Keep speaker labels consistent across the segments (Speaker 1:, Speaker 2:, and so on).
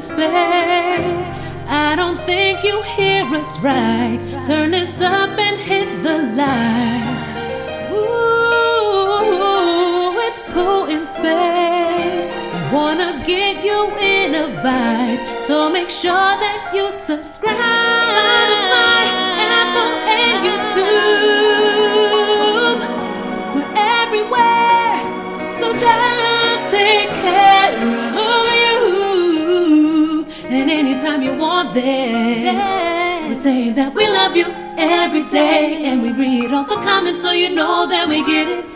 Speaker 1: space. I don't think you hear us right. Turn this up and hit the light. Ooh, it's cool in space. Wanna get you in a vibe, so make sure that you subscribe. Spotify, Apple, and YouTube. We're everywhere, so just take care of you. And anytime you want this, we say that we love you every day, and we read all the comments so you know that we get it.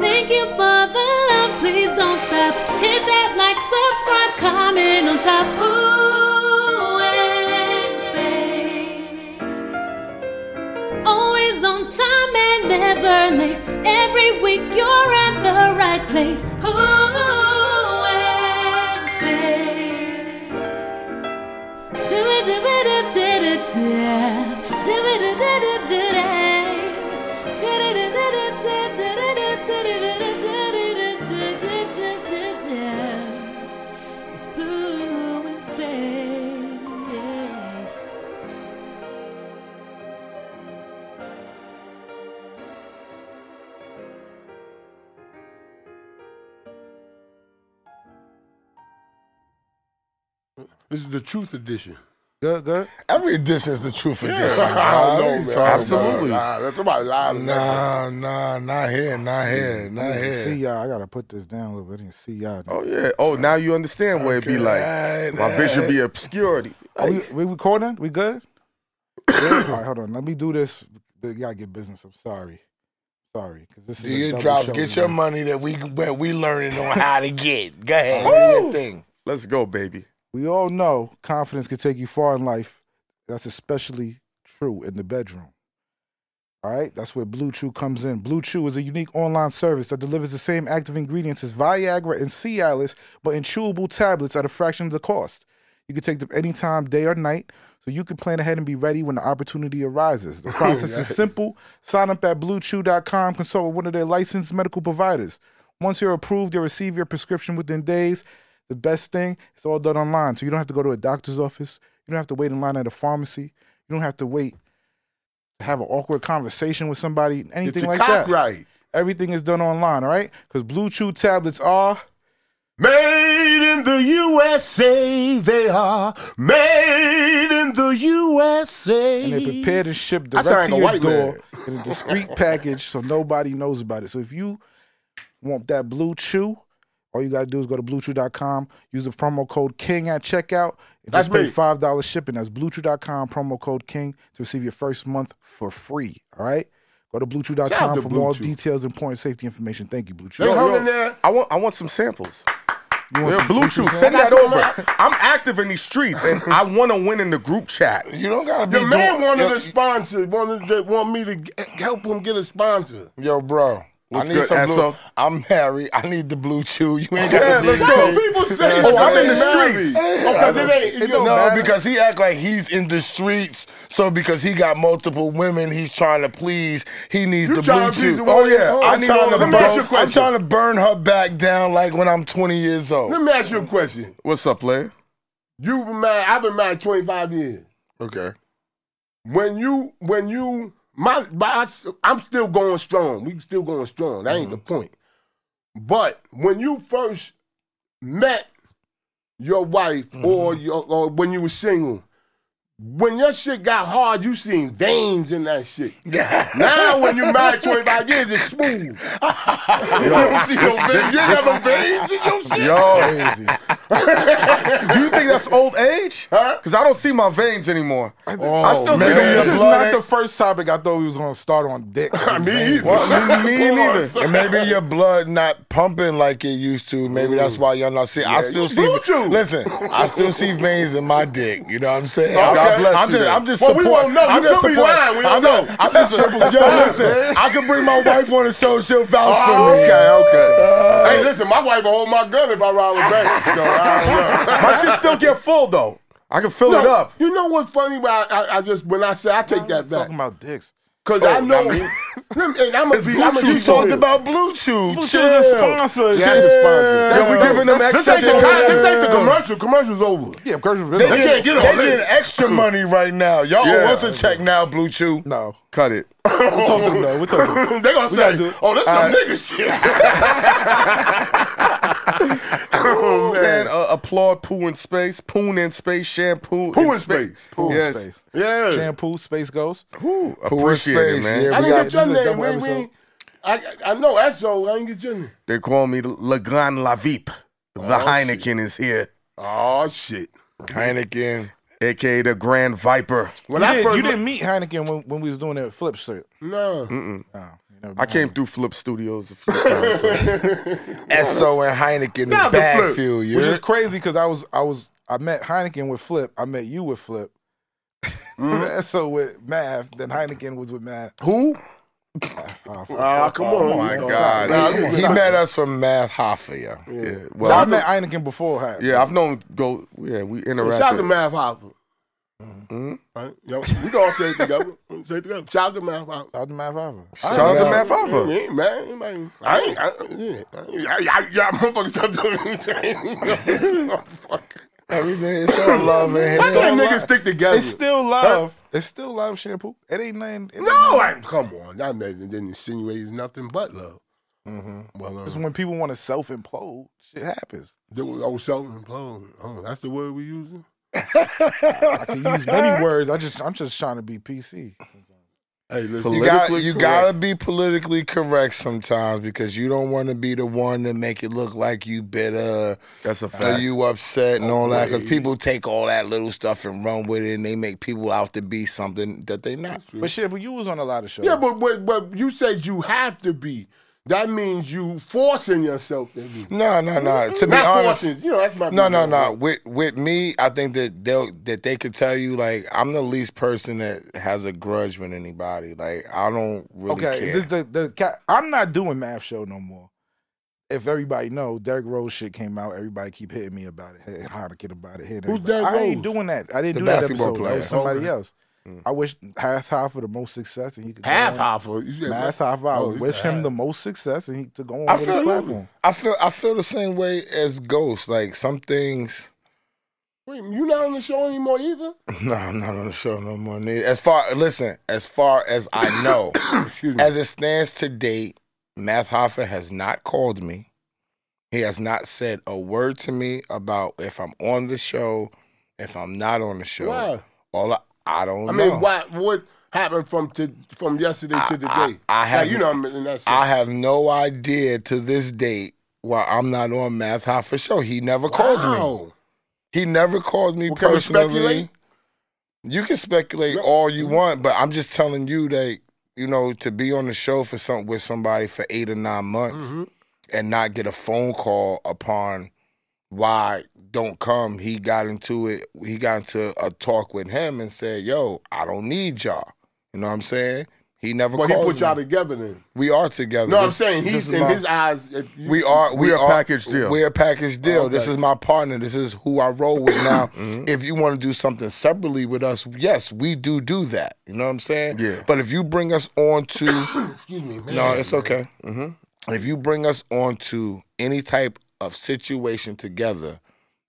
Speaker 1: Thank you for the love, please don't stop. Hit that like, subscribe, comment on top. Ooh, and space. Always on time and never late. Every week you're at the right place. Ooh, and space. It's blue in space.
Speaker 2: This is the truth edition.
Speaker 3: Go, go.
Speaker 4: Every dish is the truth edition.
Speaker 2: I
Speaker 4: Nah,
Speaker 2: don't
Speaker 4: what
Speaker 2: know,
Speaker 4: are you
Speaker 2: man.
Speaker 4: talking about?
Speaker 3: Absolutely.
Speaker 2: Nah, that's somebody lying.
Speaker 4: Nah, nah, not here, not here,
Speaker 3: I
Speaker 4: not
Speaker 3: didn't see
Speaker 4: here.
Speaker 3: y'all. I gotta put this down a little bit. I didn't see y'all.
Speaker 5: Oh yeah. Oh, now you understand what it be like.
Speaker 4: alright,
Speaker 5: My vision be obscurity.
Speaker 3: Are we, we recording? We good? Yeah? All right, hold on. Let me do this. You gotta get business. I'm sorry. Sorry, because this
Speaker 4: Do
Speaker 3: is a
Speaker 4: your
Speaker 3: double
Speaker 4: drops.
Speaker 3: show
Speaker 4: Get
Speaker 3: tonight.
Speaker 4: your money that we that we learning on how to get. Go ahead, do your thing.
Speaker 5: Let's go, baby.
Speaker 3: We all know confidence can take you far in life. That's especially true in the bedroom. All right, that's where Blue Chew comes in. Blue Chew is a unique online service that delivers the same active ingredients as Viagra and Cialis, but in chewable tablets at a fraction of the cost. You can take them anytime, day or night, so you can plan ahead and be ready when the opportunity arises. The process is simple. Sign up at bluechew.com, consult with one of their licensed medical providers. Once you're approved, you'll receive your prescription within days. The best thing, it's all done online. So you don't have to go to a doctor's office. You don't have to wait in line at a pharmacy. You don't have to wait to have an awkward conversation with somebody,
Speaker 2: Get
Speaker 3: anything
Speaker 2: your
Speaker 3: like
Speaker 2: cock
Speaker 3: that.
Speaker 2: right.
Speaker 3: Everything is done online, all right? Because Blue Chew tablets are.
Speaker 2: Made in the USA, they are made in the USA.
Speaker 3: and they prepared and shipped
Speaker 2: I sound
Speaker 3: direct to your
Speaker 2: like a
Speaker 3: door
Speaker 2: white
Speaker 3: in a discreet package so nobody knows about it. So if you want that blue chew, all you gotta do is go to bluechew.com, use the promo code KING at checkout, and
Speaker 2: That's
Speaker 3: just pay
Speaker 2: me.
Speaker 3: five dollars shipping. That's bluechew.com, promo code KING to receive your first month for free. All right? Go to
Speaker 2: Shout out
Speaker 3: bluechew.com
Speaker 2: to
Speaker 3: for more
Speaker 2: Blue Chew.
Speaker 3: details and important safety information. Thank you, Blue Chew.
Speaker 2: They
Speaker 5: Yo,
Speaker 2: hung
Speaker 5: yo.
Speaker 2: in there.
Speaker 5: I want I want some samples.
Speaker 3: You want
Speaker 5: Yeah,
Speaker 3: some
Speaker 5: Blue Chew,
Speaker 3: samples?
Speaker 5: send
Speaker 2: I got
Speaker 5: that
Speaker 2: some
Speaker 5: over.
Speaker 2: of
Speaker 5: I'm active in these streets and I want to win in the group chat.
Speaker 4: You don't gotta be
Speaker 2: The man
Speaker 4: doing-
Speaker 2: wanted
Speaker 4: yo,
Speaker 2: a sponsor. Wanted they want me to g- help him get a sponsor.
Speaker 4: Yo, bro.
Speaker 5: What's
Speaker 4: I need
Speaker 5: good,
Speaker 4: some blue.
Speaker 5: SO?
Speaker 4: I'm Harry. I need the blue chew. You ain't
Speaker 2: Yeah,
Speaker 4: got
Speaker 2: let's go. People say,
Speaker 5: Oh, I'm in the
Speaker 2: Married.
Speaker 5: streets.
Speaker 2: Oh, 'cause it ain't.
Speaker 3: don't
Speaker 4: no,
Speaker 3: matter.
Speaker 4: because he act like he's in the streets. So because he got multiple women, he's trying to please. He needs
Speaker 2: You
Speaker 4: the
Speaker 2: trying
Speaker 4: blue
Speaker 2: to please
Speaker 4: chew.
Speaker 2: the woman? Oh,
Speaker 4: I'm
Speaker 2: you
Speaker 4: trying to
Speaker 2: want- let me ask you a
Speaker 4: burn. I'm
Speaker 2: question.
Speaker 4: trying to burn her back down like when I'm 20 years old.
Speaker 2: Let me ask you a question.
Speaker 5: What's up, player?
Speaker 2: You've been married. I've been married 25 years.
Speaker 4: Okay.
Speaker 2: When you, when you, my, my I s- I'm still going strong. We still going strong. That ain't the
Speaker 5: Mm-hmm.
Speaker 2: point. But when you first met your wife or
Speaker 5: Mm-hmm.
Speaker 2: your, or when you were single, when your shit got hard, you seen veins in that shit. Now when you married 25 years, it's smooth. you don't see no veins. You ain't got no veins in your shit.
Speaker 5: Yo,
Speaker 3: Crazy.
Speaker 5: do you think that's old age?
Speaker 2: Huh?
Speaker 5: Because I don't see my veins anymore. I still see
Speaker 4: maybe
Speaker 5: the-
Speaker 4: your
Speaker 3: this is
Speaker 4: blood
Speaker 3: not
Speaker 4: ain't-
Speaker 3: the first topic I thought we was gonna start on dicks. and
Speaker 2: Me
Speaker 3: veins.
Speaker 2: either.
Speaker 5: Well, me- me
Speaker 2: Come on,
Speaker 5: neither.
Speaker 2: son.
Speaker 4: And maybe your blood not pumping like it used to. Maybe that's why y'all not see. I still
Speaker 2: you
Speaker 4: see.
Speaker 2: blue chew.
Speaker 4: Listen, I still see veins in my dick. You know what I'm saying?
Speaker 2: God
Speaker 4: I'm,
Speaker 5: bless
Speaker 4: I'm
Speaker 5: you,
Speaker 4: just,
Speaker 5: though.
Speaker 4: I'm just
Speaker 2: Well, we
Speaker 4: support-
Speaker 2: won't know.
Speaker 4: I'm
Speaker 2: You
Speaker 4: just
Speaker 2: could be
Speaker 4: support-
Speaker 2: lying. We don't
Speaker 4: I'm not-
Speaker 2: know.
Speaker 4: I'm just yo, listen. I can bring my wife on the show. She'll
Speaker 2: Oh,
Speaker 4: vouch for me.
Speaker 2: Okay, okay. hey, listen, my wife will hold my gun if I ride with Becky. So I don't know.
Speaker 5: My shit still get full though. I can fill it
Speaker 2: No,
Speaker 5: up.
Speaker 2: You know what's funny? About, I, I just when I say I take that back
Speaker 3: Talking about dicks.
Speaker 2: because Oh, I know. Let me- and I'm gonna be. I'm gonna
Speaker 4: You
Speaker 2: be
Speaker 4: talked
Speaker 2: real.
Speaker 4: about Blue Chew.
Speaker 3: Blue Chew is a sponsor.
Speaker 4: Chill.
Speaker 3: That's a
Speaker 5: Yo, we
Speaker 4: Chill.
Speaker 5: giving them
Speaker 2: This ain't, the,
Speaker 5: access.
Speaker 2: con- this ain't the commercial. Commercial's over.
Speaker 3: Yeah, Kirkland.
Speaker 4: They,
Speaker 3: no,
Speaker 4: getting,
Speaker 5: can't get all
Speaker 4: they
Speaker 5: this.
Speaker 4: getting extra money right now. Y'all
Speaker 2: Yeah.
Speaker 4: owe us a check now, Blue Chew.
Speaker 3: no.
Speaker 5: Cut it.
Speaker 3: we talked to them though. We talked to them.
Speaker 2: they gonna
Speaker 3: gotta
Speaker 2: say,
Speaker 3: do it.
Speaker 2: "Oh, this some nigga shit."
Speaker 5: Oh, man, uh, applaud poo in space, poon in space, shampoo
Speaker 2: Poo in space.
Speaker 3: Pool in
Speaker 5: yes.
Speaker 3: space.
Speaker 2: yeah.
Speaker 3: Shampoo, space goes.
Speaker 5: Ooh, appreciate it,
Speaker 4: space,
Speaker 5: man.
Speaker 4: yeah.
Speaker 2: I
Speaker 4: We
Speaker 2: didn't
Speaker 4: got-
Speaker 2: get
Speaker 3: this
Speaker 2: your
Speaker 3: is a
Speaker 2: name.
Speaker 3: double
Speaker 2: We, we,
Speaker 3: episode.
Speaker 2: ain't- I, I know that's so. I didn't get your name.
Speaker 5: They call me Lagan Lavip. The
Speaker 3: Oh,
Speaker 5: Heineken is here,
Speaker 2: Oh shit!
Speaker 4: Heineken.
Speaker 5: aka the Grand Viper.
Speaker 2: When
Speaker 3: you
Speaker 2: I
Speaker 3: did,
Speaker 2: first
Speaker 3: you didn't meet Heineken when, when we was doing that flip shit.
Speaker 2: no.
Speaker 3: No, you never
Speaker 5: I
Speaker 3: met
Speaker 5: came through Flip Studios a few times. so-
Speaker 4: Esso and Heineken
Speaker 2: Not
Speaker 4: is
Speaker 2: the
Speaker 4: bad
Speaker 2: flirt.
Speaker 4: fuel,
Speaker 3: Heineken. which
Speaker 4: yeah.
Speaker 3: is crazy because I was I was I met Heineken with Flip. I met you with Flip. so with Math, then Heineken was with Math.
Speaker 4: Who?
Speaker 3: Oh,
Speaker 2: Ah, come on.
Speaker 4: Oh my
Speaker 2: you know.
Speaker 4: God.
Speaker 2: Nah,
Speaker 4: He-
Speaker 2: you-
Speaker 4: he met us from Math Hoffa, yeah.
Speaker 5: yeah,
Speaker 3: so I
Speaker 5: well,
Speaker 3: met Heineken before Heineken.
Speaker 5: yeah, I've known go. Yeah, we interacted.
Speaker 2: Shout out to Math Hopper.
Speaker 5: Mhm.
Speaker 2: Right? Yo, we can all say it together. say it together. Shout out to Math Hopper.
Speaker 3: Shout out to Math Hopper.
Speaker 5: Shout out to Matt
Speaker 2: Man,
Speaker 5: Fava.
Speaker 2: man, man, man. I ain't, I, yeah, I, ain't- I, I, y'all motherfuckers stop doing me. Fuck.
Speaker 4: Everything is so love in
Speaker 2: Why
Speaker 4: here.
Speaker 2: can't niggas stick together?
Speaker 3: It's still love. It's still love shampoo. It ain't nothing. It ain't
Speaker 2: no,
Speaker 3: nothing.
Speaker 2: I, come on. That man didn't insinuate it's nothing but love.
Speaker 4: Mm-hmm.
Speaker 2: Well,
Speaker 3: It's
Speaker 2: uh,
Speaker 3: when people want to self implode, shit happens.
Speaker 2: there was old self-implode. Oh, that's the word we using?
Speaker 3: I can use many words. I just I'm just trying to be PC.
Speaker 2: Hey, listen.
Speaker 4: You, got,
Speaker 5: Politically
Speaker 4: you gotta be politically correct sometimes because you don't want to be the one to make it look like you bitter
Speaker 5: That's a
Speaker 4: or
Speaker 5: fact.
Speaker 4: you upset and all that. Because people take all that little stuff and run with it, and they make people out to be something that they not.
Speaker 3: But shit, but you was on a lot of shows.
Speaker 2: Yeah, but, but but you said you have to be. That means you forcing yourself to be.
Speaker 4: No, no, no. To be
Speaker 2: Not
Speaker 4: honest,
Speaker 2: forcing. You know, that's my
Speaker 4: No, no, no. With with me, I think that they'll that they could tell you like I'm the least person that has a grudge with anybody. Like I don't really
Speaker 3: okay,
Speaker 4: care.
Speaker 3: this, the the ca- I'm not doing math show no more. If everybody know, Derrick Rose shit came out. Everybody keep hitting me about it, hitting Hardikin about it. Hitting
Speaker 2: Who's
Speaker 3: everybody.
Speaker 2: Derrick
Speaker 3: I ain't
Speaker 2: Rose?
Speaker 3: doing that. I didn't
Speaker 4: The
Speaker 3: do that
Speaker 4: basketball
Speaker 3: episode. That was
Speaker 4: player. Hmm.
Speaker 3: somebody
Speaker 2: Okay.
Speaker 3: else. I wish Half Hopper the most success, and he could go
Speaker 2: Half
Speaker 3: on-
Speaker 2: hopper. You said-
Speaker 3: Math Hopper. I
Speaker 2: Oh, you
Speaker 3: wish
Speaker 2: said
Speaker 3: him the most success, and he to go on
Speaker 4: I
Speaker 3: with
Speaker 4: feel
Speaker 3: his
Speaker 4: you.
Speaker 3: platform.
Speaker 4: I feel I feel the same way as Ghost. Like some things.
Speaker 2: Wait, you not on the show anymore either?
Speaker 4: No, I'm not on the show no more. neither. As far listen, as far as I know,
Speaker 2: Excuse me.
Speaker 4: as it stands to date, Math Hoffa has not called me. He has not said a word to me about if I'm on the show, if I'm not on the show.
Speaker 2: Why?
Speaker 4: All I, I don't
Speaker 2: I
Speaker 4: know.
Speaker 2: mean, why, what happened from to from yesterday to today?
Speaker 4: I- I
Speaker 2: Like, you
Speaker 4: haven't-
Speaker 2: know, I'm in that.
Speaker 4: I have no idea to this date why I'm not on Math High for sure. He never called me.
Speaker 2: Wow.
Speaker 4: He never called me
Speaker 2: Well, can we
Speaker 4: personally.
Speaker 2: speculate?
Speaker 4: You can speculate
Speaker 2: No.
Speaker 4: all you want, but I'm just telling you that you know to be on the show for some with somebody for eight or nine months
Speaker 2: Mhm.
Speaker 4: and not get a phone call upon why don't come. He got into it. He got into a talk with him and said, "Yo, I don't need y'all." You know what I'm saying? He never
Speaker 2: But he
Speaker 4: called
Speaker 2: put y'all
Speaker 4: me.
Speaker 2: together then.
Speaker 4: We are together.
Speaker 2: No, I'm
Speaker 4: This-
Speaker 2: saying
Speaker 4: this
Speaker 2: he's
Speaker 4: is
Speaker 2: in
Speaker 4: my-
Speaker 2: his eyes. If you,
Speaker 4: we are we
Speaker 5: We're a
Speaker 4: are
Speaker 5: package deal.
Speaker 4: We're a package deal.
Speaker 2: Okay. Mm-hmm.
Speaker 4: This is my partner. This is who I roll with now. If you want to do something separately with us, yes, we do do that. You know what I'm saying?
Speaker 5: Yeah.
Speaker 4: But if you bring us on to
Speaker 2: excuse me, man.
Speaker 4: no, it's okay. Mm-hmm. If you bring us on to any type of situation together,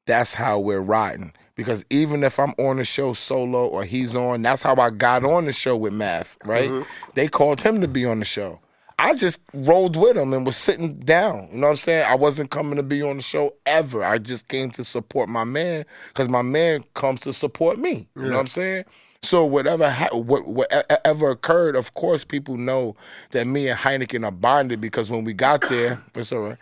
Speaker 4: that's how we're riding. Because even if I'm on the show solo or he's on, that's how I got on the show with Math, right? They called him to be on the show. I just rolled with him and was sitting down. You know what I'm saying? I wasn't coming to be on the show ever. I just came to support my man because my man comes to support me. You know what I'm saying? So whatever ha- what, whatever occurred, of course, people know that me and Heineken are bonded because when we got there, it's all right.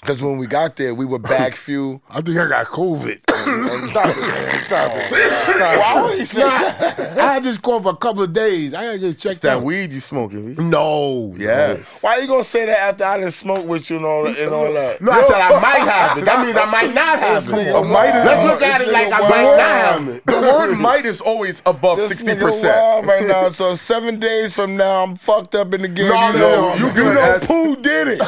Speaker 4: Because when we got there, we were back few.
Speaker 2: I think I got COVID.
Speaker 4: Stop it, man. Stop it. Why would he say that?
Speaker 2: I had this cough for a couple of days. I gotta get checked
Speaker 5: It's that
Speaker 2: out.
Speaker 5: weed you smoking.
Speaker 2: Mm.
Speaker 5: B.
Speaker 2: No.
Speaker 5: Yes.
Speaker 4: Why you gonna say that after I done smoked with you and all that? And all that?
Speaker 2: No, I said I might have it. That means I might not have it.
Speaker 4: nigga wild.
Speaker 2: Let's look at
Speaker 4: This
Speaker 2: it like I
Speaker 4: nigga
Speaker 2: might
Speaker 4: wild.
Speaker 2: not have it.
Speaker 5: The word might is always above
Speaker 4: This
Speaker 5: sixty
Speaker 4: nigga
Speaker 5: percent.
Speaker 4: wild right now. So seven days from now, I'm fucked up in the game.
Speaker 2: No, no,
Speaker 4: you know,
Speaker 2: you
Speaker 4: you
Speaker 5: good
Speaker 4: know
Speaker 5: ass-
Speaker 4: Pooh did it.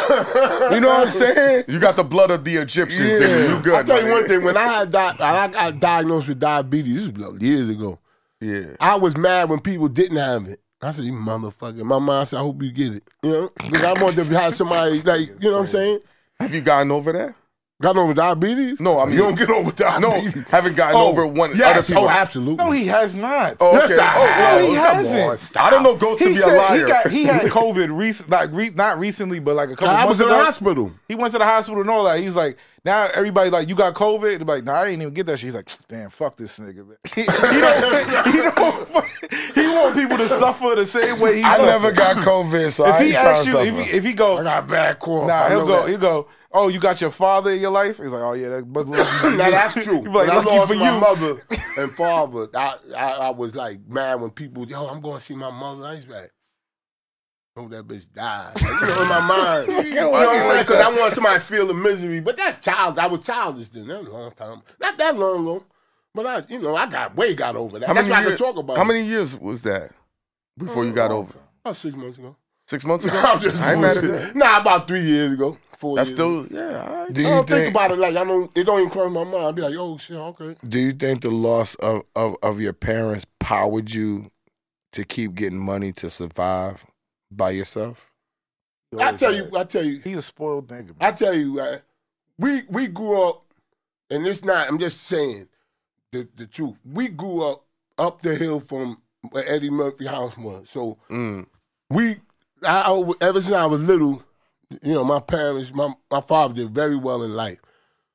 Speaker 4: You know what I'm saying?
Speaker 5: You got the blood of the Egyptians in
Speaker 4: Yeah.
Speaker 5: you. You good?
Speaker 2: I tell you
Speaker 5: my
Speaker 2: one
Speaker 5: nigga.
Speaker 2: thing. When I had di- I got diagnosed with diabetes, this was years ago.
Speaker 5: Yeah.
Speaker 2: I was mad when people didn't have it. I said, you motherfucker. My mom said, I hope you get it. You know? Because I wanted to have somebody, like, you know what I'm saying?
Speaker 5: Have you gotten over that?
Speaker 2: Got over diabetes?
Speaker 5: No, I mean-
Speaker 2: you don't get over
Speaker 5: No,
Speaker 2: diabetes.
Speaker 5: haven't gotten
Speaker 2: Oh,
Speaker 5: over one.
Speaker 2: Yes,
Speaker 5: Other people.
Speaker 2: oh, absolutely.
Speaker 3: No, he has not.
Speaker 5: Oh,
Speaker 2: Yes,
Speaker 5: okay.
Speaker 2: I
Speaker 5: Oh,
Speaker 2: have.
Speaker 5: oh,
Speaker 3: He
Speaker 5: come
Speaker 3: hasn't.
Speaker 5: on, stop. I don't know Ghost to be a liar.
Speaker 3: He, got, he had COVID recent, like re, not recently, but like a couple
Speaker 2: I
Speaker 3: months
Speaker 2: was in
Speaker 3: ago.
Speaker 2: the hospital.
Speaker 3: He went to the hospital and all that. He's like, now everybody like, you got COVID. They're like, nah, I didn't even get that shit. He's like, damn, fuck this nigga. man." he, don't, he don't, he want people to suffer the same way he.
Speaker 4: I
Speaker 3: suffered.
Speaker 4: never got COVID, so
Speaker 3: If
Speaker 4: I
Speaker 3: he
Speaker 4: ain't trying
Speaker 3: asks
Speaker 4: to
Speaker 3: you,
Speaker 4: suffer.
Speaker 3: if he, if he go,
Speaker 2: I got bad cough.
Speaker 3: nah,
Speaker 2: I
Speaker 3: he'll
Speaker 2: know
Speaker 3: go,
Speaker 2: that.
Speaker 3: he'll go. Oh, you got your father in your life? He's like, oh yeah, that's but lucky.
Speaker 2: now that's true.
Speaker 3: He be like,
Speaker 2: When I
Speaker 3: lucky
Speaker 2: lost
Speaker 3: for
Speaker 2: my
Speaker 3: you.
Speaker 2: mother and father. I, I I was like mad when people, yo, I'm going to see my mother. I used to be like, oh, that bitch died. Like, you know, in my mind, you know what I'm saying? Because I want somebody to feel the misery. But that's child. I was childish then. That was a long time. Not that long ago. But I, you know, I got way got over that.
Speaker 5: How
Speaker 2: That's
Speaker 5: many
Speaker 2: why I could
Speaker 5: year-
Speaker 2: talk about.
Speaker 5: How
Speaker 2: it.
Speaker 5: many years was that before you got over?
Speaker 2: About six months ago.
Speaker 5: Six months ago.
Speaker 2: I'm just
Speaker 5: I ain't mad at
Speaker 2: bullshitting.
Speaker 5: that.
Speaker 2: Nah, about three years ago. Four
Speaker 5: That's
Speaker 2: years ago.
Speaker 5: still yeah. All right.
Speaker 4: do
Speaker 2: I
Speaker 4: you
Speaker 2: don't think,
Speaker 4: think?
Speaker 2: about it like I don't. It don't even cross my mind. I'd be like, "Oh shit, okay."
Speaker 4: do you think the loss of, of of your parents powered you to keep getting money to survive by yourself?
Speaker 2: I tell you, I tell you,
Speaker 3: He's a spoiled nigga. man.
Speaker 2: I tell you, uh, we we grew up, and it's not. I'm just saying the the truth. We grew up up the hill from where Eddie Murphy house was. So
Speaker 5: Mm.
Speaker 2: we, I, I was- ever since I was little, you know, my parents, my my father did very well in life.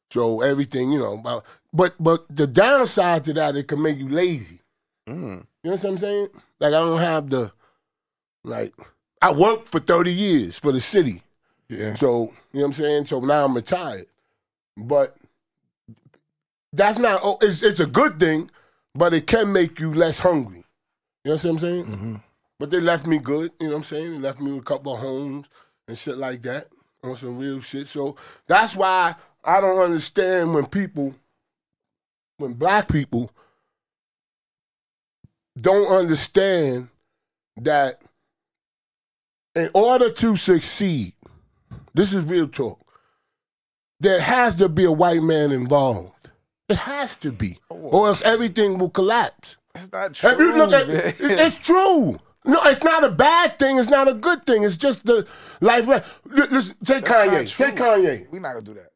Speaker 2: So everything, you know, about- but but the downside to that, it can make you lazy.
Speaker 5: Mm.
Speaker 2: You know what I'm saying? Like I don't have the like I worked for 30 years for the city.
Speaker 4: Yeah.
Speaker 2: So, you know what I'm saying? So now I'm retired. But that's not oh, it's it's a good thing, but it can make you less hungry. You know what I'm saying? But they left me good, you know what I'm saying? They left me with a couple of homes and shit like that on some real shit. So that's why I don't understand when people, when black people don't understand that in order to succeed, this is real talk, there has to be a white man involved. It has to be, or else everything will collapse.
Speaker 3: That's not true.
Speaker 2: If you look at
Speaker 3: man.
Speaker 2: it, it's true. No, it's not a bad thing. It's not a good thing. It's just the life. Re- L- listen, take
Speaker 3: That's not
Speaker 2: Kanye.
Speaker 3: true.
Speaker 2: Take Kanye.
Speaker 3: We're not gonna do that.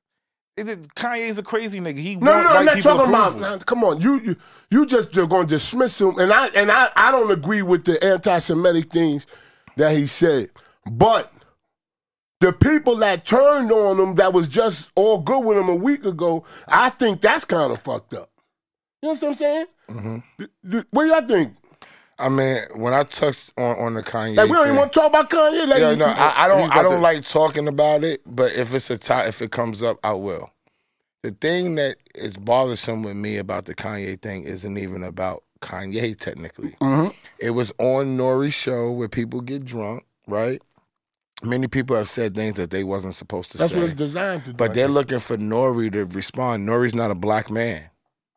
Speaker 3: It, it- Kanye's a crazy nigga. He
Speaker 2: No, no,
Speaker 3: want
Speaker 2: no.
Speaker 3: white
Speaker 2: I'm not
Speaker 3: people
Speaker 2: talking about.
Speaker 3: approval.
Speaker 2: now, come on, you, you, you just are going to dismiss him, and I, and I, I don't agree with the anti-Semitic things that he said, but the people that turned on him, that was just all good with him a week ago, I think that's kind of fucked up. You know what I'm saying?
Speaker 3: Mm-hmm.
Speaker 2: D- d- What do y'all think?
Speaker 4: I mean, when I touched on on the Kanye,
Speaker 2: Like we don't
Speaker 4: thing-
Speaker 2: even want to talk about Kanye. Like,
Speaker 4: Yeah, no, I, I
Speaker 2: He's
Speaker 4: don't.
Speaker 2: about
Speaker 4: I don't
Speaker 2: to-
Speaker 4: like talking about it. But if it's a top, if it comes up, I will. The thing that is bothersome with me about the Kanye thing isn't even about Kanye technically. It was on Nori's show where people get drunk, right? Many people have said things that they wasn't supposed to
Speaker 2: That's
Speaker 4: say.
Speaker 2: what it's designed to do.
Speaker 4: But they're looking for Nori to respond. Nori's not a black man.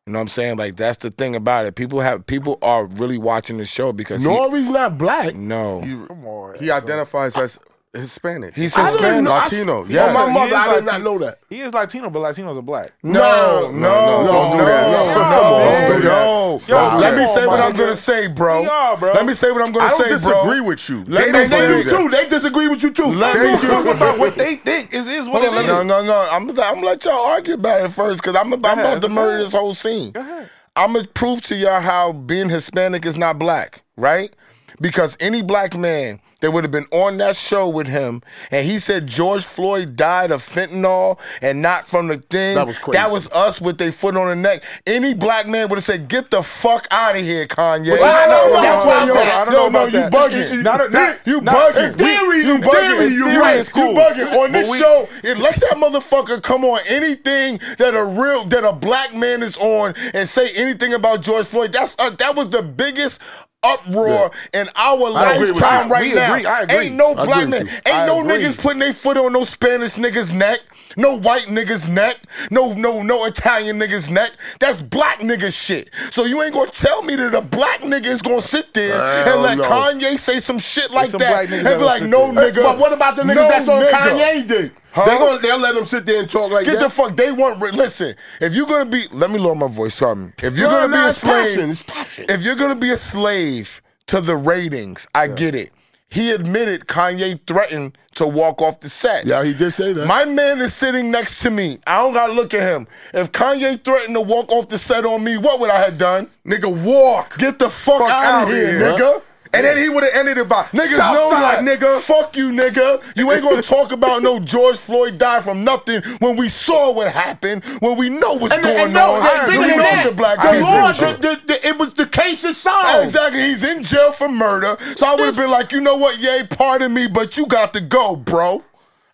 Speaker 4: You know what I'm saying? Like that's the thing about it. People have people are really watching the show because he-
Speaker 2: Nori's not black.
Speaker 4: no.
Speaker 3: Come on.
Speaker 5: He identifies as Hispanic.
Speaker 4: He's
Speaker 2: I didn't
Speaker 4: Hispanic.
Speaker 2: know- I-
Speaker 5: Latino.
Speaker 2: Oh,
Speaker 5: Yes.
Speaker 2: my
Speaker 3: He
Speaker 2: mother,
Speaker 3: is
Speaker 2: I did not
Speaker 3: Latino.
Speaker 2: know that.
Speaker 3: He is Latino, but Latinos are black.
Speaker 4: No, no, no,
Speaker 5: don't do that.
Speaker 4: no,
Speaker 5: No, come
Speaker 4: no,
Speaker 5: on, don't
Speaker 4: no,
Speaker 5: do
Speaker 4: no.
Speaker 5: that.
Speaker 4: Yo,
Speaker 5: Don't do
Speaker 4: Let me
Speaker 5: that.
Speaker 4: say what
Speaker 3: Oh,
Speaker 4: I'm
Speaker 3: my
Speaker 4: gonna
Speaker 3: God.
Speaker 4: say, bro.
Speaker 3: We are, bro.
Speaker 4: Let me say what I'm gonna
Speaker 5: I don't
Speaker 4: say,
Speaker 5: disagree
Speaker 4: bro.
Speaker 5: with you.
Speaker 4: Let
Speaker 5: They
Speaker 4: me
Speaker 5: don't
Speaker 2: They
Speaker 4: say
Speaker 2: do
Speaker 5: believe
Speaker 4: that.
Speaker 2: too. They disagree with you too.
Speaker 4: Let
Speaker 2: They
Speaker 4: me-
Speaker 2: do.
Speaker 3: Talk about what they think is is what
Speaker 4: Hold on,
Speaker 3: it
Speaker 4: let
Speaker 3: is.
Speaker 4: me- No, no, no. I'm, I'm gonna let y'all argue about it first because I'm, about- I'm
Speaker 3: ahead,
Speaker 4: about to
Speaker 3: go
Speaker 4: murder
Speaker 3: ahead.
Speaker 4: this whole scene.
Speaker 3: Go ahead.
Speaker 4: I'm gonna prove to y'all how being Hispanic is not black, right? Because any black man that would have been on that show with him, and he said George Floyd died of fentanyl and not from the thing.
Speaker 2: That was crazy.
Speaker 4: That was us with their foot on the neck. Any black man would have said, "Get the fuck out of here,
Speaker 2: But
Speaker 4: Kanye."
Speaker 2: you don't know about
Speaker 4: That's why
Speaker 2: that.
Speaker 4: I'm-
Speaker 2: I
Speaker 3: don't know
Speaker 4: no, no,
Speaker 3: about
Speaker 4: you
Speaker 3: that.
Speaker 4: bugging.
Speaker 3: Not- not-
Speaker 4: you
Speaker 3: not-
Speaker 4: bugging.
Speaker 3: in theory-
Speaker 4: you
Speaker 3: in
Speaker 4: bugging.
Speaker 3: theory, you
Speaker 4: you
Speaker 3: right. It's cool.
Speaker 4: You bugging.
Speaker 3: But
Speaker 4: On this
Speaker 3: we-
Speaker 4: show, show and let that motherfucker come on anything that a real that a black man is on and say anything about George Floyd. That's uh, that was the biggest uproar in our
Speaker 2: agree with
Speaker 4: lifetime
Speaker 3: you.
Speaker 4: right
Speaker 3: We
Speaker 4: now.
Speaker 3: agree. I agree.
Speaker 4: Ain't no
Speaker 2: I
Speaker 4: black
Speaker 2: agree with
Speaker 4: man,
Speaker 2: you.
Speaker 4: ain't
Speaker 3: I
Speaker 4: no
Speaker 3: agree.
Speaker 4: niggas putting their foot on no Spanish niggas neck, no white niggas neck, no no no Italian niggas neck. That's black niggas shit. So you ain't gonna tell me that a black nigga is gonna sit there and
Speaker 2: Hell
Speaker 4: let
Speaker 2: no.
Speaker 4: Kanye say some shit like
Speaker 3: some
Speaker 4: that
Speaker 3: black niggas
Speaker 4: and
Speaker 3: that
Speaker 4: be
Speaker 3: will
Speaker 4: like,
Speaker 3: sit
Speaker 4: no
Speaker 3: there.
Speaker 4: nigga.
Speaker 2: But what about the niggas
Speaker 4: no
Speaker 2: that's on
Speaker 4: nigga.
Speaker 2: Kanye dick?
Speaker 4: Huh?
Speaker 2: They gonna they'll let them sit there and talk like
Speaker 4: Get
Speaker 2: that.
Speaker 4: the fuck. They want. re- Listen, if you're gonna be, let me lower my voice. Sorry. If you're
Speaker 2: No, no,
Speaker 4: gonna be a
Speaker 2: it's passion.
Speaker 4: slave,
Speaker 2: It's passion.
Speaker 4: if you're gonna be a slave to the ratings, I get it. He admitted Kanye threatened to walk off the set.
Speaker 2: Yeah, he did say that.
Speaker 4: My man is sitting next to me. I don't gotta look at him. If Kanye threatened to walk off the set on me, what would I have done?
Speaker 5: Nigga, walk.
Speaker 4: Get the fuck,
Speaker 5: Fuck
Speaker 4: out
Speaker 5: outta
Speaker 4: of here,
Speaker 5: here,
Speaker 4: nigga.
Speaker 5: And then he would have ended it by
Speaker 4: Niggas
Speaker 5: South
Speaker 4: know
Speaker 5: side,
Speaker 4: that,
Speaker 5: nigga.
Speaker 4: Fuck you, nigga. You ain't gonna talk about no George Floyd died from nothing when we saw what happened, when we know what's
Speaker 2: And,
Speaker 4: going
Speaker 2: and no,
Speaker 4: on.
Speaker 2: and bigger
Speaker 4: we
Speaker 2: than
Speaker 4: know
Speaker 2: that,
Speaker 4: the black
Speaker 2: the
Speaker 4: people.
Speaker 2: law, the, the, the, it was the case is solved.
Speaker 4: Exactly. He's in jail for murder. So I would have been like, you know what, yay, pardon me, but you got to go, bro.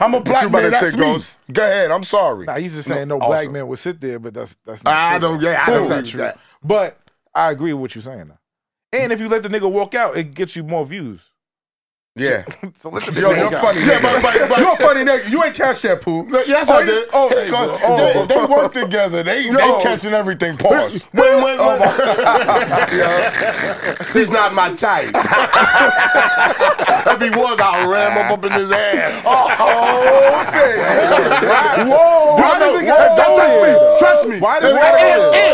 Speaker 4: I'm a
Speaker 5: you
Speaker 4: black
Speaker 5: about
Speaker 4: man.
Speaker 5: to say,
Speaker 4: That's me.
Speaker 5: Ghost?
Speaker 4: Go ahead. I'm sorry.
Speaker 3: Nah, he's just saying no, black man would sit there, but that's that's not
Speaker 2: I
Speaker 3: true.
Speaker 2: don't. Yeah, I
Speaker 3: That's
Speaker 2: don't
Speaker 3: not
Speaker 2: agree
Speaker 3: true.
Speaker 2: with that.
Speaker 3: But I agree with what you're saying. Though. And if you let the nigga walk out, it gets you more views.
Speaker 4: Yeah.
Speaker 3: So let the
Speaker 5: Yo,
Speaker 3: nigga
Speaker 5: you're
Speaker 3: walk out.
Speaker 5: funny.
Speaker 4: Yeah, but- but- but-
Speaker 5: you're a funny nigga. You ain't catch that pool.
Speaker 2: Look, Yes,
Speaker 4: Oh,
Speaker 2: I
Speaker 4: they,
Speaker 2: did.
Speaker 4: oh,
Speaker 2: Hey,
Speaker 4: God.
Speaker 2: oh.
Speaker 4: They, they work together. They
Speaker 2: No.
Speaker 4: they catching everything. Pause.
Speaker 2: When, when,
Speaker 3: Oh,
Speaker 2: when- He's not my type. if he was, I'll ram him up in his ass.
Speaker 3: Oh, Whoa! Why does it gotta
Speaker 2: Don't
Speaker 3: go there?
Speaker 2: trust me. Trust me.
Speaker 3: Why does it gotta go
Speaker 2: If,
Speaker 3: there?
Speaker 2: if,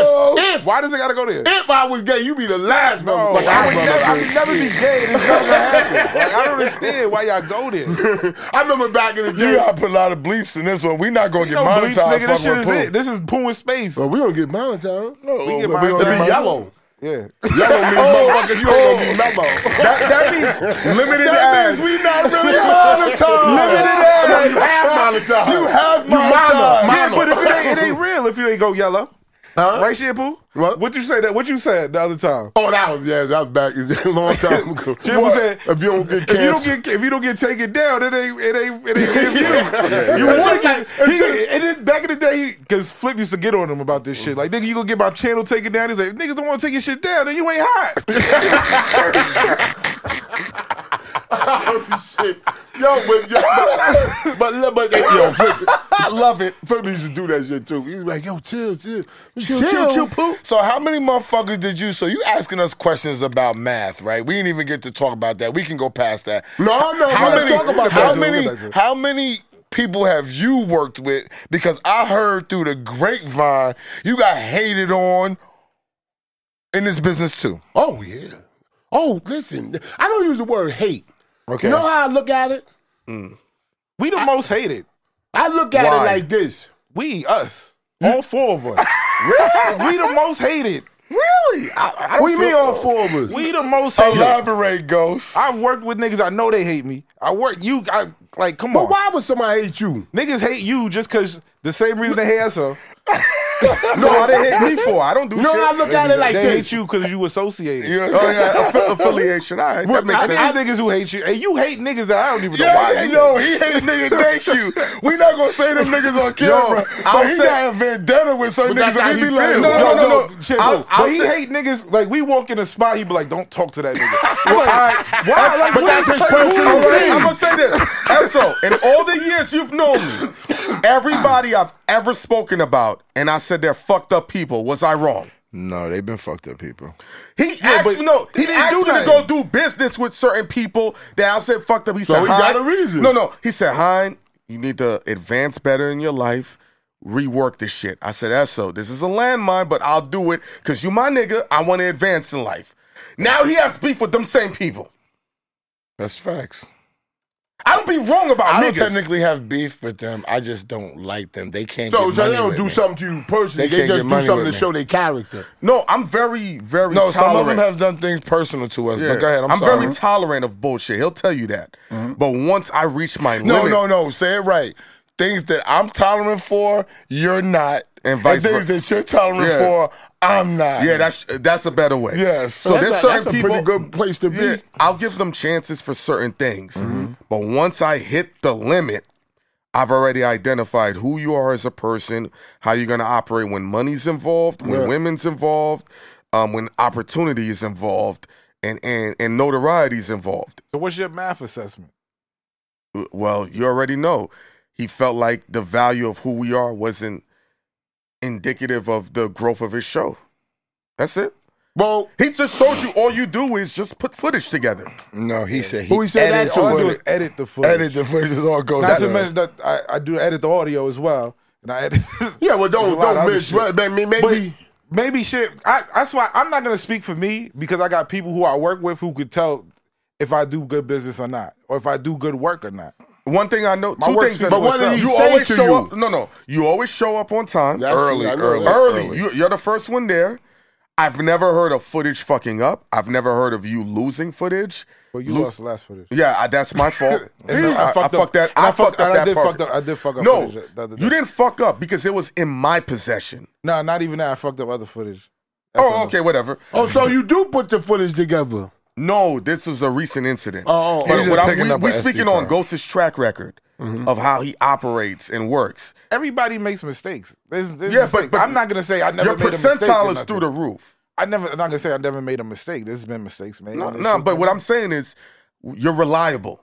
Speaker 2: if,
Speaker 3: Why does it gotta go there?
Speaker 2: if I was gay, you'd be the last
Speaker 3: No,
Speaker 2: motherfucker.
Speaker 3: I would never, I would never be gay. This is never gonna happen. Like I don't understand why y'all go there.
Speaker 2: I remember back in the
Speaker 4: You
Speaker 2: day.
Speaker 4: gotta put a lot of bleeps in this one. we not gonna
Speaker 3: You
Speaker 4: get
Speaker 3: know,
Speaker 4: monetized.
Speaker 3: bleeps, nigga. This
Speaker 4: fucking
Speaker 3: shit
Speaker 4: with
Speaker 3: is
Speaker 4: Pooh.
Speaker 3: it. This is poo in space.
Speaker 2: Well, we don't get monetized. No,
Speaker 3: We get
Speaker 2: but we
Speaker 3: monetized.
Speaker 2: gonna be yellow.
Speaker 3: Yeah.
Speaker 2: Yellow means motherfucker. You ain't gonna be mellow.
Speaker 5: That, that means limited
Speaker 2: That
Speaker 5: ads.
Speaker 2: means we not really monetized. Limited ads. You have monetized.
Speaker 4: You have
Speaker 2: You
Speaker 4: monetized.
Speaker 2: mono.
Speaker 3: Yeah, but if it ain't, it ain't real, if you ain't go yellow,
Speaker 2: Huh?
Speaker 3: right, Shampoo?
Speaker 2: What?
Speaker 3: What you say that? What you said the other time?
Speaker 2: Oh, that was yeah, that was back a long time ago.
Speaker 3: Jim
Speaker 2: What?
Speaker 3: said,
Speaker 2: if you don't get
Speaker 3: If you don't
Speaker 2: cancer,
Speaker 3: get if you don't get taken down, it ain't it ain't it ain't good view. You
Speaker 2: It's just like-
Speaker 3: want to get
Speaker 2: it's
Speaker 3: he,
Speaker 2: just-
Speaker 3: and then back in the day, because Flip used to get on him about this shit. Like nigga, you gonna get my channel taken down? He's like, niggas don't want to take your shit down, then you ain't hot.
Speaker 2: oh shit, yo, but yo, but but, but yo, Flip, I love it. Flip used to do that shit too. He's like, yo, chill, chill, chill, chill, chill, poo.
Speaker 4: So how many motherfuckers did you? So you asking us questions about math, right? We didn't even get to talk about that. We can go past that.
Speaker 2: No, no,
Speaker 4: how
Speaker 2: we're
Speaker 4: many?
Speaker 2: talking about
Speaker 4: how
Speaker 2: that.
Speaker 4: many?
Speaker 3: We'll get back to it.
Speaker 4: How many? People have you worked with? Because I heard through the grapevine you got hated on in this business too.
Speaker 2: Oh yeah. Oh, listen, I don't use the word hate.
Speaker 4: Okay.
Speaker 2: You know how I look at it?
Speaker 3: We the most hated.
Speaker 2: I look at
Speaker 4: Why?
Speaker 2: it like this.
Speaker 3: We us. All four of us. we the most hated.
Speaker 4: really? I, I don't
Speaker 2: What do you
Speaker 4: feel-
Speaker 2: mean all four of us?
Speaker 3: We the most hated.
Speaker 4: Elaborate, Ghost.
Speaker 3: I worked with niggas. I know they hate me. I work you. I like come
Speaker 2: But
Speaker 3: on.
Speaker 2: why would somebody hate you?
Speaker 3: Niggas hate you just cause the same reason they hate us. so.
Speaker 5: no, I didn't hate me for. it. I don't do
Speaker 2: You know
Speaker 5: shit.
Speaker 2: how I look at it like
Speaker 3: They
Speaker 2: this.
Speaker 3: hate you because you associated.
Speaker 4: You-
Speaker 5: Oh yeah, aff- affiliation. All right, that makes
Speaker 3: I
Speaker 5: sense.
Speaker 3: hate niggas who hate you, and you hate niggas that I don't even know why.
Speaker 4: Yeah,
Speaker 3: you
Speaker 4: yo, he hate nigga. Thank you. We not gonna say them niggas on camera,
Speaker 3: I'll
Speaker 4: but he
Speaker 3: say-
Speaker 4: got a vendetta with certain
Speaker 2: But that's
Speaker 4: niggas.
Speaker 2: how
Speaker 4: And we
Speaker 2: he
Speaker 4: be like,
Speaker 2: feel.
Speaker 4: no,
Speaker 3: No, no, no,
Speaker 4: no.
Speaker 3: Shit,
Speaker 4: I'll-
Speaker 3: bro.
Speaker 4: I'll
Speaker 3: but he
Speaker 4: say-
Speaker 3: hate niggas. Like we walk in a spot, he be like, "Don't talk to that nigga." I'm like, why? Like,
Speaker 2: but
Speaker 3: what
Speaker 2: that's
Speaker 3: is-
Speaker 2: his
Speaker 3: like,
Speaker 2: personal
Speaker 3: who
Speaker 5: All
Speaker 3: is
Speaker 5: right,
Speaker 3: he?
Speaker 5: I'm gonna say this. Esso, in all the years you've known me, everybody I've ever spoken about, and I said they're fucked up people. Was I wrong?
Speaker 4: No, they've been fucked up people.
Speaker 5: He asked
Speaker 3: but
Speaker 5: me no.
Speaker 3: he
Speaker 5: He,
Speaker 3: didn't
Speaker 5: asked
Speaker 3: do
Speaker 5: me to
Speaker 3: nothing.
Speaker 5: go do business with certain people that I said fucked up. He said,
Speaker 2: he got
Speaker 5: "Hein,"
Speaker 2: a reason.
Speaker 5: No, no. He said, "Hein, you need to advance better in your life." Rework this shit. I said, that's so. This is a landmine, but I'll do it because you my nigga. I want to advance in life. Now he has beef with them same people.
Speaker 4: That's facts.
Speaker 5: I don't be wrong about
Speaker 4: I don't
Speaker 5: niggas.
Speaker 4: technically have beef with them. I just don't like them. They can't.
Speaker 2: So,
Speaker 4: get
Speaker 2: so
Speaker 4: money
Speaker 2: they don't
Speaker 4: with
Speaker 2: do
Speaker 4: me.
Speaker 2: something to you personally.
Speaker 4: They
Speaker 2: They,
Speaker 4: can't get
Speaker 2: just do
Speaker 4: money
Speaker 2: something
Speaker 4: with
Speaker 2: to
Speaker 4: me.
Speaker 2: show their character.
Speaker 5: No, I'm very, very
Speaker 4: No,
Speaker 5: tolerant.
Speaker 4: some of them have done things personal to us. But go ahead. I'm,
Speaker 5: I'm Mm-hmm.
Speaker 4: sorry.
Speaker 5: very tolerant of bullshit. He'll tell you that. But once I reach my
Speaker 4: No,
Speaker 5: limit,
Speaker 4: no, no. Say it right. Things that I'm tolerant for, you're not,
Speaker 5: And vice
Speaker 4: things
Speaker 5: versa.
Speaker 4: that you're tolerant
Speaker 5: Yeah.
Speaker 4: for, I'm not.
Speaker 5: yeah, that's that's a better way.
Speaker 4: Yes.
Speaker 5: So
Speaker 4: That's
Speaker 5: there's
Speaker 2: a-
Speaker 5: certain
Speaker 2: that's a
Speaker 5: people.
Speaker 2: pretty good place to be.
Speaker 5: Yeah, I'll give them chances for certain things, but once I hit the limit, I've already identified who you are as a person, how you're gonna operate when money's involved, when women's involved, um, when opportunity is involved, and and and notoriety is involved.
Speaker 3: So what's your math assessment?
Speaker 5: well, you already know. He felt like the value of who we are wasn't indicative of the growth of his show. That's it.
Speaker 2: Well,
Speaker 5: He just told you all you do is just put footage together.
Speaker 4: No, he said he
Speaker 2: Who he said
Speaker 4: edits
Speaker 2: that? Oh,
Speaker 4: the
Speaker 3: All I do
Speaker 4: footage.
Speaker 3: is edit the footage.
Speaker 4: Edit the footage. It's all goes.
Speaker 3: Not to
Speaker 4: down.
Speaker 3: mention that I, I do edit the audio as well, and I edit.
Speaker 2: yeah, well,
Speaker 3: There's a
Speaker 2: don't
Speaker 3: lot
Speaker 2: don't
Speaker 3: of other
Speaker 2: miss.
Speaker 3: shit.
Speaker 2: Right, but I mean, maybe
Speaker 3: But maybe shit. I, that's why I'm not gonna speak for me because I got people who I work with who could tell if I do good business or not, or if I do good work or not.
Speaker 5: One thing I know,
Speaker 3: My
Speaker 5: two
Speaker 3: work
Speaker 5: things.
Speaker 3: speaks
Speaker 5: that-
Speaker 3: for But what itself.
Speaker 2: did he
Speaker 5: you
Speaker 2: say
Speaker 5: always
Speaker 2: to
Speaker 5: show
Speaker 2: you?
Speaker 5: up. No, no, you always show up on time.
Speaker 2: That's true,
Speaker 5: early,
Speaker 2: I know
Speaker 5: early,
Speaker 2: that.
Speaker 5: early,
Speaker 2: Early.
Speaker 5: You, you're the first one there. I've never heard of footage fucking up. I've never heard of you losing footage.
Speaker 3: But you
Speaker 5: Lose-
Speaker 3: lost the last footage.
Speaker 5: Yeah, I, that's my fault.
Speaker 3: And no, I
Speaker 5: I, I fucked
Speaker 3: fucked up.
Speaker 5: that.
Speaker 3: And
Speaker 5: I, fucked up
Speaker 3: and
Speaker 5: that
Speaker 3: I did
Speaker 5: part.
Speaker 3: fucked up. I did fuck up.
Speaker 5: No,
Speaker 3: footage the other day.
Speaker 5: you didn't fuck up because it was in my possession.
Speaker 3: No, not even that. I fucked up other footage.
Speaker 5: oh, okay, whatever.
Speaker 2: Oh, so you do put the footage together?
Speaker 5: No, this was a recent incident.
Speaker 2: Oh, oh,
Speaker 5: But
Speaker 2: oh.
Speaker 5: what I'm-
Speaker 4: picking
Speaker 5: we,
Speaker 4: up
Speaker 5: we're
Speaker 4: a SD
Speaker 5: speaking on
Speaker 4: card.
Speaker 5: Ghost's track record of how he operates and works.
Speaker 3: Everybody makes mistakes. There's, there's
Speaker 5: Yeah, but-
Speaker 3: mistakes.
Speaker 5: but
Speaker 3: I'm not gonna say I never
Speaker 5: Your
Speaker 3: made a mistake. or
Speaker 5: percentile is
Speaker 3: nothing.
Speaker 5: through the roof.
Speaker 3: I never. I'm not gonna say I never made a mistake. There's been mistakes made.
Speaker 5: No,
Speaker 3: There's
Speaker 5: no,
Speaker 3: shit
Speaker 5: but
Speaker 3: that-
Speaker 5: what I'm saying is you're reliable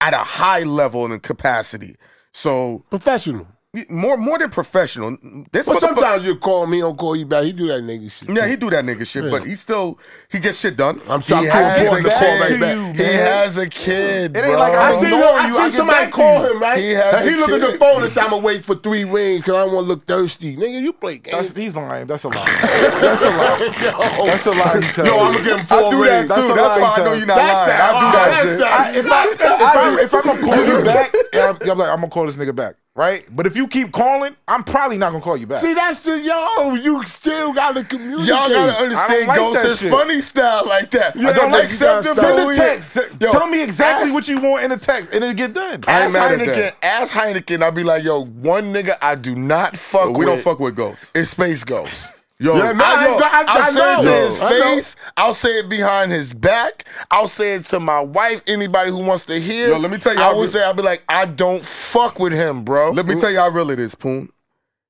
Speaker 5: at a high level and capacity. So
Speaker 2: Professional.
Speaker 5: more more than professional. This
Speaker 2: But
Speaker 5: motherfucker-
Speaker 2: sometimes you call me, don't call you back. He do that nigga shit.
Speaker 5: yeah, he do that nigga shit, but he still he gets shit done.
Speaker 2: I'm
Speaker 4: He
Speaker 2: sorry. I'm
Speaker 4: has a
Speaker 2: going to
Speaker 3: back
Speaker 2: call
Speaker 3: to
Speaker 2: right back.
Speaker 3: you,
Speaker 4: kid. He
Speaker 3: man.
Speaker 4: has a kid.
Speaker 3: It ain't
Speaker 4: bro.
Speaker 3: like I
Speaker 2: I
Speaker 3: don't
Speaker 2: seen,
Speaker 3: know
Speaker 2: him,
Speaker 3: you, I
Speaker 2: I seen
Speaker 3: get
Speaker 2: somebody
Speaker 3: back to
Speaker 2: call
Speaker 3: you.
Speaker 2: him, right?
Speaker 4: He has
Speaker 2: and he
Speaker 4: a
Speaker 2: look at the
Speaker 4: kid.
Speaker 2: phone and say, I'm going to wait for three rings because I don't want to look thirsty. Nigga, you play
Speaker 3: That's,
Speaker 2: games.
Speaker 3: he's lying. That's a lie. That's a lie. That's a lie. you tell
Speaker 2: No,
Speaker 3: me.
Speaker 2: I'm going to give him
Speaker 5: I
Speaker 2: four
Speaker 5: do that too.
Speaker 2: rings.
Speaker 3: That's
Speaker 5: That's,
Speaker 3: a lie,
Speaker 5: why I know
Speaker 3: Terrence.
Speaker 5: you're not lying.
Speaker 2: that.
Speaker 5: I do that
Speaker 2: Oh,
Speaker 5: shit.
Speaker 2: that's
Speaker 3: I- if, I, if, I'm, if I'm gonna call you back, and I'm, I'm like, I'm gonna call this nigga back, right? But if you keep calling, I'm probably not gonna call you back.
Speaker 2: See, that's the yo. You still gotta communicate.
Speaker 4: Y'all gotta
Speaker 3: I don't
Speaker 4: understand
Speaker 3: like that
Speaker 4: Ghost's
Speaker 3: shit.
Speaker 4: funny style like that.
Speaker 2: Yeah,
Speaker 4: I
Speaker 2: I
Speaker 4: don't
Speaker 2: like
Speaker 4: accept
Speaker 2: you guys style.
Speaker 4: him. for
Speaker 3: Send
Speaker 4: who
Speaker 3: a
Speaker 4: he is.
Speaker 3: text. S-
Speaker 4: Yo,
Speaker 3: Tell me exactly
Speaker 4: ask-
Speaker 3: what you want in a text, and it'll get done.
Speaker 5: I
Speaker 4: Ask
Speaker 5: ain't mad at that.
Speaker 4: Heineken. Ask Heineken. I'll be like, yo, one nigga I do not fuck
Speaker 5: But
Speaker 4: with.
Speaker 5: we don't fuck with ghosts.
Speaker 4: It's Space Ghost.
Speaker 5: Yo,
Speaker 2: Yeah, no, I-
Speaker 4: I, yo,
Speaker 2: I- I
Speaker 4: I'll say
Speaker 2: know.
Speaker 4: it to his
Speaker 2: I know.
Speaker 4: face. I'll say it behind his back. I'll say it to my wife. Anybody who wants to hear.
Speaker 5: Yo, let me tell you,
Speaker 4: I
Speaker 5: I
Speaker 4: will
Speaker 5: re-
Speaker 4: say I'll be like, I don't fuck with him, bro.
Speaker 5: let me tell you how real it is, Poon.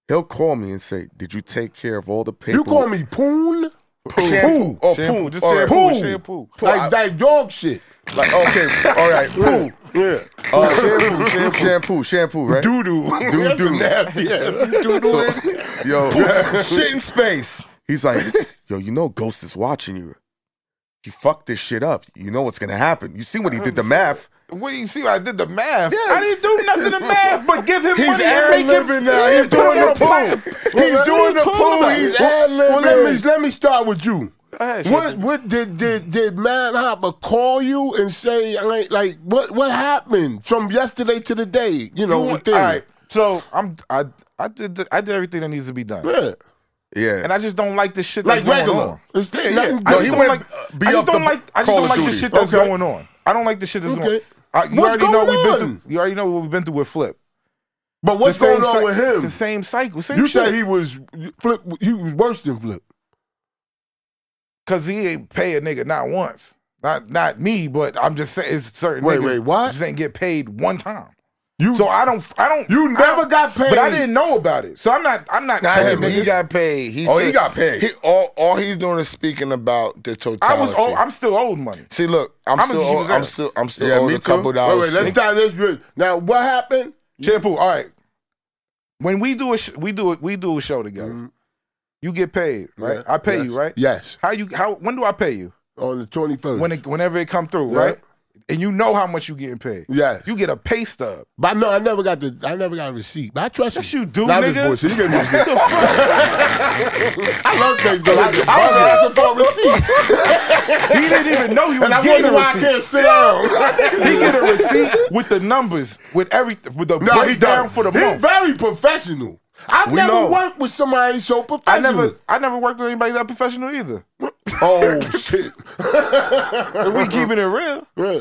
Speaker 5: He'll call me and say, "Did you take care of all the paper?"
Speaker 2: You call me poon?
Speaker 5: Shampoo. Oh,
Speaker 3: Shampoo,
Speaker 5: Pooh.
Speaker 3: just
Speaker 5: All right.
Speaker 3: shampoo,
Speaker 5: Pooh.
Speaker 3: shampoo.
Speaker 5: I-
Speaker 2: Like that dog shit.
Speaker 5: Like, okay, all right, Pooh.
Speaker 2: Yeah.
Speaker 5: Uh, shampoo, shampoo, shampoo, shampoo, right?
Speaker 2: Doo doo. Doo
Speaker 5: Doo-doo.
Speaker 2: nasty ass.
Speaker 5: So, yo,
Speaker 4: shit in space.
Speaker 5: he's like, yo, you know, Ghost is watching you. You fucked this shit up. You know what's gonna happen. You see what he did the math.
Speaker 3: What do you see? I did the math. I didn't do nothing in math, but give him
Speaker 4: He's
Speaker 3: money and make
Speaker 4: ad-libbing
Speaker 3: him.
Speaker 4: now. He's
Speaker 3: put him
Speaker 4: doing
Speaker 3: on
Speaker 4: the
Speaker 3: a plan.
Speaker 4: poo. He's doing the poo. He's ad
Speaker 2: Well, let me
Speaker 4: libbing.
Speaker 2: let me start with you.
Speaker 3: ahead,
Speaker 2: What
Speaker 3: Shampoo.
Speaker 2: what did did did Man Hopper call you and say like like what what happened from yesterday to today? You know,
Speaker 3: All
Speaker 2: thing.
Speaker 3: right. So I'm. I I did. the- I did everything that needs to be done,
Speaker 2: Yeah.
Speaker 5: Yeah.
Speaker 3: and I just don't like the shit that's
Speaker 2: Like
Speaker 3: going
Speaker 2: regular.
Speaker 3: on.
Speaker 2: It's nothing good.
Speaker 3: I
Speaker 5: No,
Speaker 3: just
Speaker 5: he
Speaker 3: don't
Speaker 5: went,
Speaker 3: like.
Speaker 5: uh, be
Speaker 3: I
Speaker 5: up
Speaker 3: just
Speaker 5: the
Speaker 3: don't like. I just
Speaker 5: Call
Speaker 3: don't
Speaker 5: of
Speaker 3: like the
Speaker 5: Duty.
Speaker 3: shit that's
Speaker 2: Okay.
Speaker 3: going on. I don't like the shit that's
Speaker 2: Okay.
Speaker 3: going. on. Uh, you
Speaker 2: What's
Speaker 3: already know
Speaker 2: going
Speaker 3: we've been.
Speaker 2: on?
Speaker 3: Through, you already know what we've been through with Flip.
Speaker 2: But what's
Speaker 3: The same
Speaker 2: going on
Speaker 3: cy-
Speaker 2: with
Speaker 3: It's
Speaker 2: him?
Speaker 3: the same cycle. Same
Speaker 2: You
Speaker 3: shit.
Speaker 2: said he was flip. He was worse than flip.
Speaker 3: Cause he ain't pay a nigga not once. Not not me, but I'm just saying it's certain
Speaker 2: Wait,
Speaker 3: niggas
Speaker 2: wait, what?
Speaker 3: just ain't get paid one time.
Speaker 2: You
Speaker 3: So I don't I don't
Speaker 2: you
Speaker 3: I
Speaker 2: never
Speaker 3: don't-
Speaker 2: got paid.
Speaker 3: But I didn't know about it. So I'm not I'm not
Speaker 4: Not
Speaker 3: telling
Speaker 4: him. He
Speaker 3: niggas.
Speaker 4: got paid.
Speaker 5: Oh, he
Speaker 4: said-
Speaker 5: got paid.
Speaker 4: He, all, all he's doing is speaking about the totality.
Speaker 3: I was old, I'm still owed money.
Speaker 4: See, look, I'm,
Speaker 3: I'ma
Speaker 4: still,
Speaker 3: keep it
Speaker 4: owe-
Speaker 3: real.
Speaker 4: I'm still, I'm still,
Speaker 5: Yeah,
Speaker 4: owed
Speaker 5: me
Speaker 4: a couple
Speaker 5: too.
Speaker 2: Wait,
Speaker 4: dollars.
Speaker 2: wait. Let's start this. bit. Now, what happened?
Speaker 3: Shampoo, all right. When we do a sh- we do a, we do a show together, you get paid, right?
Speaker 2: Mm-hmm. Yeah,
Speaker 3: I pay
Speaker 2: yes,
Speaker 3: you, right?
Speaker 2: Yes,
Speaker 3: How you how when do I pay you?
Speaker 2: on the twenty first.
Speaker 3: When it, whenever it come through,
Speaker 2: Yeah.
Speaker 3: right? And you know how much you getting paid.
Speaker 2: Yes.
Speaker 3: You get a pay stub.
Speaker 2: But no, I never got the. I never got a receipt. But I trust
Speaker 3: Yes,
Speaker 2: you.
Speaker 3: you do,
Speaker 2: Nah,
Speaker 3: nigga.
Speaker 2: This bullshit. You give me a receipt.
Speaker 3: What the fuck?
Speaker 2: I love things good. I was asking for a receipt,
Speaker 3: He didn't even know he was
Speaker 2: and I
Speaker 3: getting
Speaker 2: wonder
Speaker 3: a
Speaker 2: why I
Speaker 3: receipt.
Speaker 2: can't sit down.
Speaker 3: He get a receipt with the numbers, with everything, with the
Speaker 2: no, he
Speaker 3: breakdown
Speaker 2: done.
Speaker 3: for the
Speaker 2: He
Speaker 3: month.
Speaker 2: very professional. I've
Speaker 5: We
Speaker 2: never
Speaker 5: know.
Speaker 2: worked with somebody so
Speaker 3: I
Speaker 2: professional.
Speaker 3: never, I never worked with anybody that professional either.
Speaker 2: Oh shit.
Speaker 3: If we keeping it real,
Speaker 2: Yeah.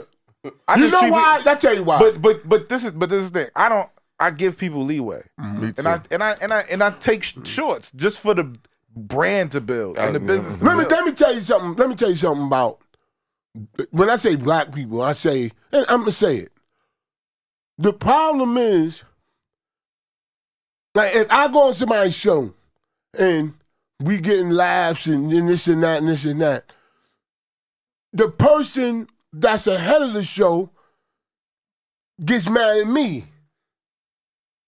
Speaker 3: I
Speaker 2: You
Speaker 3: just
Speaker 2: know
Speaker 3: treat
Speaker 2: why?
Speaker 3: pe-
Speaker 2: I tell you why.
Speaker 3: But but but this is but this is the thing. I don't. I give people leeway,
Speaker 2: Mm-hmm.
Speaker 5: Me too.
Speaker 3: and I and I and I and I take sh- shorts just for the brand to build and the business. To
Speaker 2: Let me
Speaker 3: build.
Speaker 2: let me tell you something. Let me tell you something about when I say black people, I say, and I'm gonna say it. The problem is, like if I go on somebody's show and we getting laughs and, and this and that and this and that, the person that's ahead of the show gets mad at me.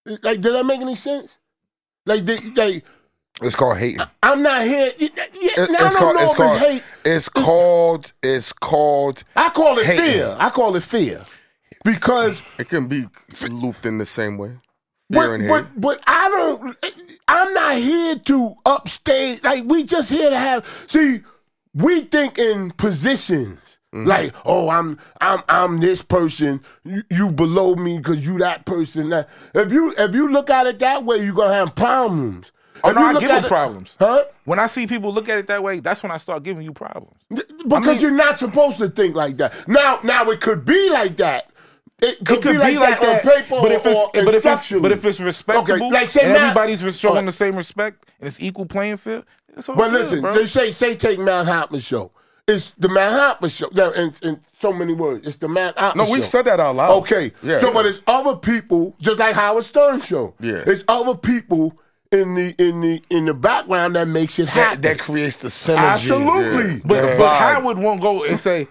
Speaker 2: Like, did that make any sense? Like, they, like
Speaker 4: It's called hating.
Speaker 2: I'm not here. Yeah,
Speaker 4: It-
Speaker 2: now I don't know if
Speaker 4: called,
Speaker 2: it's hate.
Speaker 4: It's called. It's called.
Speaker 2: I call it
Speaker 4: Hating.
Speaker 2: fear. I call it fear because
Speaker 5: it can be looped in the same way. Fear
Speaker 2: but,
Speaker 5: and hate.
Speaker 2: but but I don't. I'm not here to upstage. Like we just here to have. See, we think in positions.
Speaker 3: Mm-hmm.
Speaker 2: Like, oh, I'm I'm I'm this person. You, you below me because you that person. That if you if you look at it that way, you're gonna have problems.
Speaker 3: Oh,
Speaker 2: If
Speaker 3: no,
Speaker 2: you
Speaker 3: I
Speaker 2: look
Speaker 3: give
Speaker 2: at
Speaker 3: them
Speaker 2: it-
Speaker 3: problems.
Speaker 2: Huh?
Speaker 3: When I see people look at it that way, that's when I start giving you problems.
Speaker 2: Because you're not supposed to think like that. Now, now it could be like that. It could,
Speaker 3: It could
Speaker 2: be, like, that, on paper
Speaker 3: but if it's
Speaker 2: or
Speaker 3: but if it's
Speaker 2: instructionally.
Speaker 3: but if it's respectable,
Speaker 2: Okay, like, say
Speaker 3: and
Speaker 2: now-
Speaker 3: everybody's res- showing
Speaker 2: Okay.
Speaker 3: the same respect and it's equal playing field. It's all
Speaker 2: But
Speaker 3: good,
Speaker 2: listen,
Speaker 3: bro.
Speaker 2: they say say take Manhattan show. It's the Manhattan show. Now, in, in so many words, it's the Manhattan.
Speaker 5: No, we've
Speaker 2: show.
Speaker 5: said that out loud.
Speaker 2: Okay,
Speaker 5: Yeah.
Speaker 2: so but it's other people, just like Howard Stern show.
Speaker 5: Yeah.
Speaker 2: it's other people in the in the in the background that makes it happen.
Speaker 4: That, that creates the synergy.
Speaker 2: Absolutely.
Speaker 3: but,
Speaker 5: Yeah.
Speaker 3: but Howard won't go and say,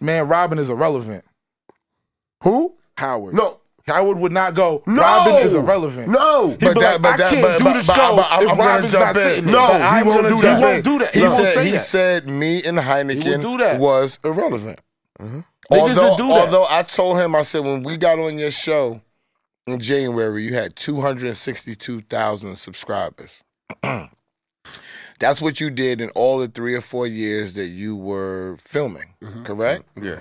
Speaker 3: "Man, Robin is irrelevant."
Speaker 2: Who?
Speaker 3: Howard,
Speaker 2: No,
Speaker 3: Howard would not go.
Speaker 2: no.
Speaker 3: Robin is irrelevant.
Speaker 2: No,
Speaker 3: He'd
Speaker 4: But
Speaker 3: be
Speaker 4: that-
Speaker 3: like,
Speaker 4: but
Speaker 3: I
Speaker 4: that-
Speaker 3: can't
Speaker 4: but-
Speaker 3: do
Speaker 4: but-
Speaker 3: the
Speaker 4: but-
Speaker 3: show
Speaker 4: but I'm-
Speaker 3: if
Speaker 4: I'm gonna
Speaker 3: Robin's
Speaker 4: jump
Speaker 3: not
Speaker 4: in.
Speaker 3: sitting there.
Speaker 2: No,
Speaker 3: But
Speaker 2: he
Speaker 3: I'm
Speaker 2: won't
Speaker 3: gonna
Speaker 2: do
Speaker 3: jump
Speaker 2: that.
Speaker 3: in. He won't do that.
Speaker 4: He,
Speaker 3: He won't
Speaker 4: said,
Speaker 3: say
Speaker 4: he
Speaker 3: that.
Speaker 4: said me and Heineken
Speaker 3: do that.
Speaker 4: was irrelevant.
Speaker 3: Niggas
Speaker 4: Although,
Speaker 3: will do that.
Speaker 4: although I told him, I said, when we got on your show in January, you had 262,000 subscribers. That's what you did in all the three or four years that you were filming, correct?
Speaker 5: Yeah.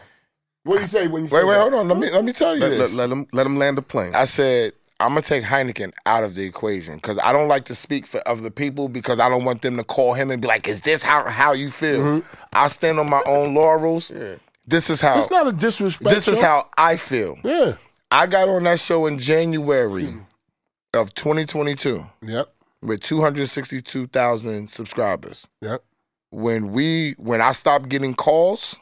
Speaker 2: What do you say when you
Speaker 4: Wait,
Speaker 2: say
Speaker 4: wait,
Speaker 2: that?
Speaker 4: hold on. Let me let me tell you
Speaker 5: Let, let,
Speaker 4: this.
Speaker 5: let him let him land the plane.
Speaker 4: I said, I'm gonna take Heineken out of the equation because I don't like to speak for other people because I don't want them to call him and be like, "Is this how how you feel?" I stand on my own laurels. This is how
Speaker 2: Mm-hmm. It's not a disrespect.
Speaker 4: this is
Speaker 2: show.
Speaker 4: how I feel.
Speaker 2: Yeah.
Speaker 4: I got on that show in January of 2022
Speaker 2: Yep.
Speaker 4: with 262,000 subscribers.
Speaker 2: Yep.
Speaker 4: When we when I stopped getting calls,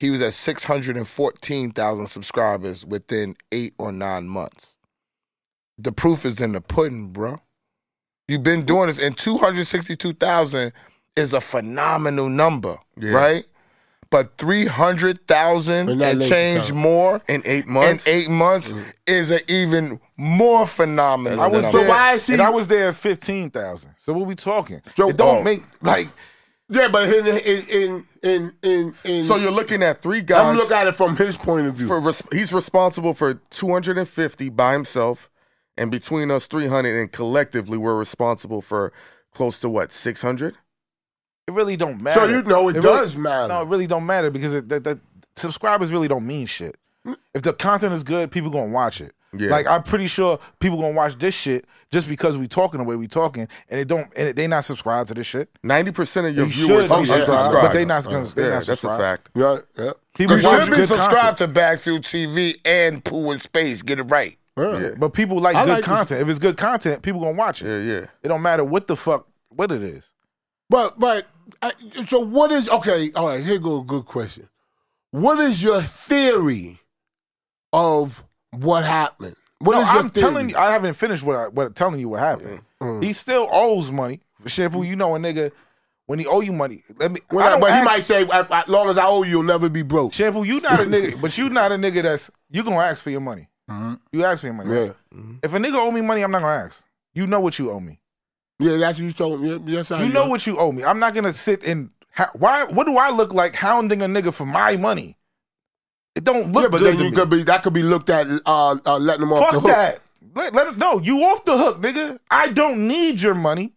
Speaker 4: he was at 614,000 subscribers within 8 or 9 months. The proof is in the pudding, bro. You've been doing this and 262,000 is a phenomenal number,
Speaker 5: Yeah.
Speaker 4: right? But 300,000
Speaker 2: But not
Speaker 4: and
Speaker 2: late,
Speaker 4: change
Speaker 2: Tom.
Speaker 4: more
Speaker 5: in eight months.
Speaker 4: in eight months is an even more phenomenal.
Speaker 3: I was
Speaker 4: number.
Speaker 3: there,
Speaker 2: why is he-
Speaker 3: and I was there at fifteen thousand. So what we talking?
Speaker 2: So-
Speaker 3: it don't
Speaker 2: oh.
Speaker 3: make like
Speaker 2: Yeah, but in in in in in, in
Speaker 5: so you're looking at three
Speaker 2: I'm
Speaker 5: guys.
Speaker 2: looking at it from his point of view.
Speaker 5: for res- he's responsible for 250 by himself, and between us 300, and collectively we're responsible for close to what 600.
Speaker 3: it really don't matter.
Speaker 2: so you know it,
Speaker 3: really-
Speaker 2: does matter.
Speaker 3: No, it really don't matter because it, that, that subscribers really don't mean shit. If the content is good, people gonna watch it.
Speaker 5: Yeah.
Speaker 3: Like I'm pretty sure people gonna watch this shit just because we talking the way we talking, and it don't and it, they not subscribed to this shit.
Speaker 5: 90 percent of your
Speaker 3: They
Speaker 5: viewers
Speaker 3: should
Speaker 5: are
Speaker 3: be
Speaker 2: subscribe,
Speaker 5: subscribed,
Speaker 3: but they not gonna- they
Speaker 5: yeah,
Speaker 3: not
Speaker 5: that's a
Speaker 3: subscribed.
Speaker 5: fact.
Speaker 2: Yeah, yeah.
Speaker 3: People
Speaker 4: you
Speaker 3: watch
Speaker 4: should be
Speaker 3: good
Speaker 4: subscribed
Speaker 3: content.
Speaker 4: to Backfield TV and Pooh in Space. Get it right.
Speaker 2: yeah.
Speaker 3: but people like
Speaker 2: I
Speaker 3: good
Speaker 2: like this-
Speaker 3: content. If it's good content, people gonna watch it.
Speaker 5: Yeah, yeah.
Speaker 3: It don't matter what the fuck what it is.
Speaker 2: But but I, so what is okay? All right, here go a good question. What is your theory of what happened? What
Speaker 3: no,
Speaker 2: is your theory?
Speaker 3: I'm
Speaker 2: Mm.
Speaker 3: telling you, I haven't finished what I what telling you what happened. He still owes money. Shampoo, you know a nigga when he owe you money. Let me.
Speaker 2: Well,
Speaker 3: I
Speaker 2: I-
Speaker 3: don't
Speaker 2: but he
Speaker 3: ask-
Speaker 2: might say, "I- I- "As long as I owe you, you'll never be broke."
Speaker 3: Shampoo, you not a nigga, but you not a nigga that's you gonna ask for your money. You ask for your money.
Speaker 2: Uh-huh. Yeah,
Speaker 3: If a nigga owe me money, I'm not gonna ask. You know what you owe me.
Speaker 2: yeah, that's what Uh, you told me. Yeah, Yes, I
Speaker 3: You know what you owe me. I'm not gonna sit and ha- why? What do I look like hounding a nigga for my money? It don't look
Speaker 2: Yeah, but
Speaker 3: good
Speaker 2: then
Speaker 3: to
Speaker 2: you
Speaker 3: me.
Speaker 2: could be that could be looked at uh, uh, letting them off
Speaker 3: Fuck
Speaker 2: the hook.
Speaker 3: that. Let, let it, no, you off the hook, nigga. I don't need your money.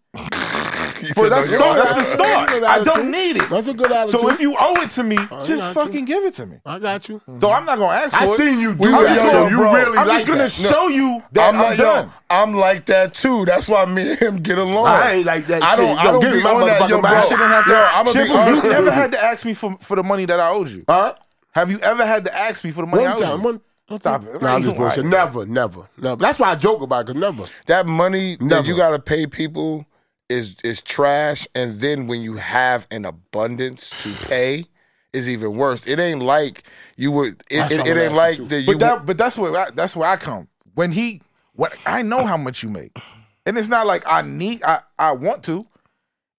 Speaker 3: For that's,
Speaker 2: no,
Speaker 3: start,
Speaker 2: you're
Speaker 3: that's the
Speaker 2: off the
Speaker 3: start.
Speaker 2: hook.
Speaker 3: I don't need it.
Speaker 2: That's a good attitude.
Speaker 3: So if you owe it to me,
Speaker 2: I
Speaker 3: just
Speaker 2: Oh, got
Speaker 3: fucking give it to me.
Speaker 2: I got you.
Speaker 3: So I'm not gonna ask for
Speaker 2: I
Speaker 3: it.
Speaker 2: seen you do
Speaker 3: I'm
Speaker 2: that.
Speaker 3: just
Speaker 2: so
Speaker 3: gonna-
Speaker 2: you
Speaker 4: bro,
Speaker 2: really
Speaker 3: I'm
Speaker 2: like
Speaker 3: just gonna
Speaker 2: that.
Speaker 3: show you that I'm,
Speaker 4: like, yo,
Speaker 3: done.
Speaker 4: I'm like that too. That's why me and him get along.
Speaker 2: I ain't like that
Speaker 4: I don't.
Speaker 2: shit.
Speaker 4: I
Speaker 2: Yo,
Speaker 4: don't
Speaker 2: give me
Speaker 4: be
Speaker 2: my
Speaker 4: on that.
Speaker 2: motherfucking
Speaker 4: Yo, bro.
Speaker 2: back.
Speaker 3: I shouldn't have to.
Speaker 4: yo, I'm gonna be
Speaker 3: Shippo,
Speaker 4: honest.
Speaker 3: you never had to ask me for, for the money that I owed you.
Speaker 2: Huh?
Speaker 3: Have you ever had to ask me for the money
Speaker 2: One
Speaker 3: I owed
Speaker 2: time,
Speaker 3: you?
Speaker 2: one.
Speaker 3: Stop it.
Speaker 2: Nah, I'm just
Speaker 3: You lying.
Speaker 2: bullshit. Never, never, never. That's why I joke about it, cause never.
Speaker 4: that money that
Speaker 2: Never.
Speaker 4: you gotta pay people is is trash. And then when you have an abundance to pay, is even worse. It ain't like you would. It,
Speaker 2: That's
Speaker 4: it,
Speaker 2: what
Speaker 4: it
Speaker 2: I'm
Speaker 4: ain't
Speaker 2: asking
Speaker 4: like
Speaker 2: too.
Speaker 4: that. You
Speaker 3: But
Speaker 4: would-
Speaker 3: that, but that's where I, that's where I come. When he, what I know how much you make, and it's not like I need, I, I want to.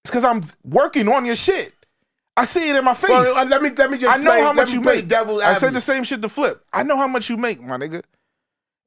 Speaker 3: It's because I'm working on your shit. I see it in my face.
Speaker 2: Well, uh, let me let me just.
Speaker 3: I know
Speaker 2: play,
Speaker 3: how
Speaker 2: let
Speaker 3: much
Speaker 2: me
Speaker 3: you
Speaker 2: play
Speaker 3: make.
Speaker 2: Devil
Speaker 3: I said
Speaker 2: advocate.
Speaker 3: the same shit to Flip. I know how much you make, my nigga.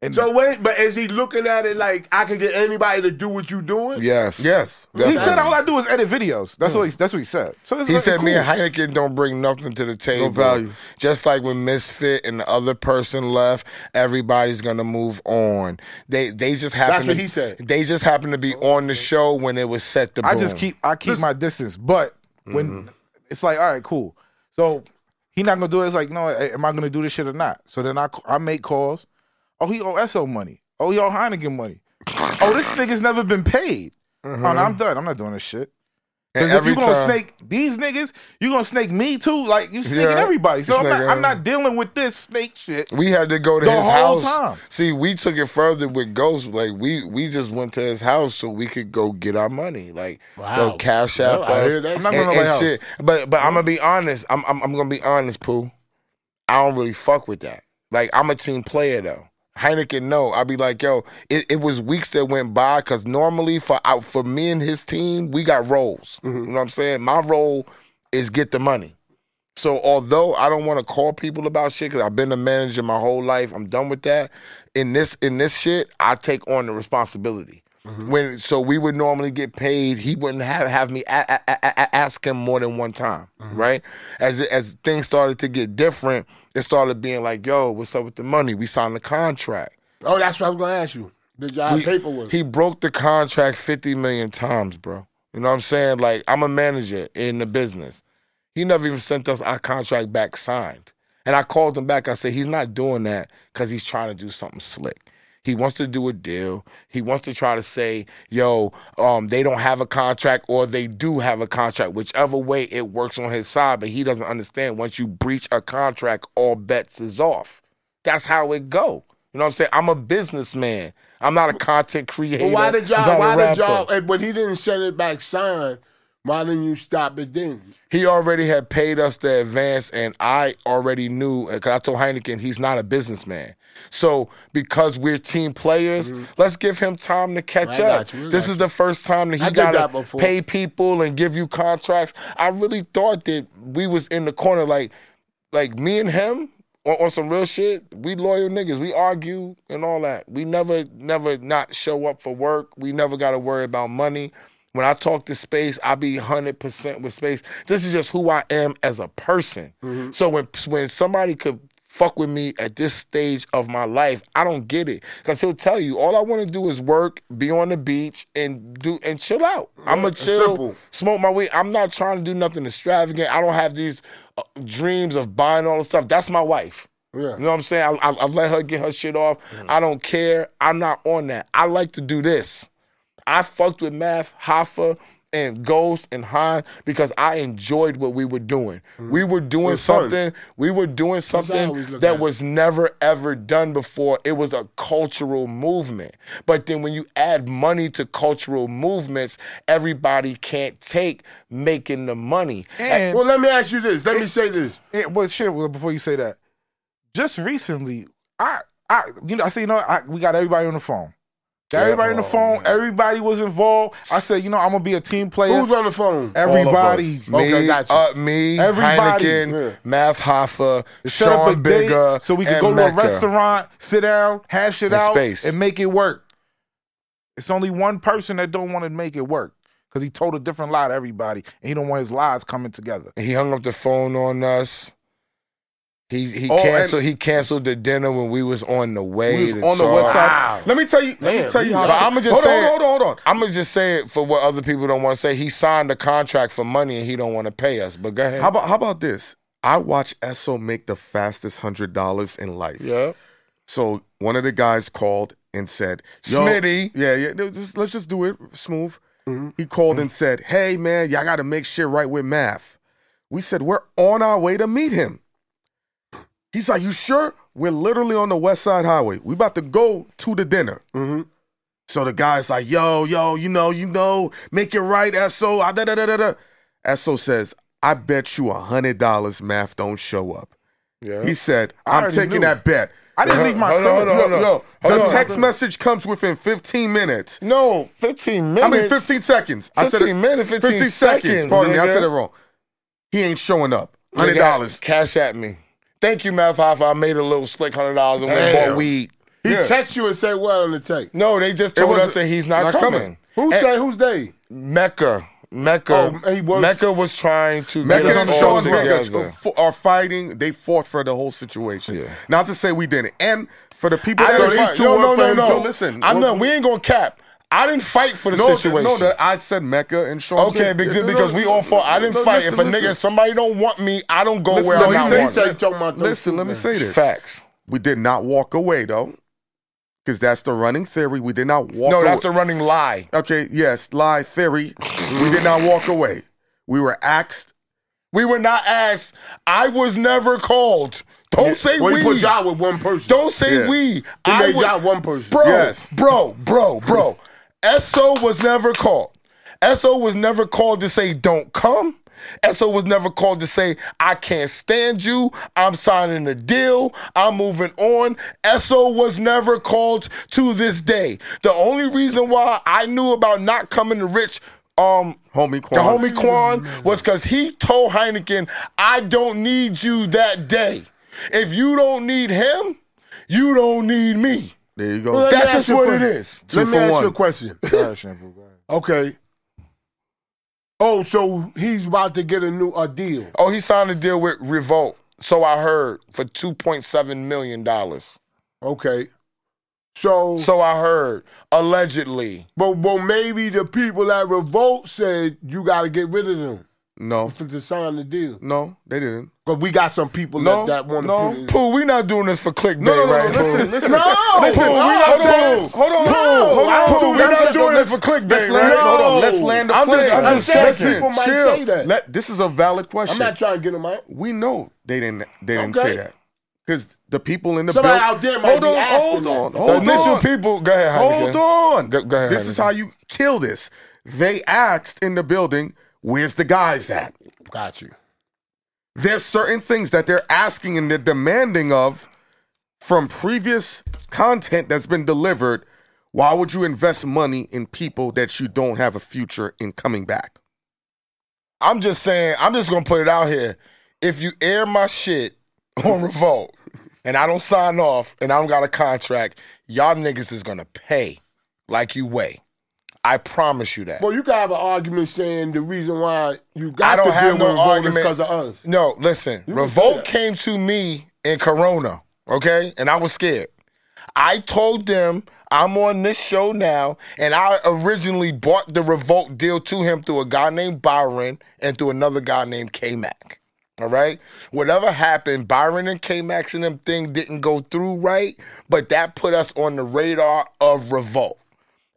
Speaker 3: And
Speaker 2: So wait, but is he looking at it like I could get anybody to do what you doing?
Speaker 4: yes.
Speaker 5: Yes.
Speaker 3: he said
Speaker 4: Definitely.
Speaker 3: all I do is edit videos. That's what he, that's what he said. So it's
Speaker 4: He
Speaker 3: like,
Speaker 4: said
Speaker 3: cool.
Speaker 4: me and Heineken don't bring nothing to the table.
Speaker 5: value.
Speaker 4: Just like when Misfit and the other person left, everybody's gonna move on. They they just happen
Speaker 2: That's
Speaker 4: to
Speaker 2: what he said.
Speaker 4: They just happen to be on the show when it was set to
Speaker 3: Oh, I
Speaker 4: boom. Mm-hmm.
Speaker 3: just keep I keep my distance. But when it's like, all right, cool. So He not gonna do it. It's like, no, a- am I gonna do this shit or not? So then I c- I make calls. Oh, he owe SO money. Oh, he owe Heineken money. oh, this nigga's never been paid. Oh, no, I'm done. I'm not doing this shit.
Speaker 4: Mm-hmm. And
Speaker 3: Because if
Speaker 4: every
Speaker 3: you gonna
Speaker 4: time-
Speaker 3: snake these niggas, you gonna snake me too. Like you snaking
Speaker 4: Yeah.
Speaker 3: everybody. So
Speaker 4: You
Speaker 3: I'm not,
Speaker 4: snake
Speaker 3: I'm not dealing with this snake shit.
Speaker 4: We had to go to
Speaker 3: The
Speaker 4: his
Speaker 3: whole
Speaker 4: house.
Speaker 3: time.
Speaker 4: See, we took it further with Ghost. Like we we just went to his house so we could go get our money. Like
Speaker 2: Wow.
Speaker 4: they'll cash app
Speaker 2: Well, I
Speaker 4: us.
Speaker 2: hear that.
Speaker 3: I'm not
Speaker 4: and,
Speaker 3: going to nobody
Speaker 4: and
Speaker 3: house.
Speaker 4: shit. But but I'm gonna be honest. I'm I'm, I'm gonna be honest, Pooh. I don't really fuck with that. Like I'm a team player though. Heineken, no. I'd be like, yo, it, it was weeks that went by because normally for out for me and his team, we got roles.
Speaker 3: Mm-hmm.
Speaker 4: You know what I'm saying? My role is get the money. So although I don't want to call people about shit because I've been a manager my whole life, I'm done with that. In this in this shit, I take on the responsibility. When so we would normally get paid, he wouldn't have have me a- a- a- a- ask him more than one time, right? As as things started to get different, it started being like, "Yo, what's up with the money? We signed the contract."
Speaker 2: Oh, that's what I was gonna ask you. Did y'all have
Speaker 4: We-
Speaker 2: paperwork?
Speaker 4: He broke the contract 50 million times, bro. You know what I'm saying? Like, I'm a manager in the business. He never even sent us our contract back signed. And I called him back. I said, he's not doing that because he's trying to do something slick. He wants to do a deal. He wants to try to say, yo, um, they don't have a contract or they do have a contract, whichever way it works on his side. But he doesn't understand once you breach a contract, all bets is off. That's how it go. You know what I'm saying? I'm a businessman. I'm not a content creator.
Speaker 2: But why did
Speaker 4: I'm not
Speaker 2: y'all?
Speaker 4: a
Speaker 2: Why did
Speaker 4: rapper.
Speaker 2: y'all? eh, But he didn't send it back signed. Why didn't you stop it then?
Speaker 4: He already had paid us the advance, and I already knew. Because I told Heineken he's not a businessman. So because we're team players, let's give him time to catch
Speaker 2: I Mm-hmm. got
Speaker 4: up.
Speaker 2: you, I
Speaker 4: this
Speaker 2: got
Speaker 4: is the first time that
Speaker 2: I
Speaker 4: he
Speaker 2: did that
Speaker 4: got to
Speaker 2: before.
Speaker 4: pay people and give you contracts. I really thought that we was in the corner, like like me and him. On, on some real shit, we loyal niggas. We argue and all that. We never, never not show up for work. We never got to worry about money. When I talk to space, I be hundred percent with space. This is just who I am as a person. So when when somebody could fuck with me at this stage of my life, I don't get it. Cause he'll tell you, all I want to do is work, be on the beach, and do and chill out. I'm a chill,
Speaker 2: simple.
Speaker 4: smoke my weed. I'm not trying to do nothing extravagant. I don't have these uh, dreams of buying all the stuff. That's my wife.
Speaker 2: Yeah.
Speaker 4: You know what I'm saying? I, I, I let her get her shit off.
Speaker 2: Mm-hmm.
Speaker 4: I don't care. I'm not on that. I like to do this. I fucked with Math, Hoffa, and Ghost and Han because I enjoyed what we were doing. We were doing
Speaker 2: Mm-hmm. was fun.
Speaker 4: something. We were doing something
Speaker 2: always look
Speaker 4: that
Speaker 2: at.
Speaker 4: was never ever done before. It was a cultural movement. But then when you add money to cultural movements, everybody can't take making the money.
Speaker 3: And
Speaker 2: Well, let me ask you this. Let me say this.
Speaker 3: Yeah, but shit. Eh, Well, before you say that, just recently, I, I, you know, I said, you know, I, we got everybody on the phone. Got
Speaker 4: Yeah,
Speaker 3: everybody on the
Speaker 4: oh,
Speaker 3: phone.
Speaker 4: man.
Speaker 3: Everybody was involved. I said, you know, I'm gonna be a team player.
Speaker 2: Who's on the phone?
Speaker 3: everybody,
Speaker 4: Me,
Speaker 2: Okay, gotcha.
Speaker 4: uh, me,
Speaker 3: Everybody.
Speaker 4: Heineken,
Speaker 2: Yeah.
Speaker 4: Math Hoffa,
Speaker 3: set up a
Speaker 4: Sean Bigger,
Speaker 3: date so we can
Speaker 4: and
Speaker 3: go to a
Speaker 4: Mecca.
Speaker 3: restaurant, sit down, hash it
Speaker 4: And
Speaker 3: out,
Speaker 4: space.
Speaker 3: and make it work. It's only one person that don't want to make it work because he told a different lie to everybody, and he don't want his lies coming together.
Speaker 4: He hung up the phone on us. He he Oh, and- canceled he canceled the dinner when we was on the way. We was to on the
Speaker 2: Wow.
Speaker 4: west side.
Speaker 2: Let
Speaker 4: Let
Speaker 2: me
Speaker 4: me
Speaker 2: tell you.
Speaker 4: let me tell you how- But I'ma just
Speaker 2: hold
Speaker 4: say-
Speaker 2: On, hold on, hold on.
Speaker 4: I'm gonna just say it for what other people don't want to say. He signed a contract for money and he don't want to pay us. But go ahead. How
Speaker 5: How
Speaker 4: about
Speaker 5: about how about this? I watch Esso make the fastest hundred dollars in life.
Speaker 4: yeah?
Speaker 5: So one of the guys called and said, Yo,
Speaker 4: Smitty.
Speaker 5: Yeah, yeah. no, just- let's just do it smooth.
Speaker 3: Mm-hmm.
Speaker 5: He called and said, Hey man, y'all gotta make shit right with math. We said, We're on our way to meet him. He's like, You sure? We're literally on the West Side Highway. We about to go to the dinner.
Speaker 3: Mm-hmm.
Speaker 5: So the guy's like, yo, yo, you know, you know, make it right, SO. ah, Da, da, da, da, da. SO says, I bet you a hundred dollars math don't show up.
Speaker 4: Yeah.
Speaker 5: He said,
Speaker 3: I
Speaker 5: I'm
Speaker 3: already
Speaker 5: taking
Speaker 3: knew.
Speaker 5: that bet. Uh-huh.
Speaker 3: I didn't
Speaker 4: Hold-
Speaker 3: leave my
Speaker 4: hold
Speaker 3: phone.
Speaker 4: on, hold on,
Speaker 5: Yo,
Speaker 4: hold
Speaker 5: yo, the
Speaker 4: on.
Speaker 5: text message comes within 15 minutes.
Speaker 4: no, 15 minutes.
Speaker 5: I mean, 15 seconds. I said
Speaker 4: 15 minutes, 15 seconds,
Speaker 5: Pardon me, I
Speaker 4: nigga.
Speaker 5: said it wrong. He ain't showing up.
Speaker 4: Nigga,
Speaker 5: Hundred dollars.
Speaker 4: Cash at me. Thank you, Math Hoffa. I made a little slick hundred dollars and went and
Speaker 2: Damn.
Speaker 4: bought weed.
Speaker 2: He
Speaker 5: Yeah.
Speaker 2: text you and say what on the text?
Speaker 4: No, they just told
Speaker 5: was-
Speaker 4: us that he's not,
Speaker 5: not
Speaker 4: coming.
Speaker 5: coming.
Speaker 2: Who
Speaker 4: And
Speaker 2: say who's they?
Speaker 4: Mecca? Mecca.
Speaker 2: Oh, he was-
Speaker 4: Mecca was trying to
Speaker 5: Mecca
Speaker 4: get
Speaker 5: and
Speaker 4: us
Speaker 5: the
Speaker 4: all
Speaker 5: Shawn Bigger
Speaker 4: together.
Speaker 5: f- are fighting. They fought for the whole situation.
Speaker 4: Yeah.
Speaker 5: Not to say we didn't. And for the people
Speaker 4: I
Speaker 5: that
Speaker 4: didn't
Speaker 5: are
Speaker 4: fight.
Speaker 5: these two
Speaker 4: No,
Speaker 5: work
Speaker 4: no,
Speaker 5: for
Speaker 4: no,
Speaker 5: him,
Speaker 4: no.
Speaker 5: too, listen.
Speaker 4: I'm
Speaker 5: we'll-
Speaker 4: not. We ain't gonna cap. I didn't fight for the
Speaker 5: No,
Speaker 4: situation.
Speaker 5: no, that- I said Mecca and Sean.
Speaker 4: Okay,
Speaker 5: Pitt.
Speaker 4: because,
Speaker 5: No,
Speaker 4: because we all fought. I didn't
Speaker 5: no,
Speaker 4: fight.
Speaker 5: listen,
Speaker 4: if a nigga,
Speaker 5: listen.
Speaker 4: somebody don't want me, I don't go
Speaker 5: Listen,
Speaker 4: where
Speaker 5: no,
Speaker 4: I'm
Speaker 5: he
Speaker 4: not
Speaker 5: said
Speaker 4: wanted.
Speaker 5: something.
Speaker 2: Listen,
Speaker 5: Listen, let me say this.
Speaker 4: Facts.
Speaker 5: We did not walk away though, because that's the running theory. We did not walk.
Speaker 4: No,
Speaker 5: away.
Speaker 4: that's the running lie.
Speaker 5: okay. Yes, lie theory. we did not walk away. We were axed.
Speaker 4: We were not asked. I was never called. Don't say
Speaker 2: Well,
Speaker 4: we.
Speaker 2: you put y'all with one person.
Speaker 4: Don't say
Speaker 5: Yeah.
Speaker 4: we.
Speaker 2: He
Speaker 4: I
Speaker 2: made
Speaker 4: was,
Speaker 2: y'all one person.
Speaker 4: bro,
Speaker 5: Yes.
Speaker 4: bro, bro, bro. SO was never called. SO was never called to say, don't come. SO was never called to say, I can't stand you. I'm signing a deal. I'm moving on. SO was never called to this day. The only reason why I knew about not coming to Rich um
Speaker 5: Homie
Speaker 4: the
Speaker 5: Quan.
Speaker 4: homie Quan was because he told Heineken, I don't need you that day. If you don't need him, you don't need me.
Speaker 5: There you go.
Speaker 2: Well, Let me
Speaker 4: That's
Speaker 2: ask
Speaker 4: just
Speaker 2: you a
Speaker 4: what it
Speaker 2: question.
Speaker 4: is.
Speaker 5: Two
Speaker 2: Let me
Speaker 5: for
Speaker 2: ask
Speaker 5: one.
Speaker 2: you a question.
Speaker 3: Sorry, Shampoo. Go ahead.
Speaker 2: Okay. Oh, so he's about to get a new a deal.
Speaker 4: Oh, he signed a deal with Revolt. So I heard for $2.7 million.
Speaker 2: Okay. So,
Speaker 4: So I heard, allegedly.
Speaker 2: but well, maybe the people at Revolt said you got to get rid of them
Speaker 5: no,
Speaker 2: for to sign the deal.
Speaker 5: no, they didn't.
Speaker 2: Because we got some people
Speaker 5: No,
Speaker 2: that, that want
Speaker 5: no.
Speaker 2: to.
Speaker 4: Pooh, we not doing this for clickbait,
Speaker 5: No, no, no,
Speaker 4: right?
Speaker 5: no, listen,
Speaker 4: Pooh?
Speaker 5: listen.
Speaker 2: No,
Speaker 5: listen,
Speaker 2: Pooh,
Speaker 5: hold
Speaker 2: we not
Speaker 5: on,
Speaker 2: doing-
Speaker 5: hold on,
Speaker 2: No,
Speaker 5: hold
Speaker 2: I
Speaker 5: on,
Speaker 2: don't
Speaker 5: hold
Speaker 2: do-
Speaker 5: on.
Speaker 2: we're
Speaker 5: Let's-
Speaker 2: not
Speaker 5: let's-
Speaker 4: doing
Speaker 5: let's-
Speaker 4: this for clickbait,
Speaker 5: let's land-
Speaker 2: right?
Speaker 5: Hold on,
Speaker 2: No.
Speaker 5: let's land the
Speaker 4: I'm just-
Speaker 5: plane.
Speaker 4: I'm
Speaker 5: Let's-
Speaker 4: just saying
Speaker 5: listen,
Speaker 2: people might
Speaker 5: chill.
Speaker 2: say that.
Speaker 5: Let- this is a valid question.
Speaker 2: I'm not trying to get them out.
Speaker 5: we know they didn't. They didn't
Speaker 2: Okay.
Speaker 5: say that because the people in the
Speaker 2: Somebody
Speaker 5: buil-
Speaker 2: out there might
Speaker 5: hold
Speaker 2: be
Speaker 5: on,
Speaker 2: asking
Speaker 5: hold
Speaker 2: that.
Speaker 5: on,
Speaker 2: The
Speaker 5: hold on.
Speaker 4: The initial people, go ahead, Heineken.
Speaker 5: Hold on.
Speaker 4: Go- go ahead,
Speaker 5: this is
Speaker 4: Heineken.
Speaker 5: how you kill this. They asked in the building, "Where's the guys at?"
Speaker 2: Got you.
Speaker 5: There's certain things that they're asking and they're demanding of from previous content that's been delivered. Why would you invest money in people that you don't have a future in coming back?
Speaker 4: I'm just saying, I'm just gonna put it out here. If you air my shit on Revolt and I don't sign off and I don't got a contract, y'all niggas is gonna pay like you weigh. I promise you that.
Speaker 2: Well, you can have an argument saying the reason why you got
Speaker 4: I don't
Speaker 2: to deal
Speaker 4: have no
Speaker 2: with Revolt is
Speaker 4: argument
Speaker 2: because of us.
Speaker 4: No, listen.
Speaker 2: can say
Speaker 4: Revolt
Speaker 2: that.
Speaker 4: came to me in Corona, okay, and I was scared. I told them I'm on this show now, and I originally bought the Revolt deal to him through a guy named Byron and through another guy named K Mac. All right. Whatever happened, Byron and K Max and them thing didn't go through right, but that put us on the radar of Revolt.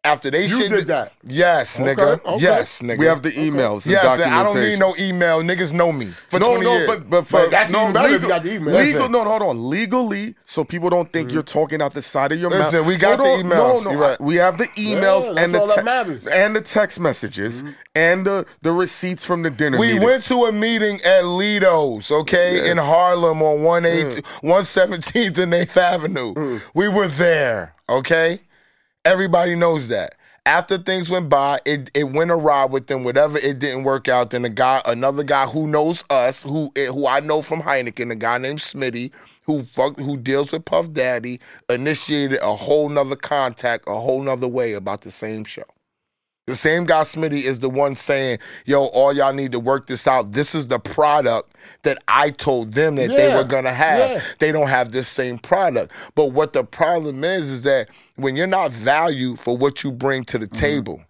Speaker 4: After they
Speaker 2: You
Speaker 4: shit
Speaker 2: did that.
Speaker 4: Yes, nigga.
Speaker 2: okay.
Speaker 4: Yes, nigga.
Speaker 5: We have the emails. and
Speaker 4: Yes, I don't
Speaker 5: documentation.
Speaker 4: need no email. Niggas know me for
Speaker 5: no,
Speaker 4: 20
Speaker 5: no,
Speaker 4: years.
Speaker 5: but but for
Speaker 2: But that's
Speaker 5: no,
Speaker 2: even better if you got the email.
Speaker 5: Legal,
Speaker 4: Listen.
Speaker 5: no, no, hold on. Legally, so people don't think you're talking out the side of your mouth.
Speaker 4: Listen, we got
Speaker 5: Hold on,
Speaker 4: the emails.
Speaker 5: No, no,
Speaker 4: You're right.
Speaker 5: we have the emails
Speaker 2: that's
Speaker 5: and the
Speaker 2: all that
Speaker 5: te-
Speaker 2: matters.
Speaker 5: and the text messages and the the receipts from the dinner.
Speaker 4: we
Speaker 5: meeting.
Speaker 4: went to a meeting at Lido's, okay, in Harlem on 18
Speaker 5: Mm.
Speaker 4: 117th and 8th Avenue. We were there, okay? Everybody knows that. After things went by, it, it went awry with them. Whatever it didn't work out, then a guy, another guy who knows us, who eh, who I know from Heineken, a guy named Smitty, who fuck, who deals with Puff Daddy, initiated a whole nother contact, a whole nother way about the same show. The same guy Smitty is the one saying, "Yo, all y'all need to work this out. This is the product that I told them that they
Speaker 2: Yeah,
Speaker 4: were gonna have.
Speaker 2: yeah.
Speaker 4: They don't have this same product. But what the problem is is that when you're not valued for what you bring to the table,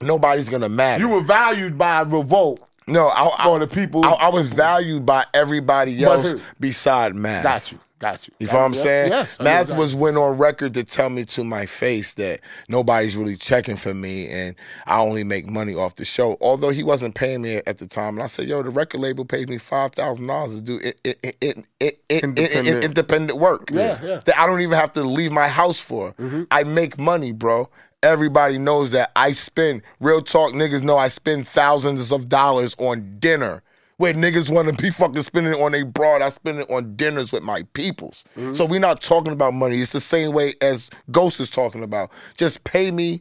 Speaker 4: nobody's gonna matter.
Speaker 2: You were valued by Revolt
Speaker 4: no, I,
Speaker 2: for
Speaker 4: I,
Speaker 2: the people.
Speaker 4: I, I was valued by everybody
Speaker 2: But
Speaker 4: else
Speaker 2: who?
Speaker 4: beside Math.
Speaker 2: got you. Got you.
Speaker 4: You feel what I'm
Speaker 2: Yeah,
Speaker 4: saying?
Speaker 2: Yes. I know
Speaker 4: Math
Speaker 2: exactly.
Speaker 4: was went on record to tell me to my face that nobody's really checking for me and I only make money off the show. Although he wasn't paying me at the time, and I said, "Yo, the record label paid me five thousand dollars to do it, it, it, it, it, it,
Speaker 5: Independent.
Speaker 4: independent. independent work.
Speaker 2: Yeah, yeah. Mm-hmm.
Speaker 4: That I don't even have to leave my house for. I make money, bro." Everybody knows that I spend real talk. Niggas know I spend thousands of dollars on dinner where niggas want to be fucking spending it on a broad. I spend it on dinners with my peoples.
Speaker 2: Mm-hmm.
Speaker 4: So we're not talking about money. It's the same way as Ghost is talking about. Just pay me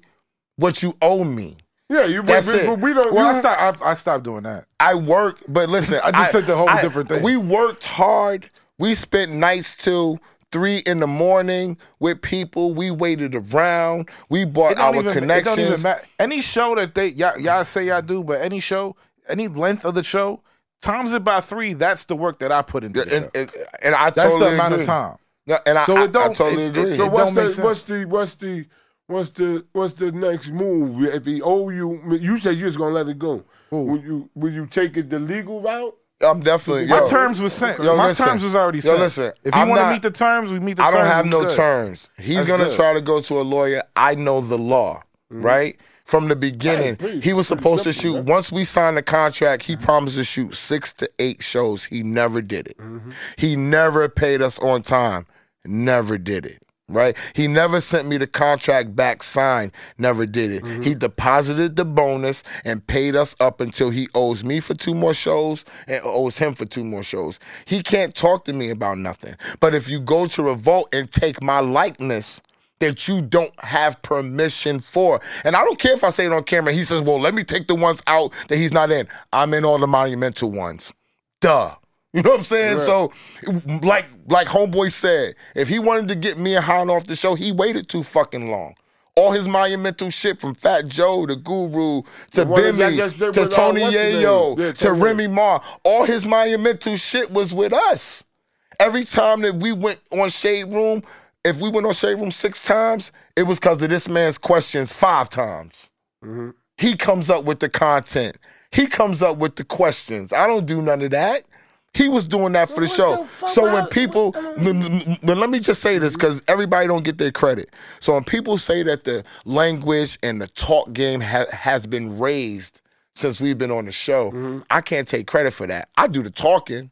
Speaker 4: what you owe me.
Speaker 2: Yeah, you.
Speaker 4: That's
Speaker 2: but,
Speaker 4: it.
Speaker 2: but we don't.
Speaker 3: Well, I
Speaker 2: you-
Speaker 3: stopped. I, I stopped doing that.
Speaker 4: I work, but listen,
Speaker 3: I just said the whole different thing.
Speaker 4: We worked hard. We spent nights till three in the morning with people. We waited around. We bought
Speaker 3: don't
Speaker 4: our
Speaker 3: even-
Speaker 4: connections.
Speaker 3: It don't even matter. Any show that they y'all, y'all say y'all do, but any show, any length of the show, times it by three. That's the work that I put into. The
Speaker 4: and,
Speaker 3: show.
Speaker 4: and, and I
Speaker 3: That's
Speaker 4: totally
Speaker 3: the amount
Speaker 4: agree.
Speaker 3: of time.
Speaker 4: No, And I,
Speaker 3: So it
Speaker 4: I- I
Speaker 3: don't-
Speaker 4: totally
Speaker 3: it- it-
Speaker 4: agree.
Speaker 3: it
Speaker 2: So what's
Speaker 3: don't make
Speaker 2: the
Speaker 3: sense.
Speaker 2: what's the what's the What's the What's the next move? If he owe you, you said you're just gonna let it go.
Speaker 3: Who?
Speaker 2: Would you Would you take it the legal route?
Speaker 4: I'm definitely.
Speaker 3: My
Speaker 4: yo,
Speaker 3: terms was sent.
Speaker 4: Yo,
Speaker 3: My
Speaker 4: listen.
Speaker 3: terms was already
Speaker 4: Yo,
Speaker 3: sent.
Speaker 4: listen.
Speaker 3: If you
Speaker 4: I'm
Speaker 3: want to
Speaker 4: not-
Speaker 3: meet the terms, we meet the
Speaker 4: I
Speaker 3: terms.
Speaker 4: don't have
Speaker 3: we
Speaker 4: no
Speaker 3: good.
Speaker 4: terms. He's
Speaker 3: That's
Speaker 4: gonna
Speaker 3: good. Mm-hmm.
Speaker 4: try to go to a lawyer. I know the law, right? From the beginning,
Speaker 2: Hey, pretty-
Speaker 4: he was
Speaker 2: pretty
Speaker 4: supposed to shoot.
Speaker 2: simple,
Speaker 4: Once we signed the contract,
Speaker 3: Mm-hmm.
Speaker 4: he promised to shoot six to eight shows. He never did it. He never paid us on time. Never did it. Right? He never sent me the contract back signed. Never did it. He deposited the bonus and paid us up until he owes me for two more shows and owes him for two more shows. He can't talk to me about nothing. But if you go to Revolt and take my likeness, that you don't have permission for. And I don't care if I say it on camera. He says, well, let me take the ones out that he's not in. I'm in all the monumental ones. Duh. You know what I'm saying? So, like like homeboy said, if he wanted to get me and Han off the show, he waited too fucking long. All his monumental shit from Fat Joe to Guru to
Speaker 2: one that
Speaker 4: Bimmy
Speaker 2: just did
Speaker 4: to
Speaker 2: with, uh,
Speaker 4: Tony
Speaker 2: what's his name?
Speaker 4: Yayo
Speaker 2: Yeah,
Speaker 4: to
Speaker 2: Tony.
Speaker 4: Remy Ma, all his monumental shit was with us every time that we went on Shade Room, if we went on Shade Room six times, it was because of this man's questions five times. He comes up with the content. He comes up with the questions. I don't do none of that. He was doing that for the show. so when people, n- n- n- let me just say this because everybody don't get their credit. So when people say that the language and the talk game ha- has been raised since we've been on the show, I can't take credit for that. I do the talking,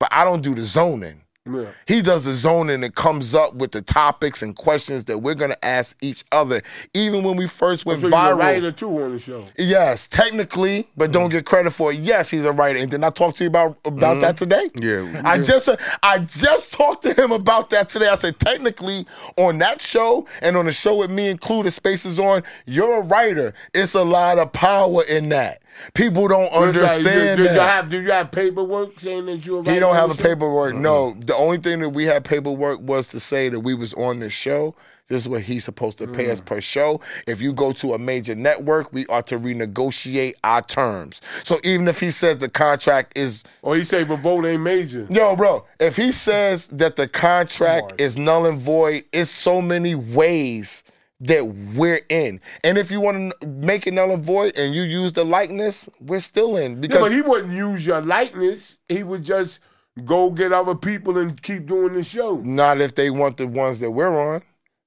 Speaker 4: but I don't do the zoning.
Speaker 2: Yeah.
Speaker 4: He does the zoning and comes up with the topics and questions that we're gonna ask each other. Even when we first went
Speaker 2: So you're a
Speaker 4: viral,
Speaker 2: writer too on the show.
Speaker 4: yes, technically, but
Speaker 2: Mm.
Speaker 4: don't get credit for it. Yes, he's a writer, and didn't I talk to you about about
Speaker 2: Mm.
Speaker 4: that today?
Speaker 5: Yeah.
Speaker 4: I just I just talked to him about that today. I said technically on that show and on the show with me included spaces on, you're a writer. It's a lot of power in that. People don't understand
Speaker 2: do, do,
Speaker 4: that.
Speaker 2: you have, do you have paperwork saying that you're a writer?
Speaker 4: He don't
Speaker 2: on
Speaker 4: have
Speaker 2: the
Speaker 4: a
Speaker 2: show?
Speaker 4: paperwork. No, the only thing that we had paperwork was to say that we was on this show. This is what he's supposed to pay
Speaker 2: Mm.
Speaker 4: us per show. If you go to a major network, we ought to renegotiate our terms. So even if he says the contract is
Speaker 2: Or he say Revolt ain't major.
Speaker 4: Yo, bro, if he says that the contract is null and void, it's so many ways that we're in. And if you want to make it null and void and you use the likeness, we're still in.
Speaker 2: Yeah,
Speaker 4: Because
Speaker 2: but he wouldn't use your likeness. He would just go get other people and keep doing the show.
Speaker 4: Not if they want the ones that we're on.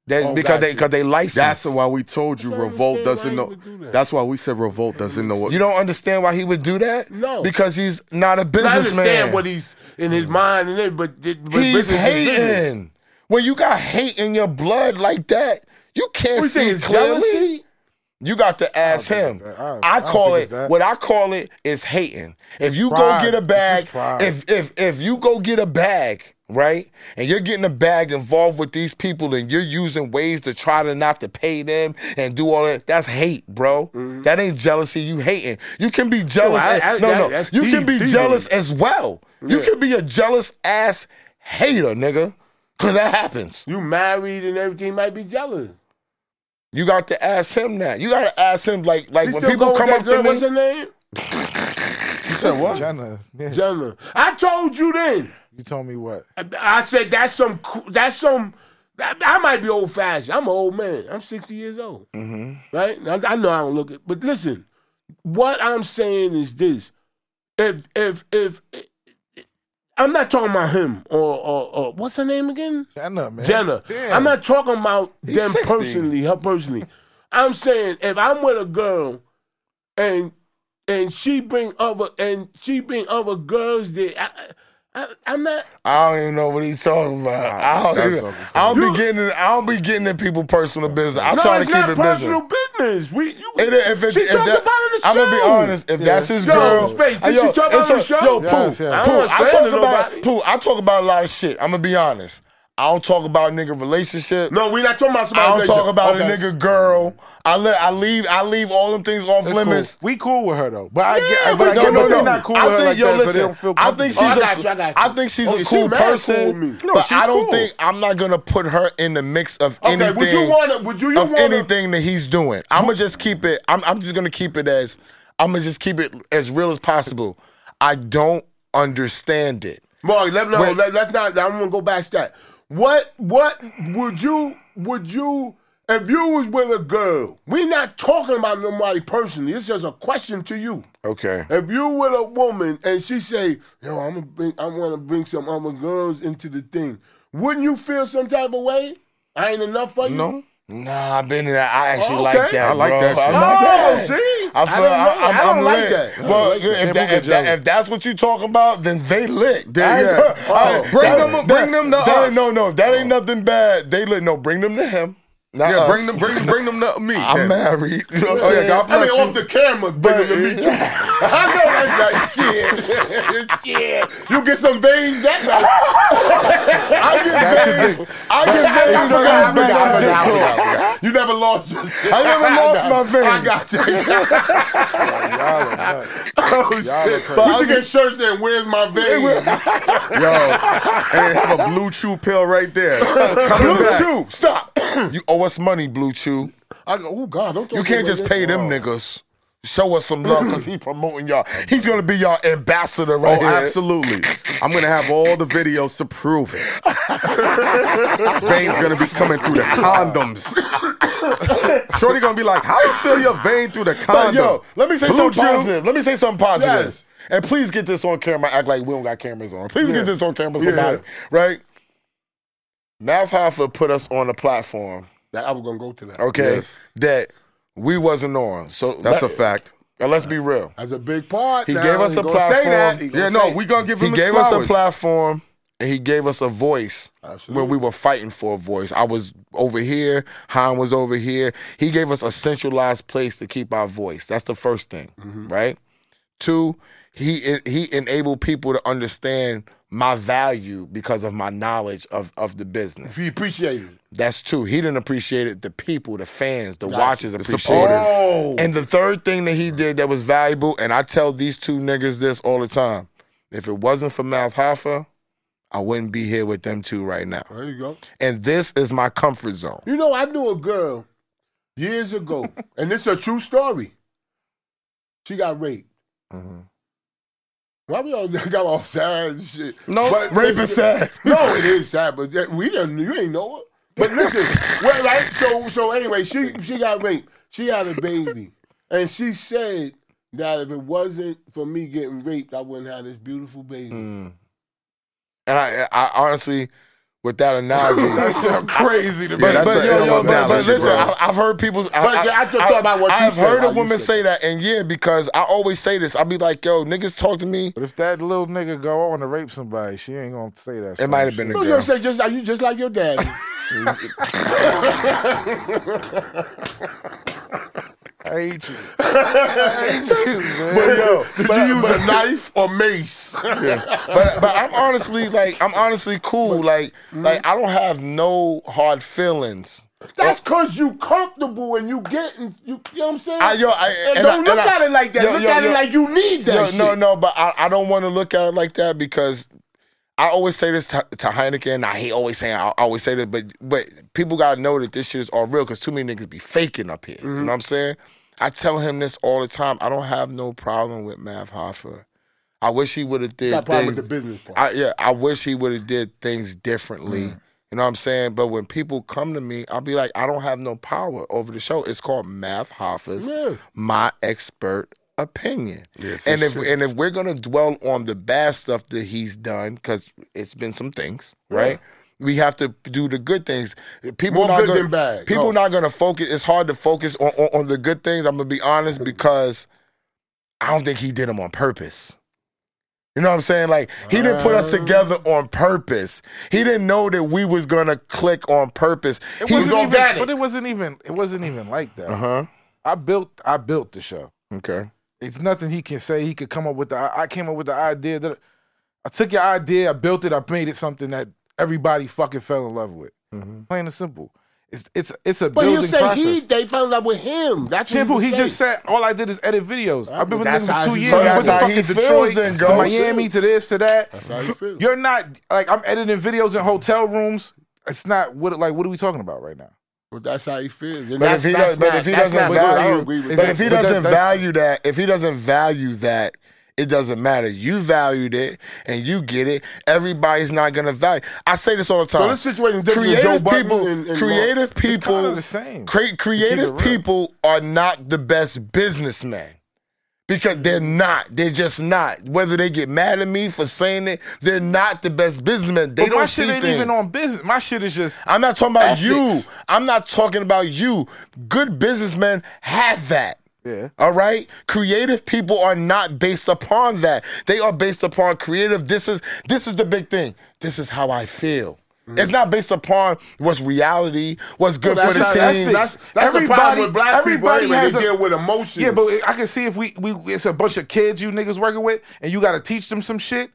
Speaker 4: That,
Speaker 2: Oh,
Speaker 4: because they
Speaker 2: gotcha.
Speaker 4: because they license.
Speaker 5: That's why we told you
Speaker 2: I don't
Speaker 5: revolt doesn't
Speaker 2: understand
Speaker 5: know.
Speaker 2: why you would do that.
Speaker 5: That's why we said revolt doesn't know what.
Speaker 4: you don't understand why he would do that.
Speaker 2: No.
Speaker 4: because he's not a
Speaker 2: I
Speaker 4: businessman.
Speaker 2: understand what he's in his mind and it, but, but
Speaker 4: he's
Speaker 2: business is business.
Speaker 4: hating. When you got hate in your blood like that, you can't
Speaker 2: What you think
Speaker 4: see
Speaker 2: is
Speaker 4: clearly.
Speaker 2: jealousy?
Speaker 4: You got to ask him.
Speaker 3: that. I
Speaker 4: I,
Speaker 3: don't- I don't
Speaker 4: call
Speaker 3: think
Speaker 4: it
Speaker 3: it's that.
Speaker 4: what I call it is hating. If you
Speaker 3: Pride.
Speaker 4: go get
Speaker 3: This
Speaker 4: a
Speaker 3: is
Speaker 4: bag,
Speaker 3: pride.
Speaker 4: if if if you go get a bag, right, and you're getting a bag involved with these people, and you're using ways to try to not to pay them and do all that, that's hate, bro. That ain't jealousy. You hating. You can be jealous.
Speaker 2: Mm-hmm. I-
Speaker 4: and-
Speaker 2: I-
Speaker 4: no,
Speaker 2: that-
Speaker 4: no,
Speaker 2: that's
Speaker 4: you can
Speaker 2: deep,
Speaker 4: be
Speaker 2: deep.
Speaker 4: jealous as well. You
Speaker 2: Yeah.
Speaker 4: can be a jealous ass hater, nigga, because that happens.
Speaker 2: You married and everything might be jealous.
Speaker 4: You got to ask him that. You got to ask him like like
Speaker 2: He
Speaker 4: when
Speaker 2: still
Speaker 4: people
Speaker 2: go with
Speaker 4: come
Speaker 2: that
Speaker 4: up
Speaker 2: girl,
Speaker 4: to me.
Speaker 2: What's her name?
Speaker 3: You said what? Jenna. Yeah.
Speaker 2: Jenna. I told you then.
Speaker 3: You told me what?
Speaker 2: I said that's some. That's some. I, I might be old fashioned. I'm an old man. I'm 60 years old. Right? I, I know I don't look it, but listen. What I'm saying is this: if if if I'm not talking about him or or, or what's her name again?
Speaker 3: Jenna, man.
Speaker 2: Jenna.
Speaker 3: Damn.
Speaker 2: I'm not talking about
Speaker 4: He's
Speaker 2: them
Speaker 4: 60.
Speaker 2: personally, her personally. I'm saying if I'm with a girl and and she bring other and she bring other girls that I, I, I'm not
Speaker 4: I don't even know what he's talking about. I don't,
Speaker 5: that's
Speaker 4: even,
Speaker 5: something.
Speaker 4: I don't
Speaker 2: You-
Speaker 4: be getting. In, I don't be getting in people personal business. I'm
Speaker 2: no,
Speaker 4: trying to
Speaker 2: it's
Speaker 4: keep
Speaker 2: not
Speaker 4: it
Speaker 2: personal
Speaker 4: busy.
Speaker 2: business. We you,
Speaker 4: It- if it-
Speaker 2: she
Speaker 4: if
Speaker 2: talked
Speaker 4: that-
Speaker 2: about it in
Speaker 4: I'm
Speaker 2: the show.
Speaker 4: gonna be honest. If that's his
Speaker 2: Yo,
Speaker 4: girl,
Speaker 2: Space,
Speaker 4: uh,
Speaker 2: did she talk about
Speaker 4: it's
Speaker 2: it on
Speaker 4: a-
Speaker 2: the show?
Speaker 4: Yo, Pooh,
Speaker 3: Yes, yes.
Speaker 4: Pooh,
Speaker 2: I don't
Speaker 4: I
Speaker 2: understand
Speaker 4: talk about
Speaker 2: nobody.
Speaker 4: Pooh. I talk about a lot of shit. I'm gonna be honest. I don't talk about nigga relationship.
Speaker 2: No, we're not talking about somebody.
Speaker 4: I don't talk
Speaker 2: relationship.
Speaker 4: about
Speaker 2: Okay.
Speaker 4: a nigga girl. I let I leave I leave all them things off
Speaker 3: It's
Speaker 4: limits.
Speaker 3: cool. We cool with her though, but I
Speaker 4: Yeah,
Speaker 3: get,
Speaker 4: but
Speaker 3: but
Speaker 4: no,
Speaker 3: I get,
Speaker 4: no,
Speaker 3: but
Speaker 4: no.
Speaker 3: they not cool
Speaker 4: I
Speaker 3: with her
Speaker 4: think,
Speaker 3: like
Speaker 4: yo,
Speaker 3: that, so
Speaker 4: listen.
Speaker 3: they don't feel.
Speaker 4: I think she's
Speaker 2: Oh, I
Speaker 4: a-
Speaker 2: got you, I got you.
Speaker 4: I think she's
Speaker 2: Okay,
Speaker 4: a
Speaker 2: she
Speaker 4: cool
Speaker 2: mad cool
Speaker 4: person,
Speaker 2: with me. No,
Speaker 4: but
Speaker 2: she's
Speaker 4: I don't
Speaker 2: cool.
Speaker 4: think I'm not gonna put her in the mix of
Speaker 2: Okay,
Speaker 4: anything
Speaker 2: would you want to? Would you? you
Speaker 4: of
Speaker 2: wanna,
Speaker 4: anything that he's doing. I'm gonna just keep it. I'm, I'm just gonna keep it as. I'm gonna just keep it as real as possible. I don't understand it.
Speaker 2: Mark, let no,
Speaker 4: Wait.
Speaker 2: let, let's not. I'm gonna go back to that. What what would you would you If you was with a girl, we not talking about nobody personally. It's just a question to you.
Speaker 4: Okay.
Speaker 2: If you with a woman and she say, "Yo, I'm gonna bring, I want to bring some other girls into the thing," wouldn't you feel some type of way? I ain't enough for you.
Speaker 5: No.
Speaker 4: Nah, I've been in that. I actually
Speaker 2: Oh,
Speaker 4: like
Speaker 2: okay.
Speaker 4: that.
Speaker 5: I like
Speaker 4: bro.
Speaker 5: that shit.
Speaker 4: I like
Speaker 2: Oh,
Speaker 4: that.
Speaker 2: see,
Speaker 4: I feel I
Speaker 2: don't,
Speaker 4: am
Speaker 2: I
Speaker 4: I'm
Speaker 2: don't like
Speaker 4: lit.
Speaker 2: that.
Speaker 4: Well, if, that, if, that,
Speaker 5: jealous.
Speaker 4: if that's what you talking about, then they lit.
Speaker 5: Then,
Speaker 4: I ain't-
Speaker 5: yeah.
Speaker 4: I-
Speaker 5: Oh, bring them- bring them to
Speaker 4: that ain't-
Speaker 5: us. Oh.
Speaker 4: No, no, that ain't nothing bad. They lit. No, bring them to him. Not
Speaker 5: Yeah,
Speaker 4: us.
Speaker 5: bring them, bring, bring them to me.
Speaker 4: I'm
Speaker 5: then.
Speaker 4: married. You know what I'm
Speaker 5: Oh, yeah,
Speaker 4: saying?
Speaker 5: God
Speaker 2: I mean,
Speaker 5: bless you.
Speaker 2: off the camera, but to meet you. I know that's right. Shit, shit. You get some veins that night.
Speaker 4: I
Speaker 5: Back to
Speaker 4: get
Speaker 5: this.
Speaker 4: veins. I get veins.
Speaker 2: I
Speaker 4: I
Speaker 2: forgot, I forgot, I
Speaker 4: back
Speaker 2: forgot,
Speaker 4: to
Speaker 2: I
Speaker 4: dick talk.
Speaker 2: forgot. You never lost your shit.
Speaker 4: I never lost my veins.
Speaker 2: I got you. oh, shit. We
Speaker 4: But I
Speaker 2: should get shirts and where's my veins?
Speaker 4: Oh,
Speaker 5: Yo, and have a blue chew pill right there. Coming
Speaker 4: Blue
Speaker 5: back.
Speaker 4: Chew, stop. you owe us money, Blue Chew.
Speaker 2: I go, oh, God, don't
Speaker 4: You can't just pay them niggas. Show us some love because he promoting y'all. He's gonna be y'all ambassador
Speaker 5: Oh,
Speaker 4: right here.
Speaker 5: absolutely. I'm gonna have all the videos to prove it. Vein's gonna be coming through the condoms. Shorty gonna be like, "How you feel your vein through the condom?"
Speaker 4: But yo, let me say
Speaker 5: Blue
Speaker 4: something
Speaker 5: Chew.
Speaker 4: positive. Let me say something positive.
Speaker 2: Yes.
Speaker 4: And please get this on camera. Act like we don't got cameras on. Please get this on camera, somebody. Right? Math Hoffa put us on a platform,
Speaker 2: I was going to go to that.
Speaker 4: okay,
Speaker 5: Yes.
Speaker 4: that we wasn't on. So
Speaker 5: That's a
Speaker 4: let-
Speaker 5: fact.
Speaker 4: And let's be real.
Speaker 2: That's a big part.
Speaker 4: He
Speaker 2: now.
Speaker 4: gave us
Speaker 2: He
Speaker 4: a
Speaker 2: gonna say that. He
Speaker 4: platform.
Speaker 2: gonna
Speaker 5: Yeah,
Speaker 2: say
Speaker 5: no,
Speaker 2: it.
Speaker 5: we gonna give him.
Speaker 4: He
Speaker 5: his
Speaker 4: gave us
Speaker 5: flowers.
Speaker 4: a platform and he gave us a voice
Speaker 2: Absolutely.
Speaker 4: when we were fighting for a voice. I was over here, Han was over here. He gave us a centralized place to keep our voice. That's the first thing,
Speaker 5: Mm-hmm.
Speaker 4: right? Two, he he enabled people to understand my value because of my knowledge of, of the business.
Speaker 2: He appreciated it.
Speaker 4: That's two. He didn't appreciate it. The people, the fans, the
Speaker 2: Gotcha.
Speaker 4: watchers,
Speaker 5: The
Speaker 4: appreciated
Speaker 5: supporters.
Speaker 4: it.
Speaker 2: Oh.
Speaker 4: And the third thing that he did that was valuable, and I tell these two niggas this all the time. If it wasn't for Mouth Hoffa, I wouldn't be here with them two right now.
Speaker 2: There you go.
Speaker 4: And this is my comfort zone.
Speaker 2: You know, I knew a girl years ago, and it's a true story. She got raped. Mm-hmm. Why we all got all sad and shit?
Speaker 5: No,
Speaker 4: rape is sad.
Speaker 2: No, it is sad, but that- we didn't. You ain't know her. But listen, well, right? So, so anyway, she she got raped. She had a baby, and she said that if it wasn't for me getting raped, I wouldn't have this beautiful baby.
Speaker 4: Mm. And I, I honestly, with that analogy,
Speaker 5: That sound crazy to me. That's
Speaker 4: But, but,
Speaker 5: an
Speaker 4: yo,
Speaker 5: ill
Speaker 4: yo, but, but
Speaker 5: analogy,
Speaker 4: listen,
Speaker 5: bro.
Speaker 4: I, I've heard people. I,
Speaker 2: But, yeah, I just thought about what you
Speaker 4: I've
Speaker 2: said,
Speaker 4: heard
Speaker 2: how
Speaker 4: a
Speaker 2: you
Speaker 4: woman
Speaker 2: said
Speaker 4: say that, and yeah, because I always say this. I'll be like, yo, niggas talk to me.
Speaker 3: But if that little nigga go, I want to rape somebody, she ain't gonna say that.
Speaker 4: It might have been a
Speaker 2: You know,
Speaker 4: girl.
Speaker 2: just say just like you, just like your daddy.
Speaker 4: Oh.
Speaker 3: I hate you. I hate you, man.
Speaker 2: But yo, did
Speaker 4: but-
Speaker 2: you use
Speaker 4: but-
Speaker 2: a knife or mace?
Speaker 4: but but I'm honestly like I'm honestly cool. like
Speaker 2: mm-hmm.
Speaker 4: like I don't have no hard feelings.
Speaker 2: That's cause you comfortable and you getting you. You know what I'm saying?
Speaker 4: I, yo, I,
Speaker 2: and
Speaker 4: and I-
Speaker 2: don't look
Speaker 4: and I-
Speaker 2: at it like that.
Speaker 4: yo,
Speaker 2: look
Speaker 4: yo,
Speaker 2: at
Speaker 4: yo,
Speaker 2: it like you need
Speaker 4: yo,
Speaker 2: that.
Speaker 4: No,
Speaker 2: shit.
Speaker 4: no, but I, I don't want to look at it like that because I always say this to, to Heineken. and I hate always saying I always say this, but but people gotta know that this shit is all real because too many niggas be faking up here. You
Speaker 2: Mm-hmm.
Speaker 4: know what I'm saying? I tell him this all the time. I don't have no problem with Mav Hoffa. I wish he would have did
Speaker 2: Got problem with the
Speaker 4: things-
Speaker 2: business part.
Speaker 4: I yeah, I wish he would have did things differently.
Speaker 2: Mm.
Speaker 4: You know what I'm saying? But when people come to me, I'll be like, I don't have no power over the show. It's called Math Hoffa's
Speaker 2: Yeah.
Speaker 4: My Expert Opinion. and if and if we're gonna dwell on the bad stuff that he's done, because it's been some things, right? We have to do the good things. People
Speaker 2: More
Speaker 4: not
Speaker 2: good
Speaker 4: gonna,
Speaker 2: than bad.
Speaker 4: People
Speaker 2: Go.
Speaker 4: not gonna focus. It's hard to focus on, on on the good things. I'm gonna be honest because I don't think he did them on purpose. You know what I'm saying? Like he didn't put us together on purpose. He didn't know that we was gonna click on purpose.
Speaker 3: It
Speaker 4: He-
Speaker 3: wasn't even,
Speaker 2: organic.
Speaker 3: but it wasn't even. It wasn't even like that.
Speaker 4: uh-huh.
Speaker 3: I built. I built the show.
Speaker 4: Okay.
Speaker 3: It's nothing he can say. He could come up with the. I I came up with the idea that I took your idea. I built it. I made it something that everybody fucking fell in love with.
Speaker 4: mm-hmm.
Speaker 3: Plain and simple. It's it's it's a
Speaker 2: But he'll
Speaker 3: building
Speaker 2: say
Speaker 3: process.
Speaker 2: he they fell in love with him. That's
Speaker 3: Shampoo,
Speaker 2: what
Speaker 3: he
Speaker 2: would
Speaker 3: just
Speaker 2: say.
Speaker 3: said all I did is edit videos. I've been with
Speaker 2: That's
Speaker 3: niggas
Speaker 2: how
Speaker 3: for two
Speaker 2: he-
Speaker 3: years.
Speaker 2: so
Speaker 3: I
Speaker 4: that's
Speaker 3: went to
Speaker 4: how he
Speaker 3: fucking
Speaker 4: feels
Speaker 3: Detroit
Speaker 4: then,
Speaker 3: to
Speaker 4: Ghost.
Speaker 3: Miami to this to that.
Speaker 2: That's how you feel.
Speaker 3: You're not like I'm editing videos in hotel rooms. It's not what like what are we talking about right now?
Speaker 2: But that's how he feels. And
Speaker 4: But
Speaker 2: that's-
Speaker 4: if he
Speaker 2: that's
Speaker 4: does, but
Speaker 2: not-
Speaker 4: if he
Speaker 2: that's
Speaker 4: doesn't
Speaker 2: not good. I don't
Speaker 4: value,
Speaker 2: agree with
Speaker 4: but
Speaker 2: that.
Speaker 4: if he
Speaker 3: But that-
Speaker 4: doesn't
Speaker 3: that's-
Speaker 4: value that, if he doesn't value that, It doesn't matter. You valued it and you get it. Everybody's not gonna value. I say this all the time.
Speaker 2: So this situation is different than Joe
Speaker 4: creative
Speaker 2: Button
Speaker 4: people,
Speaker 2: and- uh, and
Speaker 4: creative people,
Speaker 3: kinda the same.
Speaker 4: cre- creative
Speaker 3: real.
Speaker 4: people are not the best businessmen. Because they're not. They're just not. Whether they get mad at me for saying it, they're not the best businessmen. They
Speaker 3: But
Speaker 4: don't
Speaker 3: my
Speaker 4: see
Speaker 3: shit ain't
Speaker 4: things.
Speaker 3: even on business. My shit is just
Speaker 4: I'm not talking about
Speaker 3: Ethics.
Speaker 4: you. I'm not talking about you. Good businessmen have that.
Speaker 3: Yeah.
Speaker 4: All right. Creative people are not based upon that. They are based upon creative. This is this is the big thing. This is how I feel. It's not based upon what's reality, what's good
Speaker 2: Mm. Well,
Speaker 4: for the
Speaker 2: that's not-
Speaker 4: team.
Speaker 2: that's- that's the problem with black people, anyway, they
Speaker 3: a-
Speaker 2: deal with emotions.
Speaker 3: Yeah, but I can see if we we it's a bunch of kids you niggas working with, and you got to teach them some shit.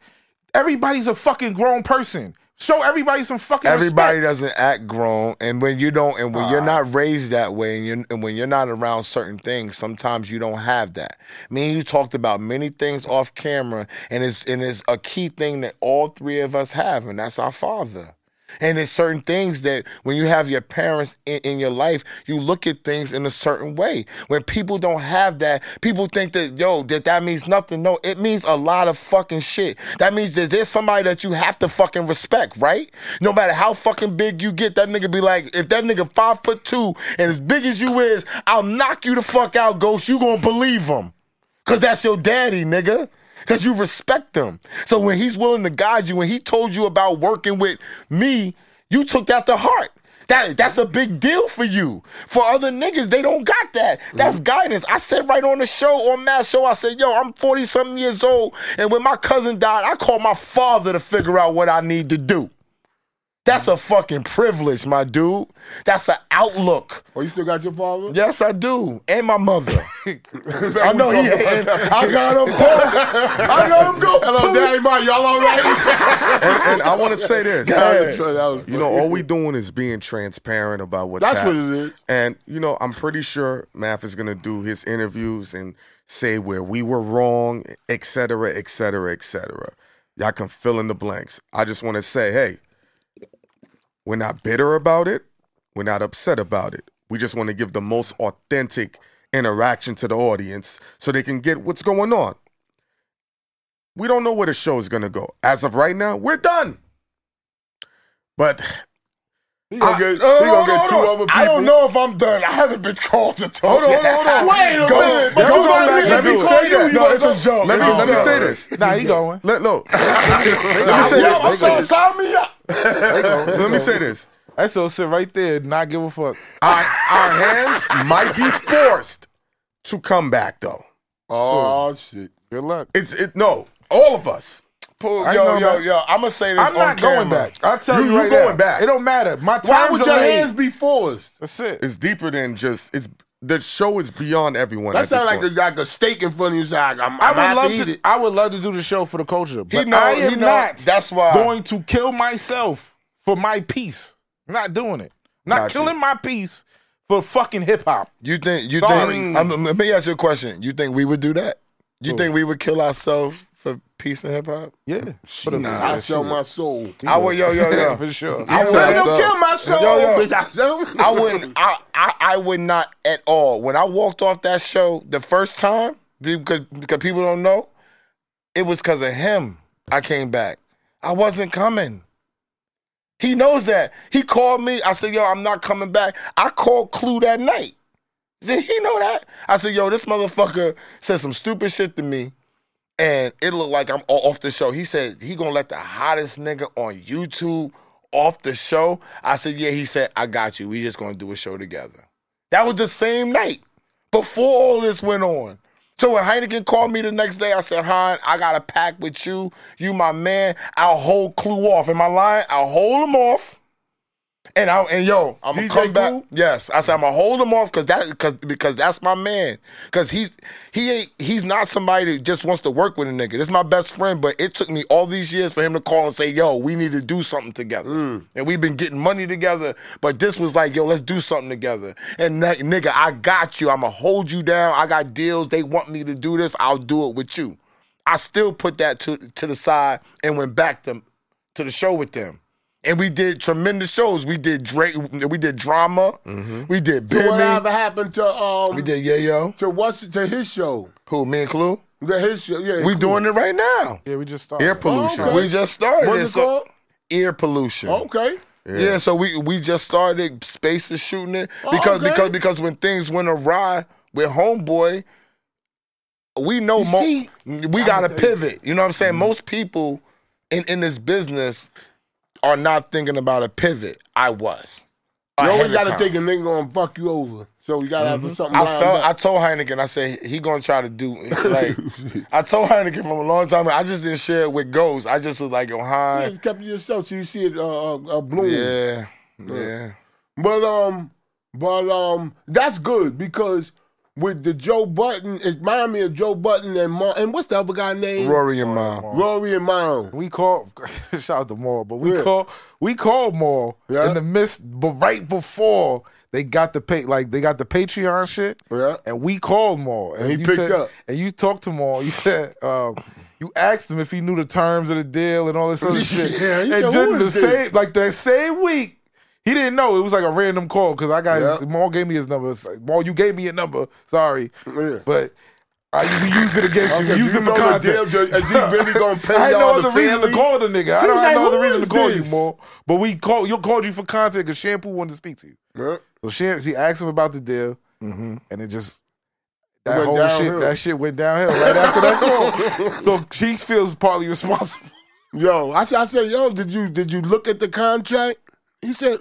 Speaker 3: Everybody's a fucking grown person. Show everybody some fucking
Speaker 4: Everybody
Speaker 3: Respect.
Speaker 4: doesn't act grown, and when you don't, and when you're not raised that way, and, you're, and when you're not around certain things, sometimes you don't have that. Me and you talked about many things off camera, and it's and it's a key thing that all three of us have, and that's our father. And there's certain things that when you have your parents in, in your life, you look at things in a certain way. When people don't have that, people think that, yo, that that means nothing. No, it means a lot of fucking shit. That means that there's somebody that you have to fucking respect, right? No matter how fucking big you get, that nigga be like, if that nigga five foot two and as big as you is, I'll knock you the fuck out, Ghost. You gonna believe him. Cause that's your daddy, nigga. Cause you respect him. So when he's willing to guide you, when he told you about working with me, you took that to heart. That that's a big deal for you. For other niggas, they don't got that.
Speaker 5: Mm-hmm.
Speaker 4: That's guidance. I said right on the show, on Matt's show, I said, yo, I'm 40 something years old. And when my cousin died, I called my father to figure out what I need to do. That's a fucking privilege, my dude. That's an outlook.
Speaker 2: Oh, you still got your father?
Speaker 4: Yes, I do. And my mother. I know
Speaker 2: Talking
Speaker 4: he
Speaker 2: about
Speaker 4: hating. I got him both. I got him go.
Speaker 2: Hello, Daddy Ma. Y'all all right?
Speaker 5: And, and I want to say this.
Speaker 2: That was- that was
Speaker 5: You know,
Speaker 2: funny.
Speaker 5: all we doing is being transparent about what's
Speaker 2: That's what
Speaker 5: happening.
Speaker 2: it is.
Speaker 5: And you know, I'm pretty sure Math is gonna do his interviews and say where we were wrong, et cetera, et cetera, et cetera. Y'all can fill in the blanks. I just want to say, hey, we're not bitter about it. We're not upset about it. We just want to give the most authentic interaction to the audience so they can get what's going on. We don't know where the show is going to go. As of right now, we're done. But
Speaker 2: He gonna
Speaker 5: I-
Speaker 2: get, he
Speaker 5: hold on,
Speaker 2: gonna get
Speaker 5: hold
Speaker 2: two
Speaker 5: on.
Speaker 2: other people.
Speaker 4: I don't know if I'm done. I haven't been called to talk.
Speaker 5: Hold on, hold on, hold on.
Speaker 2: Wait a
Speaker 4: Go-
Speaker 2: minute.
Speaker 4: go
Speaker 2: But you
Speaker 4: back
Speaker 2: gonna
Speaker 4: and
Speaker 2: let me
Speaker 4: do it.
Speaker 2: call you? You
Speaker 4: No,
Speaker 2: gonna
Speaker 4: it's a
Speaker 2: go-
Speaker 4: joke.
Speaker 5: Let me,
Speaker 4: It's a
Speaker 5: let me
Speaker 4: joke.
Speaker 5: say this.
Speaker 3: Nah, he going.
Speaker 5: Let, no. let me say
Speaker 4: Yo, I'm
Speaker 5: this.
Speaker 4: sorry. Sign me up.
Speaker 5: Let me say this.
Speaker 3: That's so sit right there, and not give a fuck.
Speaker 5: Our, our hands might be forced to come back, though.
Speaker 2: Oh shit.
Speaker 3: Good luck.
Speaker 5: It's it. No, all of us.
Speaker 4: Yo,
Speaker 3: I
Speaker 4: yo,
Speaker 3: know,
Speaker 4: yo,
Speaker 3: man.
Speaker 4: I'm gonna say this
Speaker 3: I'm
Speaker 4: on
Speaker 3: not going
Speaker 4: camera.
Speaker 3: back. I tell
Speaker 5: You-
Speaker 3: you,
Speaker 5: you
Speaker 3: right
Speaker 5: going
Speaker 3: now,
Speaker 5: back.
Speaker 3: It don't matter. My
Speaker 2: Why
Speaker 3: time's
Speaker 2: would
Speaker 3: are
Speaker 2: your
Speaker 3: laid.
Speaker 2: hands be forced?
Speaker 3: That's it.
Speaker 5: It's deeper than just. It's the show is beyond everyone.
Speaker 2: That
Speaker 5: at this
Speaker 2: sounds like a,
Speaker 5: point.
Speaker 2: like a steak in front of you. So I, I'm,
Speaker 3: I
Speaker 2: I'm
Speaker 3: would love
Speaker 2: to eat
Speaker 3: to.
Speaker 2: it.
Speaker 3: I would love to do the show for the culture, but
Speaker 4: know,
Speaker 3: I
Speaker 4: he
Speaker 3: am
Speaker 4: know.
Speaker 3: not.
Speaker 4: That's why-
Speaker 3: going to kill myself for my peace. Not doing it. Not
Speaker 5: Gotcha.
Speaker 3: killing my peace for fucking hip hop.
Speaker 4: You think? You
Speaker 3: Sorry.
Speaker 4: think? I'm, let me ask you a question. You think we would do that? You
Speaker 3: Who?
Speaker 4: think we would kill ourselves for peace and hip hop?
Speaker 3: Yeah, for the-
Speaker 4: Nah,
Speaker 2: I sell my soul.
Speaker 4: I would. Yo, yo, yo.
Speaker 3: for sure.
Speaker 4: I would.
Speaker 2: I
Speaker 4: I
Speaker 2: don't
Speaker 4: would-
Speaker 2: kill my soul.
Speaker 4: Yo, yo.
Speaker 2: bitch. I sell-
Speaker 4: I wouldn't. I, I I would not at all. When I walked off that show the first time, because because people don't know, it was because of him. I came back. I wasn't coming. He knows that. He called me. I said, "Yo, I'm not coming back." I called Clue that night. Did he know that? I said, "Yo, this motherfucker said some stupid shit to me." and it looked like I'm o- off the show. He said he gonna let the hottest nigga on YouTube off the show. I said, yeah. He said, I got you. We just gonna do a show together. That was the same night before all this went on. So when Heineken called me the next day, I said, "Hein, I got a pack with you. You my man. I'll hold Clue off. Am I lying? I'll hold him off." And I and yo, I'm gonna
Speaker 2: DJ
Speaker 4: come back.
Speaker 2: Clue?
Speaker 4: Yes, I said I'm gonna hold him off because that because because that's my man. Because he's he ain't he's not somebody that just wants to work with a nigga. This is my best friend, but it took me all these years for him to call and say, "Yo, we need to do something together." And we've been getting money together, but this was like, "Yo, let's do something together." And that, nigga, I got you. I'm gonna hold you down. I got deals. They want me to do this. I'll do it with you. I still put that to to the side and went back to to the show with them. And we did tremendous shows. We did Drake. We did drama. We did
Speaker 2: Whatever
Speaker 4: Bimmy.
Speaker 2: happened to um
Speaker 4: We did Yeah Yo.
Speaker 2: to what's to his show?
Speaker 4: Who? Me and Clue.
Speaker 2: The his show, yeah.
Speaker 4: We doing it right now.
Speaker 3: Yeah, we just started.
Speaker 5: Air pollution.
Speaker 2: Okay.
Speaker 4: We just started.
Speaker 2: What's
Speaker 4: it,
Speaker 2: it
Speaker 4: so-
Speaker 2: called?
Speaker 4: Air pollution.
Speaker 2: Okay.
Speaker 4: Yeah. so we we just started spaces shooting it because
Speaker 2: Oh, okay.
Speaker 4: because because when things went awry with homeboy, we know
Speaker 2: You
Speaker 4: mo-
Speaker 2: see,
Speaker 4: we got to pivot. You know what I'm
Speaker 2: Mm-hmm.
Speaker 4: saying? Most people in in this business are not thinking about a pivot. I was.
Speaker 2: You
Speaker 4: Ahead
Speaker 2: always
Speaker 4: of
Speaker 2: gotta
Speaker 4: time.
Speaker 2: think a Mm-hmm. nigga gonna fuck you over. So you gotta have something.
Speaker 4: I
Speaker 2: lined
Speaker 4: felt.
Speaker 2: up.
Speaker 4: I told Heineken. I said he gonna try to do like. I told Heineken from a long time. I just didn't share it with Ghost. I just was like, yo,
Speaker 2: You
Speaker 4: Hein.
Speaker 2: just kept it yourself so you see it uh, uh, uh, bloom.
Speaker 4: Yeah, yeah.
Speaker 2: But um, but um, that's good because with the Joe Button, it reminded me of Joe Button and Ma- and what's the other guy name?
Speaker 4: Rory and mom.
Speaker 2: Rory and Mom.
Speaker 3: We call shout out to Maul, but we
Speaker 2: Yeah.
Speaker 3: call we called Maul
Speaker 2: Yeah.
Speaker 3: in the midst, but right before they got the pay, like they got the Patreon shit,
Speaker 2: Yeah.
Speaker 3: and we called Maul, and,
Speaker 2: he
Speaker 3: you
Speaker 2: picked
Speaker 3: said,
Speaker 2: up.
Speaker 3: and you talked to Maul, you said, um, you asked him if he knew the terms of the deal and all this other shit,
Speaker 2: Yeah, he
Speaker 3: and
Speaker 2: said,
Speaker 3: then
Speaker 2: "Who
Speaker 3: the
Speaker 2: is this?"
Speaker 3: same, like that same week. He didn't know. It was like a random call because I got his-
Speaker 2: Yeah.
Speaker 3: Maul gave me his number. It's like, Maul, you gave me your number. Sorry,
Speaker 2: Yeah.
Speaker 3: but I, we used it against you.
Speaker 2: Okay,
Speaker 3: We used
Speaker 2: you
Speaker 3: it for
Speaker 2: know the
Speaker 3: content.
Speaker 2: deal, is he really gonna pay
Speaker 3: I had no
Speaker 2: y'all
Speaker 3: other
Speaker 2: the
Speaker 3: reason to
Speaker 2: family?
Speaker 3: call the nigga. I
Speaker 2: He
Speaker 3: don't
Speaker 2: was
Speaker 3: have
Speaker 2: like,
Speaker 3: no other
Speaker 2: "Who
Speaker 3: reason to
Speaker 2: is
Speaker 3: call you,
Speaker 2: this?"
Speaker 3: Mo. But we call you called you for content because Shampoo wanted to speak to you.
Speaker 2: Yeah.
Speaker 3: So she, she asked him about the deal, and it just
Speaker 2: Mm-hmm.
Speaker 3: that
Speaker 2: went
Speaker 3: whole
Speaker 2: downhill.
Speaker 3: shit that shit went downhill right after that call. So she feels partly responsible.
Speaker 2: Yo, I said, I said, yo, did you did you look at the contract? He said,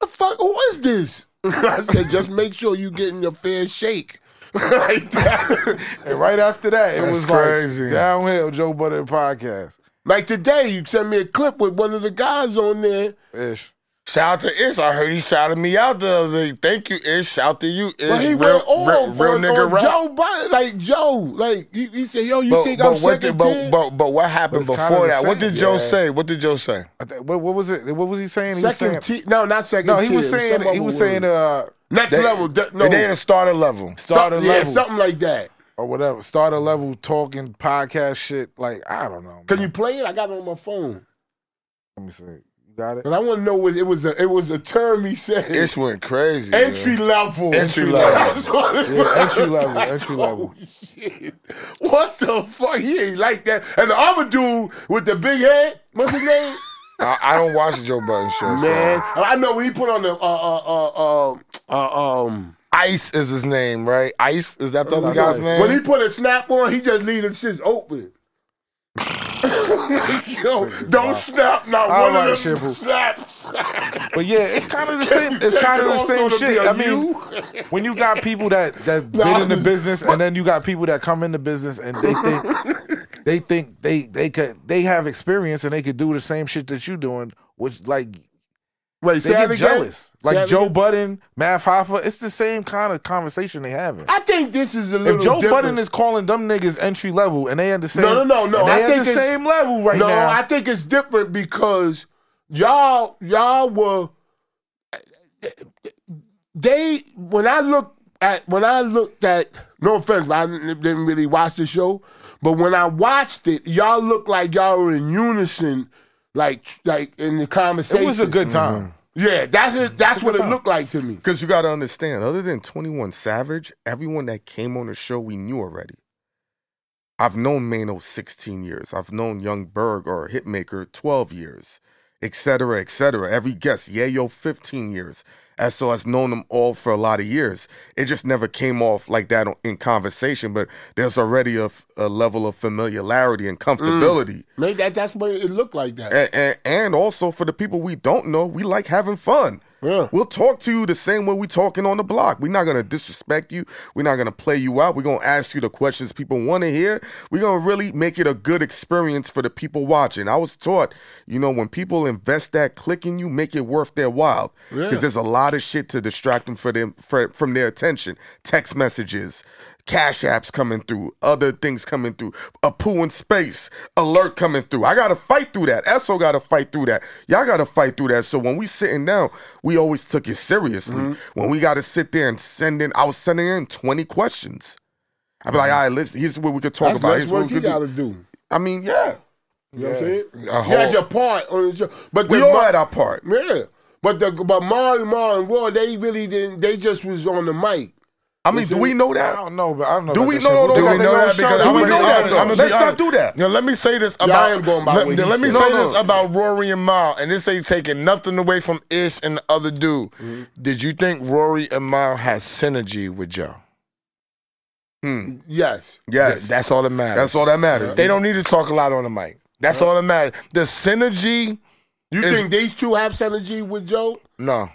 Speaker 2: the fuck, who is this? I said, just make sure you getting your fair shake. like that.
Speaker 3: And right after that, it
Speaker 4: That's
Speaker 3: was
Speaker 4: crazy.
Speaker 3: like downhill. Joe Butter podcast
Speaker 2: Like today, you sent me a clip with one of the guys on there.
Speaker 3: ish.
Speaker 4: Shout out to Ish. I heard he shouted me out the other day. Thank you, Ish. Shout to you, Ish.
Speaker 2: But he
Speaker 4: real,
Speaker 2: went on
Speaker 4: real, real
Speaker 2: on-
Speaker 4: nigga
Speaker 2: on
Speaker 4: rap.
Speaker 2: Joe, but like Joe, like he, he said, yo, you
Speaker 4: but,
Speaker 2: think
Speaker 4: but
Speaker 2: I'm
Speaker 4: what
Speaker 2: second
Speaker 4: did,
Speaker 2: tier?
Speaker 4: but, but, but what happened
Speaker 3: But it's kinda
Speaker 4: before
Speaker 3: the
Speaker 4: that? What
Speaker 3: same.
Speaker 4: did Joe
Speaker 3: Yeah.
Speaker 4: say? What did Joe say?
Speaker 3: I think- What, what was it? What was he saying? He was
Speaker 2: second
Speaker 3: saying-
Speaker 2: tier? No, not second
Speaker 3: No,
Speaker 2: tier.
Speaker 3: he was
Speaker 2: Some
Speaker 3: saying. He
Speaker 2: other
Speaker 3: was
Speaker 2: word.
Speaker 3: saying. Uh,
Speaker 2: next
Speaker 4: They-
Speaker 2: level. de- no,
Speaker 4: They ain't a starter level.
Speaker 3: starter
Speaker 2: yeah,
Speaker 3: level.
Speaker 2: something like that.
Speaker 3: or whatever, starter level talking podcast shit. Like I don't know.
Speaker 2: Can
Speaker 3: man.
Speaker 2: you play it? I got it on my phone,
Speaker 3: Let me see. You got it.
Speaker 2: but I want to know what it was. A, it was a term he said.
Speaker 4: Ish went crazy. man.
Speaker 2: Entry level.
Speaker 4: Entry level.
Speaker 2: That's what it
Speaker 3: Yeah,
Speaker 2: was.
Speaker 3: entry level,
Speaker 2: Like,
Speaker 3: entry
Speaker 2: oh,
Speaker 3: level.
Speaker 2: shit. What the fuck? He ain't like that. And the other dude with the big head, what's his name?
Speaker 4: I, I don't watch Joe Button show.
Speaker 2: Man,
Speaker 4: so.
Speaker 2: I know when he put on the uh uh uh uh, uh um
Speaker 4: Ice is his name, right? Ice is that the other
Speaker 3: Like
Speaker 4: guy's
Speaker 3: Ice.
Speaker 4: name?
Speaker 2: when he put a snap on, he just leave the shits open. Yo, don't snap not
Speaker 3: All
Speaker 2: one
Speaker 3: right,
Speaker 2: of them
Speaker 3: Shibu.
Speaker 2: snaps.
Speaker 3: But yeah, it's kind of the same. It's kind of the same shit. I mean, when you got people that that been in the business, and then you got people that come in the business and they think they think they they could they have experience and they could do the same shit that you doing, which like
Speaker 2: wait,
Speaker 3: they get jealous. Like Joe Budden, Matt Hoffa, it's the same kind of conversation they having.
Speaker 2: I think this is a little.
Speaker 3: If Joe
Speaker 2: different.
Speaker 3: Budden is calling them niggas entry level and they understand,
Speaker 2: No, no, no, no.
Speaker 3: and
Speaker 2: I
Speaker 3: they
Speaker 2: think
Speaker 3: at the
Speaker 2: it's-
Speaker 3: same level right
Speaker 2: no,
Speaker 3: now.
Speaker 2: I think it's different because y'all y'all were they when I look at when I looked at no offense, but I didn't didn't really watch the show, but when I watched it, y'all looked like y'all were in unison, like like in the conversation.
Speaker 3: it was a good time.
Speaker 2: yeah. That's it. That's what it looked like to me.
Speaker 5: Because you got to understand, other than 21 Savage, everyone that came on the show we knew already. I've known Mano 16 years. I've known Young Berg or Hitmaker 12 years, et cetera, et cetera. Every guest, Yayo 15 years. And so I've known them all for a lot of years. It just never came off like that on- in conversation, but there's already a, f- a level of familiarity and comfortability.
Speaker 2: Maybe that that's what it looked like. That
Speaker 5: And, and, and also for the people we don't know, we like having fun.
Speaker 2: Yeah.
Speaker 5: We'll talk to you the same way we talking on the block. We're not gonna disrespect you. We're not gonna play you out. We're gonna ask you the questions people want to hear. We're gonna really make it a good experience for the people watching. I was taught, you know, when people invest that click in you, make it worth their while. Because there's a lot of shit to distract them for them for, from their attention. Text messages, cash apps coming through, other things coming through, a poo in space alert coming through. I gotta fight through that. Esso gotta fight through that. Y'all gotta fight through that. So when we sitting down, we always took it seriously.
Speaker 2: Mm-hmm.
Speaker 5: When we gotta sit there and send in, I was sending in 20 questions. I'd be like, all right, listen, here's what we could talk
Speaker 2: Mm-hmm. that's
Speaker 5: about.
Speaker 2: less
Speaker 5: Here's what
Speaker 2: work
Speaker 5: we
Speaker 2: you
Speaker 5: could do.
Speaker 2: gotta do.
Speaker 5: I mean, yeah.
Speaker 2: You know what I'm saying?
Speaker 4: A
Speaker 2: You
Speaker 4: whole-
Speaker 2: had your part on the show, but
Speaker 5: We
Speaker 2: the
Speaker 5: all
Speaker 2: mo-
Speaker 5: had our part.
Speaker 2: Yeah, but the but Mar, Mar and Raw, they really didn't. They just was on the mic.
Speaker 5: I mean, do we know
Speaker 3: I
Speaker 5: that?
Speaker 3: don't know, but I don't know.
Speaker 5: Do
Speaker 3: about
Speaker 5: we
Speaker 3: that
Speaker 5: know
Speaker 3: shit.
Speaker 5: those-
Speaker 3: But
Speaker 5: Do we know that?
Speaker 3: Because
Speaker 5: Do
Speaker 3: I'ma
Speaker 5: we
Speaker 3: be
Speaker 5: know that
Speaker 3: honest,
Speaker 5: though?
Speaker 3: I'ma
Speaker 5: Let's not do that.
Speaker 4: Now, let me say this
Speaker 2: Y'all
Speaker 4: about
Speaker 2: ain't going by
Speaker 4: let,
Speaker 2: what he
Speaker 4: let me
Speaker 2: said.
Speaker 4: say
Speaker 5: No,
Speaker 4: this
Speaker 5: no.
Speaker 4: about Rory and Mal, and this ain't taking nothing away from Ish and the other dude. Did you think Rory and Mal has synergy with Joe?
Speaker 5: Hmm.
Speaker 2: Yes.
Speaker 5: Yes,
Speaker 4: that's all that matters.
Speaker 5: that's all that matters.
Speaker 4: They don't need to talk a lot on the mic. That's all that matters. The synergy,
Speaker 2: You
Speaker 4: Is-
Speaker 2: think these two have synergy with Joe?
Speaker 4: no.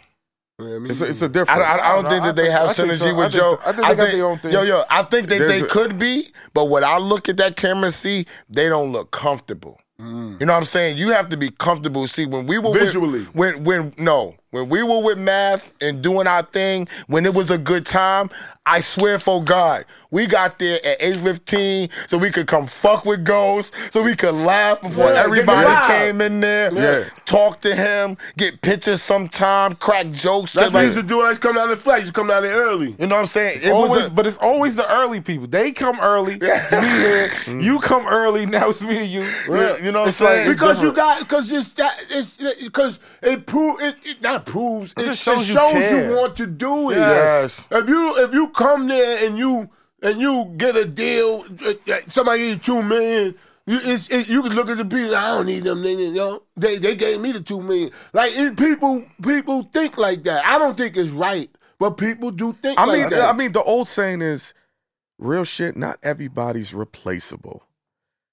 Speaker 5: It's a, it's a
Speaker 4: I,
Speaker 5: difference.
Speaker 4: I, I don't
Speaker 3: No,
Speaker 4: think
Speaker 3: I
Speaker 4: that they
Speaker 3: think-
Speaker 4: have
Speaker 3: I think
Speaker 4: synergy
Speaker 3: so. I
Speaker 4: with
Speaker 3: think-
Speaker 4: Joe.
Speaker 3: I think they got their own thing.
Speaker 4: Yo, yo, I think that they
Speaker 5: There's a-
Speaker 4: could be, but when I look at that camera and see, they don't look comfortable.
Speaker 3: Mm.
Speaker 4: You know what I'm saying? You have to be comfortable. See, when we were with-
Speaker 2: Visually.
Speaker 4: when when no, when we were with math and doing our thing, when it was a good time, I swear for God, we got there at 8:15 so we could come fuck with ghosts, so we could laugh before
Speaker 2: Yeah, get the vibe.
Speaker 4: everybody came in there,
Speaker 5: Yeah.
Speaker 4: talk to him, get pictures sometime, crack jokes.
Speaker 2: That's what
Speaker 4: shit like-
Speaker 2: you used to do. I used to come down the flight. You used to come down there early.
Speaker 4: you know what I'm saying? It
Speaker 3: always,
Speaker 4: was a,
Speaker 3: but it's always the early people. They come early. We here. You come early. Now it's me and you.
Speaker 4: you know what I'm
Speaker 3: It's like-
Speaker 4: saying?
Speaker 3: it's
Speaker 2: Because you
Speaker 3: different.
Speaker 2: got because it's that it's because it prove it, it not proves it,
Speaker 3: just
Speaker 2: it
Speaker 3: shows
Speaker 2: shows,
Speaker 3: you
Speaker 2: you,
Speaker 3: care.
Speaker 2: want to do it.
Speaker 5: Yes.
Speaker 2: If you if you come there and you and you get a deal, uh, uh, somebody gives you two million. You, it's, it, you can look at the people. I don't need them niggas, yo. They they gave me the two million. Like it, people people think like that. I don't think it's right, but people do think.
Speaker 5: I
Speaker 2: like
Speaker 5: mean,
Speaker 2: that.
Speaker 5: I mean, the old saying is, real shit. Not everybody's replaceable.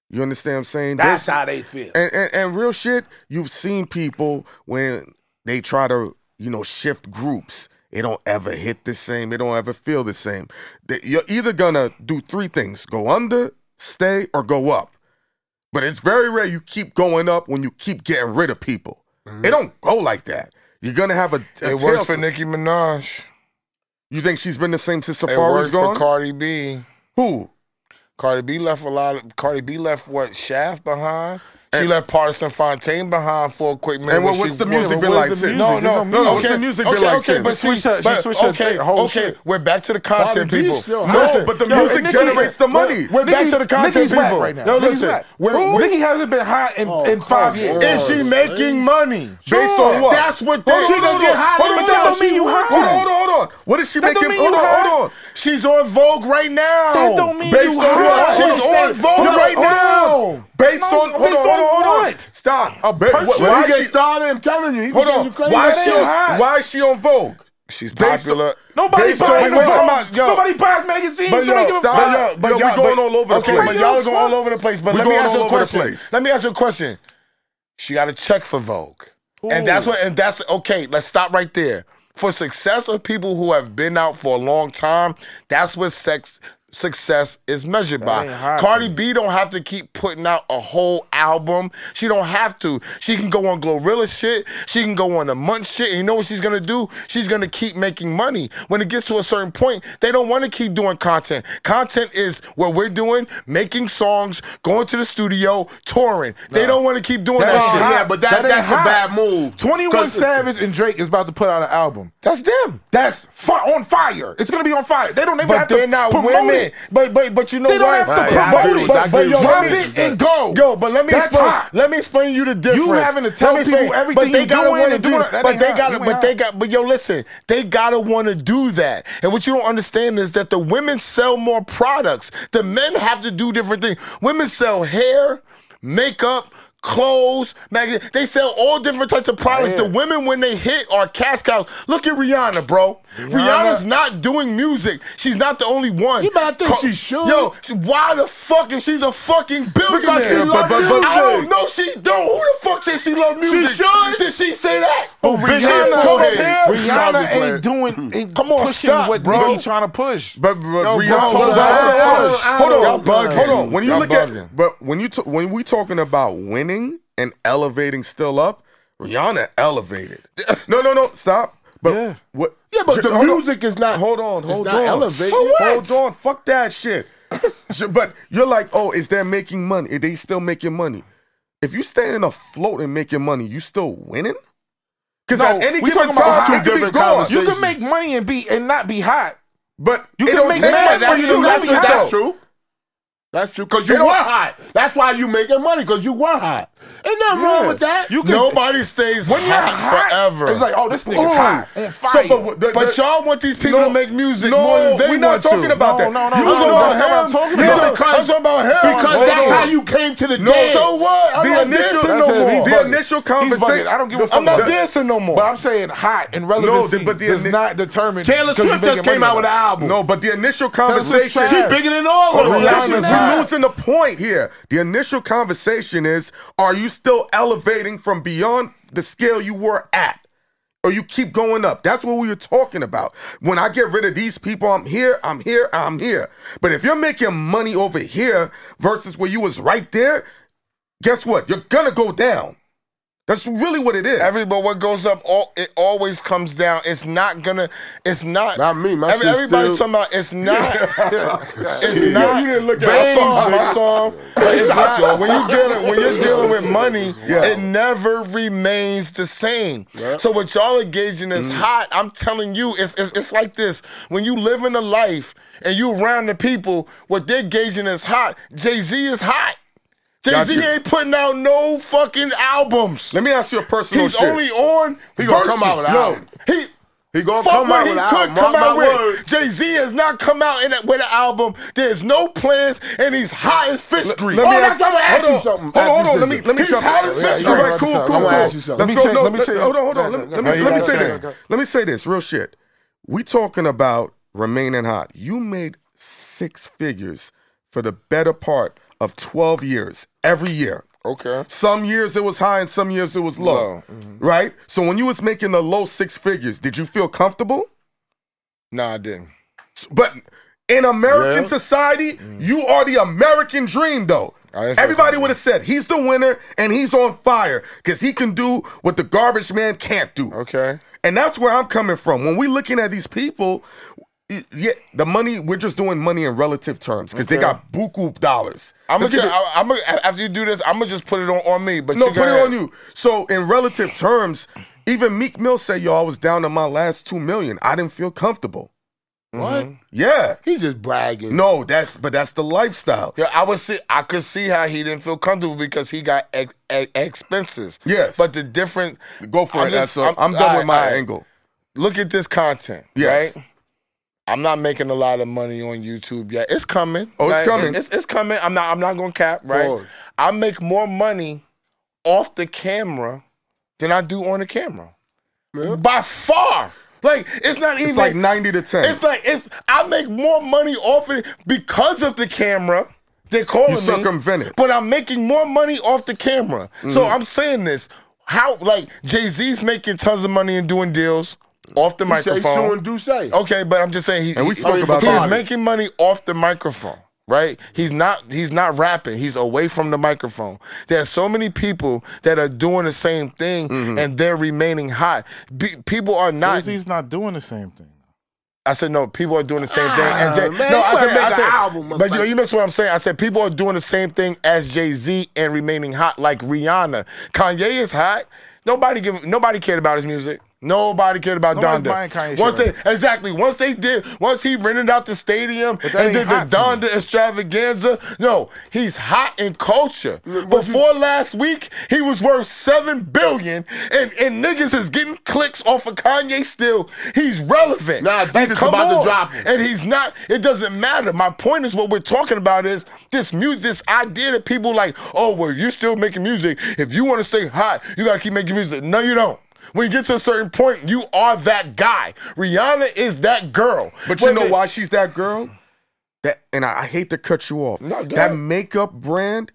Speaker 5: You understand what I'm saying?
Speaker 2: that's
Speaker 5: There's-
Speaker 2: how they feel.
Speaker 5: and, and and real shit. You've seen people when they try to you know shift groups. It don't ever hit the same. It don't ever feel the same. They- You're either gonna do three things: go under, stay, or go up. But it's very rare you keep going up when you keep getting rid of people. It don't go like that. You're gonna have a. a
Speaker 4: Mm-hmm. It worked for
Speaker 5: tailspin.
Speaker 4: Nicki Minaj.
Speaker 5: You think she's been the same since
Speaker 4: It
Speaker 5: Safari
Speaker 4: worked
Speaker 5: was gone?
Speaker 4: for Cardi B.
Speaker 5: Who?
Speaker 4: Cardi B left a lot. Of, Cardi B left what Shaft behind. She
Speaker 5: And-
Speaker 4: left Partisan Fontaine behind for a quick minute.
Speaker 5: And what-
Speaker 4: when
Speaker 5: what's
Speaker 4: she-
Speaker 5: the music been
Speaker 3: what
Speaker 5: like
Speaker 3: is the
Speaker 5: since?
Speaker 3: music?
Speaker 4: No, no, no,
Speaker 3: There's no
Speaker 4: no.
Speaker 5: music. What's the music
Speaker 4: Okay, okay,
Speaker 5: been like
Speaker 4: okay,
Speaker 5: since?
Speaker 4: but
Speaker 5: She
Speaker 4: see,
Speaker 3: switched her- she
Speaker 4: but,
Speaker 3: switched her
Speaker 4: okay,
Speaker 3: thing, whole
Speaker 4: okay.
Speaker 3: shit.
Speaker 4: We're back to the
Speaker 2: Cardi
Speaker 4: content
Speaker 2: B
Speaker 4: people.
Speaker 2: still
Speaker 4: no,
Speaker 2: hot.
Speaker 4: but the
Speaker 2: Yo,
Speaker 4: music
Speaker 3: Nicki-
Speaker 4: generates the money.
Speaker 3: Nicki-
Speaker 4: We're back to the content
Speaker 3: Nicki's
Speaker 4: people.
Speaker 3: whack right now.
Speaker 4: No,
Speaker 3: Nicki's
Speaker 4: listen.
Speaker 3: whack.
Speaker 4: We're,
Speaker 3: Who?
Speaker 4: we're,
Speaker 3: Nikki hasn't been hot in,
Speaker 2: Oh,
Speaker 3: in
Speaker 2: come
Speaker 3: five years.
Speaker 2: on.
Speaker 4: is she making money?
Speaker 5: Based on what?
Speaker 4: That's what they.
Speaker 5: Hold on,
Speaker 2: She gonna
Speaker 5: hold
Speaker 2: get
Speaker 5: on,
Speaker 2: hot
Speaker 5: hold
Speaker 2: as
Speaker 5: on,
Speaker 2: hell.
Speaker 5: hold on,
Speaker 2: She
Speaker 5: hold
Speaker 2: hot.
Speaker 5: on, hold on, hold on. What is she
Speaker 3: That don't
Speaker 5: making?
Speaker 3: mean
Speaker 5: Hold
Speaker 3: you
Speaker 5: on,
Speaker 3: hot.
Speaker 5: hold on.
Speaker 4: She's on Vogue right now.
Speaker 3: That don't mean
Speaker 5: Based
Speaker 3: you
Speaker 5: on
Speaker 3: hot.
Speaker 5: what?
Speaker 4: She's
Speaker 5: Hold
Speaker 4: on Vogue
Speaker 5: Hold
Speaker 4: right
Speaker 5: hold
Speaker 4: now.
Speaker 5: Based on, hold on,
Speaker 3: Based
Speaker 5: hold
Speaker 3: on
Speaker 5: on, hold on.
Speaker 3: what?
Speaker 5: Stop.
Speaker 3: A
Speaker 5: Ba-
Speaker 3: person-
Speaker 5: what-
Speaker 3: When
Speaker 2: When
Speaker 5: why
Speaker 2: he
Speaker 5: is
Speaker 2: get
Speaker 5: she-
Speaker 2: started, I'm telling you, he
Speaker 5: Hold
Speaker 2: says
Speaker 5: on.
Speaker 2: you crazy.
Speaker 5: Why
Speaker 3: That
Speaker 5: is she
Speaker 3: ain't
Speaker 5: on?
Speaker 3: hot.
Speaker 5: Why is she on Vogue?
Speaker 4: She's
Speaker 5: Based on-
Speaker 4: popular.
Speaker 3: Nobody
Speaker 5: Based on
Speaker 3: buys
Speaker 5: what? Come
Speaker 3: magazines.
Speaker 4: on, yo.
Speaker 3: Nobody buys magazines.
Speaker 4: But
Speaker 3: Nobody give
Speaker 4: yo,
Speaker 3: a
Speaker 4: stop.
Speaker 3: fuck.
Speaker 4: Yo, but
Speaker 5: Yo, we
Speaker 4: y'all,
Speaker 5: going
Speaker 4: but-
Speaker 5: all over the
Speaker 4: okay,
Speaker 5: place.
Speaker 4: But
Speaker 3: Yo,
Speaker 4: y'all are going
Speaker 3: fuck.
Speaker 4: all over the place. But
Speaker 5: We
Speaker 4: let me
Speaker 5: going
Speaker 4: ask
Speaker 5: all
Speaker 4: you a
Speaker 5: over the
Speaker 4: question.
Speaker 5: place.
Speaker 4: Let me ask you a question. She got a check for Vogue, and that's what. And that's okay. Let's stop right there. For success of people who have been out for a long time, that's what sex success is measured by.
Speaker 3: ain't hot
Speaker 4: Cardi
Speaker 3: to me.
Speaker 4: B don't have to keep putting out a whole album. She don't have to. She can go on Glorilla shit. She can go on the Munch shit. And you know what she's gonna do? She's gonna keep making money. When it gets to a certain point, they don't want to keep doing content. Content is what we're doing: making songs, going to the studio, touring. They don't want to keep doing that,
Speaker 3: That ain't
Speaker 4: shit.
Speaker 3: hot.
Speaker 2: Yeah, but that-
Speaker 3: ain't
Speaker 2: that's a
Speaker 3: hot.
Speaker 2: bad move.
Speaker 3: 21
Speaker 2: 'Cause-
Speaker 3: Savage and Drake is about to put out an album.
Speaker 4: That's them.
Speaker 3: That's fi- on fire. It's going to be on fire. They don't even
Speaker 4: But
Speaker 3: have
Speaker 4: they're
Speaker 3: to
Speaker 4: not
Speaker 3: promote
Speaker 4: women.
Speaker 3: it.
Speaker 4: But but but you know
Speaker 3: They don't
Speaker 4: what?
Speaker 3: have to
Speaker 2: Right, I
Speaker 3: promote
Speaker 2: agree
Speaker 3: it.
Speaker 2: with- I agree
Speaker 4: with
Speaker 3: Drop
Speaker 4: you.
Speaker 3: it and go.
Speaker 4: Yo, but let me
Speaker 3: That's
Speaker 4: explain.
Speaker 3: hot.
Speaker 4: Let me explain you the difference.
Speaker 3: having to tell
Speaker 4: Let me
Speaker 3: people
Speaker 4: explain.
Speaker 3: everything
Speaker 4: but they
Speaker 3: you
Speaker 4: gotta
Speaker 3: doing
Speaker 4: wanna
Speaker 3: and
Speaker 4: do
Speaker 3: doing-
Speaker 4: that.
Speaker 3: that
Speaker 4: But
Speaker 3: ain't
Speaker 4: they
Speaker 3: hot.
Speaker 4: gotta.
Speaker 3: You ain't
Speaker 4: But they
Speaker 3: hot.
Speaker 4: got. But yo, listen. They gotta want to do that. And what you don't understand is that the women sell more products. The men have to do different things. Women sell hair, makeup. Clothes, magazine. They sell all different types of products. The women, when they hit, are cash cows. Look at Rihanna, bro. Rihanna's not doing music. She's not the only one.
Speaker 2: You better think
Speaker 4: Ca-
Speaker 2: she should.
Speaker 4: Yo, she- why the fuck if she's a fucking
Speaker 2: Because she
Speaker 4: billionaire?
Speaker 2: love music.
Speaker 4: I don't know she don't. Who the fuck said she love music?
Speaker 2: should.
Speaker 4: Did she say that?
Speaker 2: Oh, bitch,
Speaker 4: Rihanna,
Speaker 2: ass
Speaker 4: come up
Speaker 2: forehead.
Speaker 4: here.
Speaker 2: Rihanna
Speaker 3: Rihanna
Speaker 2: be
Speaker 3: ain't doing, ain't
Speaker 4: Come on,
Speaker 3: pushing
Speaker 4: stop,
Speaker 3: what
Speaker 4: bro.
Speaker 3: Nicki trying to push.
Speaker 5: But, but Rihanna,
Speaker 4: bro,
Speaker 5: hold, on,
Speaker 4: bro,
Speaker 5: hold,
Speaker 2: I
Speaker 5: on,
Speaker 2: don't-
Speaker 5: hold on,
Speaker 2: I
Speaker 5: hold
Speaker 2: don't-
Speaker 5: on,
Speaker 2: Y'all
Speaker 5: hold
Speaker 4: bugging.
Speaker 5: on. When you
Speaker 4: Y'all
Speaker 5: look
Speaker 4: bugging.
Speaker 5: at, but when you t- when we talking about winning and elevating still up, Rihanna elevated. No, no, no, stop. But
Speaker 3: Yeah.
Speaker 5: what?
Speaker 2: Yeah, but the
Speaker 5: hold on.
Speaker 2: music is not.
Speaker 5: Hold on,
Speaker 2: it's
Speaker 5: hold
Speaker 2: not
Speaker 5: on.
Speaker 2: elevated.
Speaker 5: For what? Hold on, fuck that shit. Ju- but you're like, oh, is they making money? Are they still making money? If you staying afloat and making money, you still winning? Because at any
Speaker 3: we
Speaker 5: given
Speaker 3: talking
Speaker 5: time,
Speaker 3: about two
Speaker 5: it could be
Speaker 2: different
Speaker 5: gone.
Speaker 2: conversations.
Speaker 3: You can make money and be and not be hot.
Speaker 5: But
Speaker 3: You
Speaker 5: it
Speaker 3: can
Speaker 5: don't
Speaker 3: make
Speaker 5: take
Speaker 3: money,
Speaker 5: much
Speaker 3: but
Speaker 5: for
Speaker 2: That's,
Speaker 5: you
Speaker 3: you
Speaker 5: to
Speaker 2: true.
Speaker 3: don't
Speaker 5: win
Speaker 3: let
Speaker 2: That's,
Speaker 3: me
Speaker 5: though.
Speaker 3: have
Speaker 2: that's true. That's true. Because you
Speaker 5: They
Speaker 2: were
Speaker 5: don't-
Speaker 2: hot. That's why you making money. Because you were hot. Ain't nothing wrong with that.
Speaker 3: You can-
Speaker 4: Nobody stays
Speaker 2: When you're
Speaker 4: hot,
Speaker 2: hot,
Speaker 4: forever.
Speaker 5: It's like, oh, this nigga's
Speaker 2: Ooh.
Speaker 5: hot.
Speaker 2: On
Speaker 5: fire.
Speaker 4: but, but y'all want these people
Speaker 5: No,
Speaker 4: to make music
Speaker 5: no,
Speaker 4: more than they
Speaker 5: we're not
Speaker 4: want
Speaker 5: talking
Speaker 4: to.
Speaker 5: about
Speaker 3: No,
Speaker 5: that.
Speaker 3: no, no,
Speaker 5: you
Speaker 3: no,
Speaker 5: was
Speaker 3: no,
Speaker 5: on
Speaker 3: that's
Speaker 5: the-
Speaker 3: not what I'm talking
Speaker 5: you
Speaker 3: about.
Speaker 5: was on- I'm talking about him.
Speaker 2: Because
Speaker 5: Hold
Speaker 2: that's
Speaker 5: on.
Speaker 2: how you came to the
Speaker 4: No,
Speaker 2: dance.
Speaker 4: so what? I'm
Speaker 5: The
Speaker 4: not
Speaker 5: initial-
Speaker 4: dancing
Speaker 5: that's
Speaker 4: no
Speaker 5: it.
Speaker 4: more.
Speaker 5: The initial conversation-
Speaker 3: I don't give a
Speaker 5: I'm
Speaker 3: fuck.
Speaker 4: I'm not
Speaker 3: about-
Speaker 4: dancing no more.
Speaker 3: But I'm saying hot and relevancy
Speaker 5: the- but the-
Speaker 3: does not determine.
Speaker 2: Taylor
Speaker 3: 'cause you
Speaker 2: Swift just
Speaker 3: making
Speaker 2: came
Speaker 3: money
Speaker 2: out with an
Speaker 3: off
Speaker 2: album.
Speaker 5: no, but the initial
Speaker 3: Swift
Speaker 5: conversation.
Speaker 3: trash.
Speaker 2: She bigger than all of
Speaker 5: But
Speaker 2: them.
Speaker 5: we're
Speaker 3: Rihanna's
Speaker 5: losing-
Speaker 3: hot.
Speaker 5: we're losing the point here. The initial conversation is: Are you still elevating from beyond the scale you were at, or you keep going up? That's what we were talking about. When I get rid of these people, I'm here, I'm here, I'm here. But if you're making money over here versus where you was right there, guess what? You're gonna go down. That's really what it is.
Speaker 4: Every but what goes up, all it always comes down. It's not gonna. It's not.
Speaker 2: Not me, my shit
Speaker 4: everybody's
Speaker 2: still-
Speaker 4: talking about. It's not. it's
Speaker 2: Yeah,
Speaker 4: not.
Speaker 2: you didn't look at
Speaker 4: I saw.
Speaker 2: my song.
Speaker 4: I saw. But it's not. When you dealing when you're dealing with money,
Speaker 5: Yeah.
Speaker 4: it never remains the same.
Speaker 2: Yeah. Mm.
Speaker 4: So what y'all engaging is hot. I'm telling you, it's, it's it's like this. When you live in a life and you around the people, what they're gauging is hot. Jay Z is hot. Jay
Speaker 5: Got
Speaker 4: Z
Speaker 5: you.
Speaker 4: ain't putting out no fucking albums.
Speaker 5: Let me ask you a personal.
Speaker 4: He's
Speaker 5: Oh, shit.
Speaker 4: only on.
Speaker 2: He gonna come out
Speaker 4: verses.
Speaker 2: with an album.
Speaker 4: No, he.
Speaker 2: He gonna
Speaker 4: Fuck
Speaker 2: come
Speaker 4: what
Speaker 2: out
Speaker 4: he
Speaker 2: with an
Speaker 4: could
Speaker 2: album.
Speaker 4: come
Speaker 2: Mark
Speaker 4: out
Speaker 2: my
Speaker 4: with.
Speaker 2: words.
Speaker 4: Jay Z has not come out in a, with an album. There's no plans, and he's hot as fish
Speaker 5: Let-
Speaker 4: grease.
Speaker 5: let
Speaker 2: Oh,
Speaker 5: me
Speaker 2: that's
Speaker 5: ask-
Speaker 2: why I'ma ask
Speaker 5: hold
Speaker 2: you
Speaker 5: on,
Speaker 2: something.
Speaker 5: Hold on, hold on. Let
Speaker 2: After
Speaker 5: me
Speaker 2: this
Speaker 5: let me
Speaker 4: He's
Speaker 5: jump.
Speaker 4: hot as
Speaker 5: Yeah,
Speaker 4: fish
Speaker 5: yeah, All right,
Speaker 4: grease.
Speaker 5: cool,
Speaker 3: I'm
Speaker 5: cool,
Speaker 3: gonna
Speaker 5: cool.
Speaker 3: ask you something.
Speaker 5: Let's
Speaker 3: Let me
Speaker 5: go.
Speaker 3: change-
Speaker 5: No,
Speaker 3: let me
Speaker 5: let-
Speaker 3: change-
Speaker 5: Hold on, hold on. Let me- Let
Speaker 4: No,
Speaker 5: me
Speaker 4: you
Speaker 5: let me
Speaker 4: gotta
Speaker 5: say
Speaker 4: change.
Speaker 5: this. Let me say this real shit. We talking about remaining hot. You made six figures for the better part of 12 years every year.
Speaker 4: Okay.
Speaker 5: Some years it was high and some years it was low.
Speaker 4: Low,
Speaker 5: Right? So when you was making the low six figures, did you feel comfortable?
Speaker 4: Nah, I didn't.
Speaker 5: But in American
Speaker 2: Yeah.
Speaker 5: society,
Speaker 4: Mm.
Speaker 5: you are the American dream, though.
Speaker 4: Oh, that's
Speaker 5: Everybody
Speaker 4: okay.
Speaker 5: would have said he's the winner and he's on fire because he can do what the garbage man can't do.
Speaker 4: Okay.
Speaker 5: And that's where I'm coming from. When we're looking at these people, y- yeah, the money, we're just doing money in relative terms because they
Speaker 4: Okay.
Speaker 5: got buku dollars.
Speaker 4: I'm
Speaker 5: Let's
Speaker 4: gonna.
Speaker 5: give it-
Speaker 4: I'm gonna. After you do this, I'm gonna just put it on, on me. But
Speaker 5: no,
Speaker 4: you go
Speaker 5: put it
Speaker 4: ahead.
Speaker 5: on you. So in relative terms, even Meek Mill said, "Yo, I was down to my last two million. I didn't feel comfortable."
Speaker 4: Mm-hmm.
Speaker 2: What?
Speaker 5: Yeah,
Speaker 2: He just bragging.
Speaker 5: no, that's but that's the lifestyle.
Speaker 4: Yeah, I would see. I could see how he didn't feel comfortable because he got ex, ex, expenses.
Speaker 5: Yes.
Speaker 4: but the difference.
Speaker 5: Go for
Speaker 4: I'm
Speaker 5: it.
Speaker 4: just-
Speaker 5: Esso. I'm, done
Speaker 4: all right,
Speaker 5: with my
Speaker 4: all right.
Speaker 5: angle.
Speaker 4: Look at this content,
Speaker 5: Yes.
Speaker 4: right? I'm not making a lot of money on YouTube yet. It's coming.
Speaker 5: Oh, it's
Speaker 4: right?
Speaker 5: coming.
Speaker 4: It's, it's coming. I'm not. I'm not gonna cap. Right.
Speaker 2: Pause.
Speaker 4: I make more money off the camera than I do on the camera by far. Like it's not even
Speaker 5: It's like ninety to ten.
Speaker 4: it's like it's. I make more money off it because of the camera. They're calling
Speaker 5: You circumvent
Speaker 4: me,
Speaker 5: it.
Speaker 4: but I'm making more money off the camera. So
Speaker 5: Mm-hmm.
Speaker 4: I'm saying this: how like Jay Z's making tons of money and doing deals off the
Speaker 2: He say Sue
Speaker 4: microphone.
Speaker 2: and do say.
Speaker 4: Okay, but I'm just saying he,
Speaker 5: And we
Speaker 4: he-
Speaker 5: spoke
Speaker 4: he's
Speaker 5: about that.
Speaker 4: making money off the microphone, right? He's not he's not rapping. He's away from the microphone. There are so many people that are doing the same thing
Speaker 5: Mm-hmm.
Speaker 4: and they're remaining hot. Be, people are not
Speaker 3: Jay-Z's not doing the same thing.
Speaker 4: I said no. People are doing the same thing.
Speaker 2: Ah,
Speaker 4: And Jay,
Speaker 2: man,
Speaker 4: no,
Speaker 2: you
Speaker 4: I
Speaker 2: better
Speaker 4: said,
Speaker 2: make
Speaker 4: I
Speaker 2: an
Speaker 4: said
Speaker 2: album,
Speaker 4: But you,
Speaker 2: motherfucker.
Speaker 4: you missed what I'm saying. I said people are doing the same thing as Jay Z and remaining hot, like Rihanna. Kanye is hot. Nobody give. Nobody cared about his music. Nobody cared about
Speaker 3: Nobody's
Speaker 4: Donda.
Speaker 3: buying Kanye
Speaker 4: once
Speaker 3: shit right
Speaker 4: they exactly once they did once he rented out the stadium
Speaker 3: that
Speaker 4: and
Speaker 3: ain't
Speaker 4: did the
Speaker 3: hot to
Speaker 4: Donda extravaganza. No, he's hot in culture. Before last week, he was worth seven billion, and and niggas is getting clicks off of Kanye. Still, he's relevant.
Speaker 2: Nah, Adidas about to drop him.
Speaker 4: And he's not. It doesn't matter. My point is, what we're talking about is this music, this idea that people like, oh, well, you're still making music. If you want to stay hot, you gotta keep making music. No, you don't. When you get to a certain point, you are that guy. Rihanna is that girl.
Speaker 5: But you
Speaker 4: When
Speaker 5: know
Speaker 4: they-
Speaker 5: why she's that girl? That and I, I hate to cut you off.
Speaker 4: No, go
Speaker 5: that
Speaker 4: ahead.
Speaker 5: makeup brand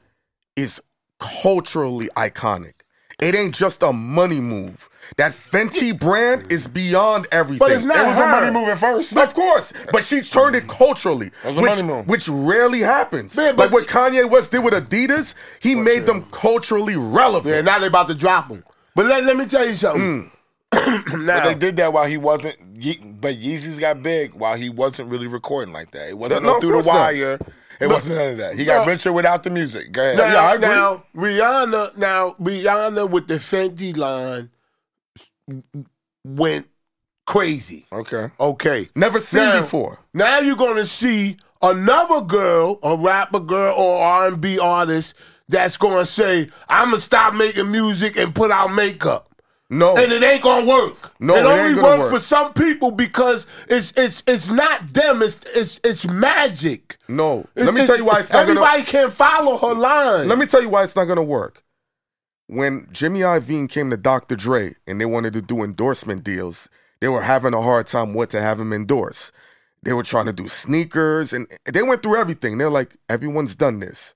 Speaker 5: is culturally iconic. It ain't just a money move. That Fenty brand is beyond everything.
Speaker 2: But it's not
Speaker 5: It was a
Speaker 2: her.
Speaker 5: money move at first. Of course. But she turned it culturally.
Speaker 4: was a
Speaker 5: which,
Speaker 4: money move.
Speaker 5: which rarely happens.
Speaker 2: Man,
Speaker 5: like
Speaker 2: but-
Speaker 5: what Kanye West did with Adidas, he made them culturally relevant.
Speaker 2: Yeah, now they about to drop him. But let, let me tell you something. now,
Speaker 4: But they did that while he wasn't. Ye- But Yeezys got big while he wasn't really recording like that. It wasn't
Speaker 5: No,
Speaker 4: no,
Speaker 5: of
Speaker 4: through
Speaker 5: course
Speaker 4: the
Speaker 5: not.
Speaker 4: wire. It wasn't none of that. He got
Speaker 2: No.
Speaker 4: richer without the music. Go ahead.
Speaker 2: now,
Speaker 5: I agree.
Speaker 2: now Rihanna, now Rihanna with the Fenty line went crazy.
Speaker 4: Okay.
Speaker 2: Okay.
Speaker 5: Never seen
Speaker 2: Now-
Speaker 5: before.
Speaker 2: Now you're gonna see another girl, a rapper girl or R and B artist that's gonna say, I'ma stop making music and put out makeup.
Speaker 5: No.
Speaker 2: And it ain't gonna work.
Speaker 5: No,
Speaker 2: it
Speaker 5: it ain't
Speaker 2: only
Speaker 5: gonna
Speaker 2: works
Speaker 5: work.
Speaker 2: for some people because it's it's it's not them. It's it's it's magic.
Speaker 5: no.
Speaker 2: It's-
Speaker 5: Let me tell you why it's not gonna
Speaker 2: Everybody can't follow her line.
Speaker 5: Let me tell you why it's not gonna work. When Jimmy Iovine came to Dr. Dre and they wanted to do endorsement deals, they were having a hard time what to have him endorse. They were trying to do sneakers and they went through everything. They're like, everyone's done this.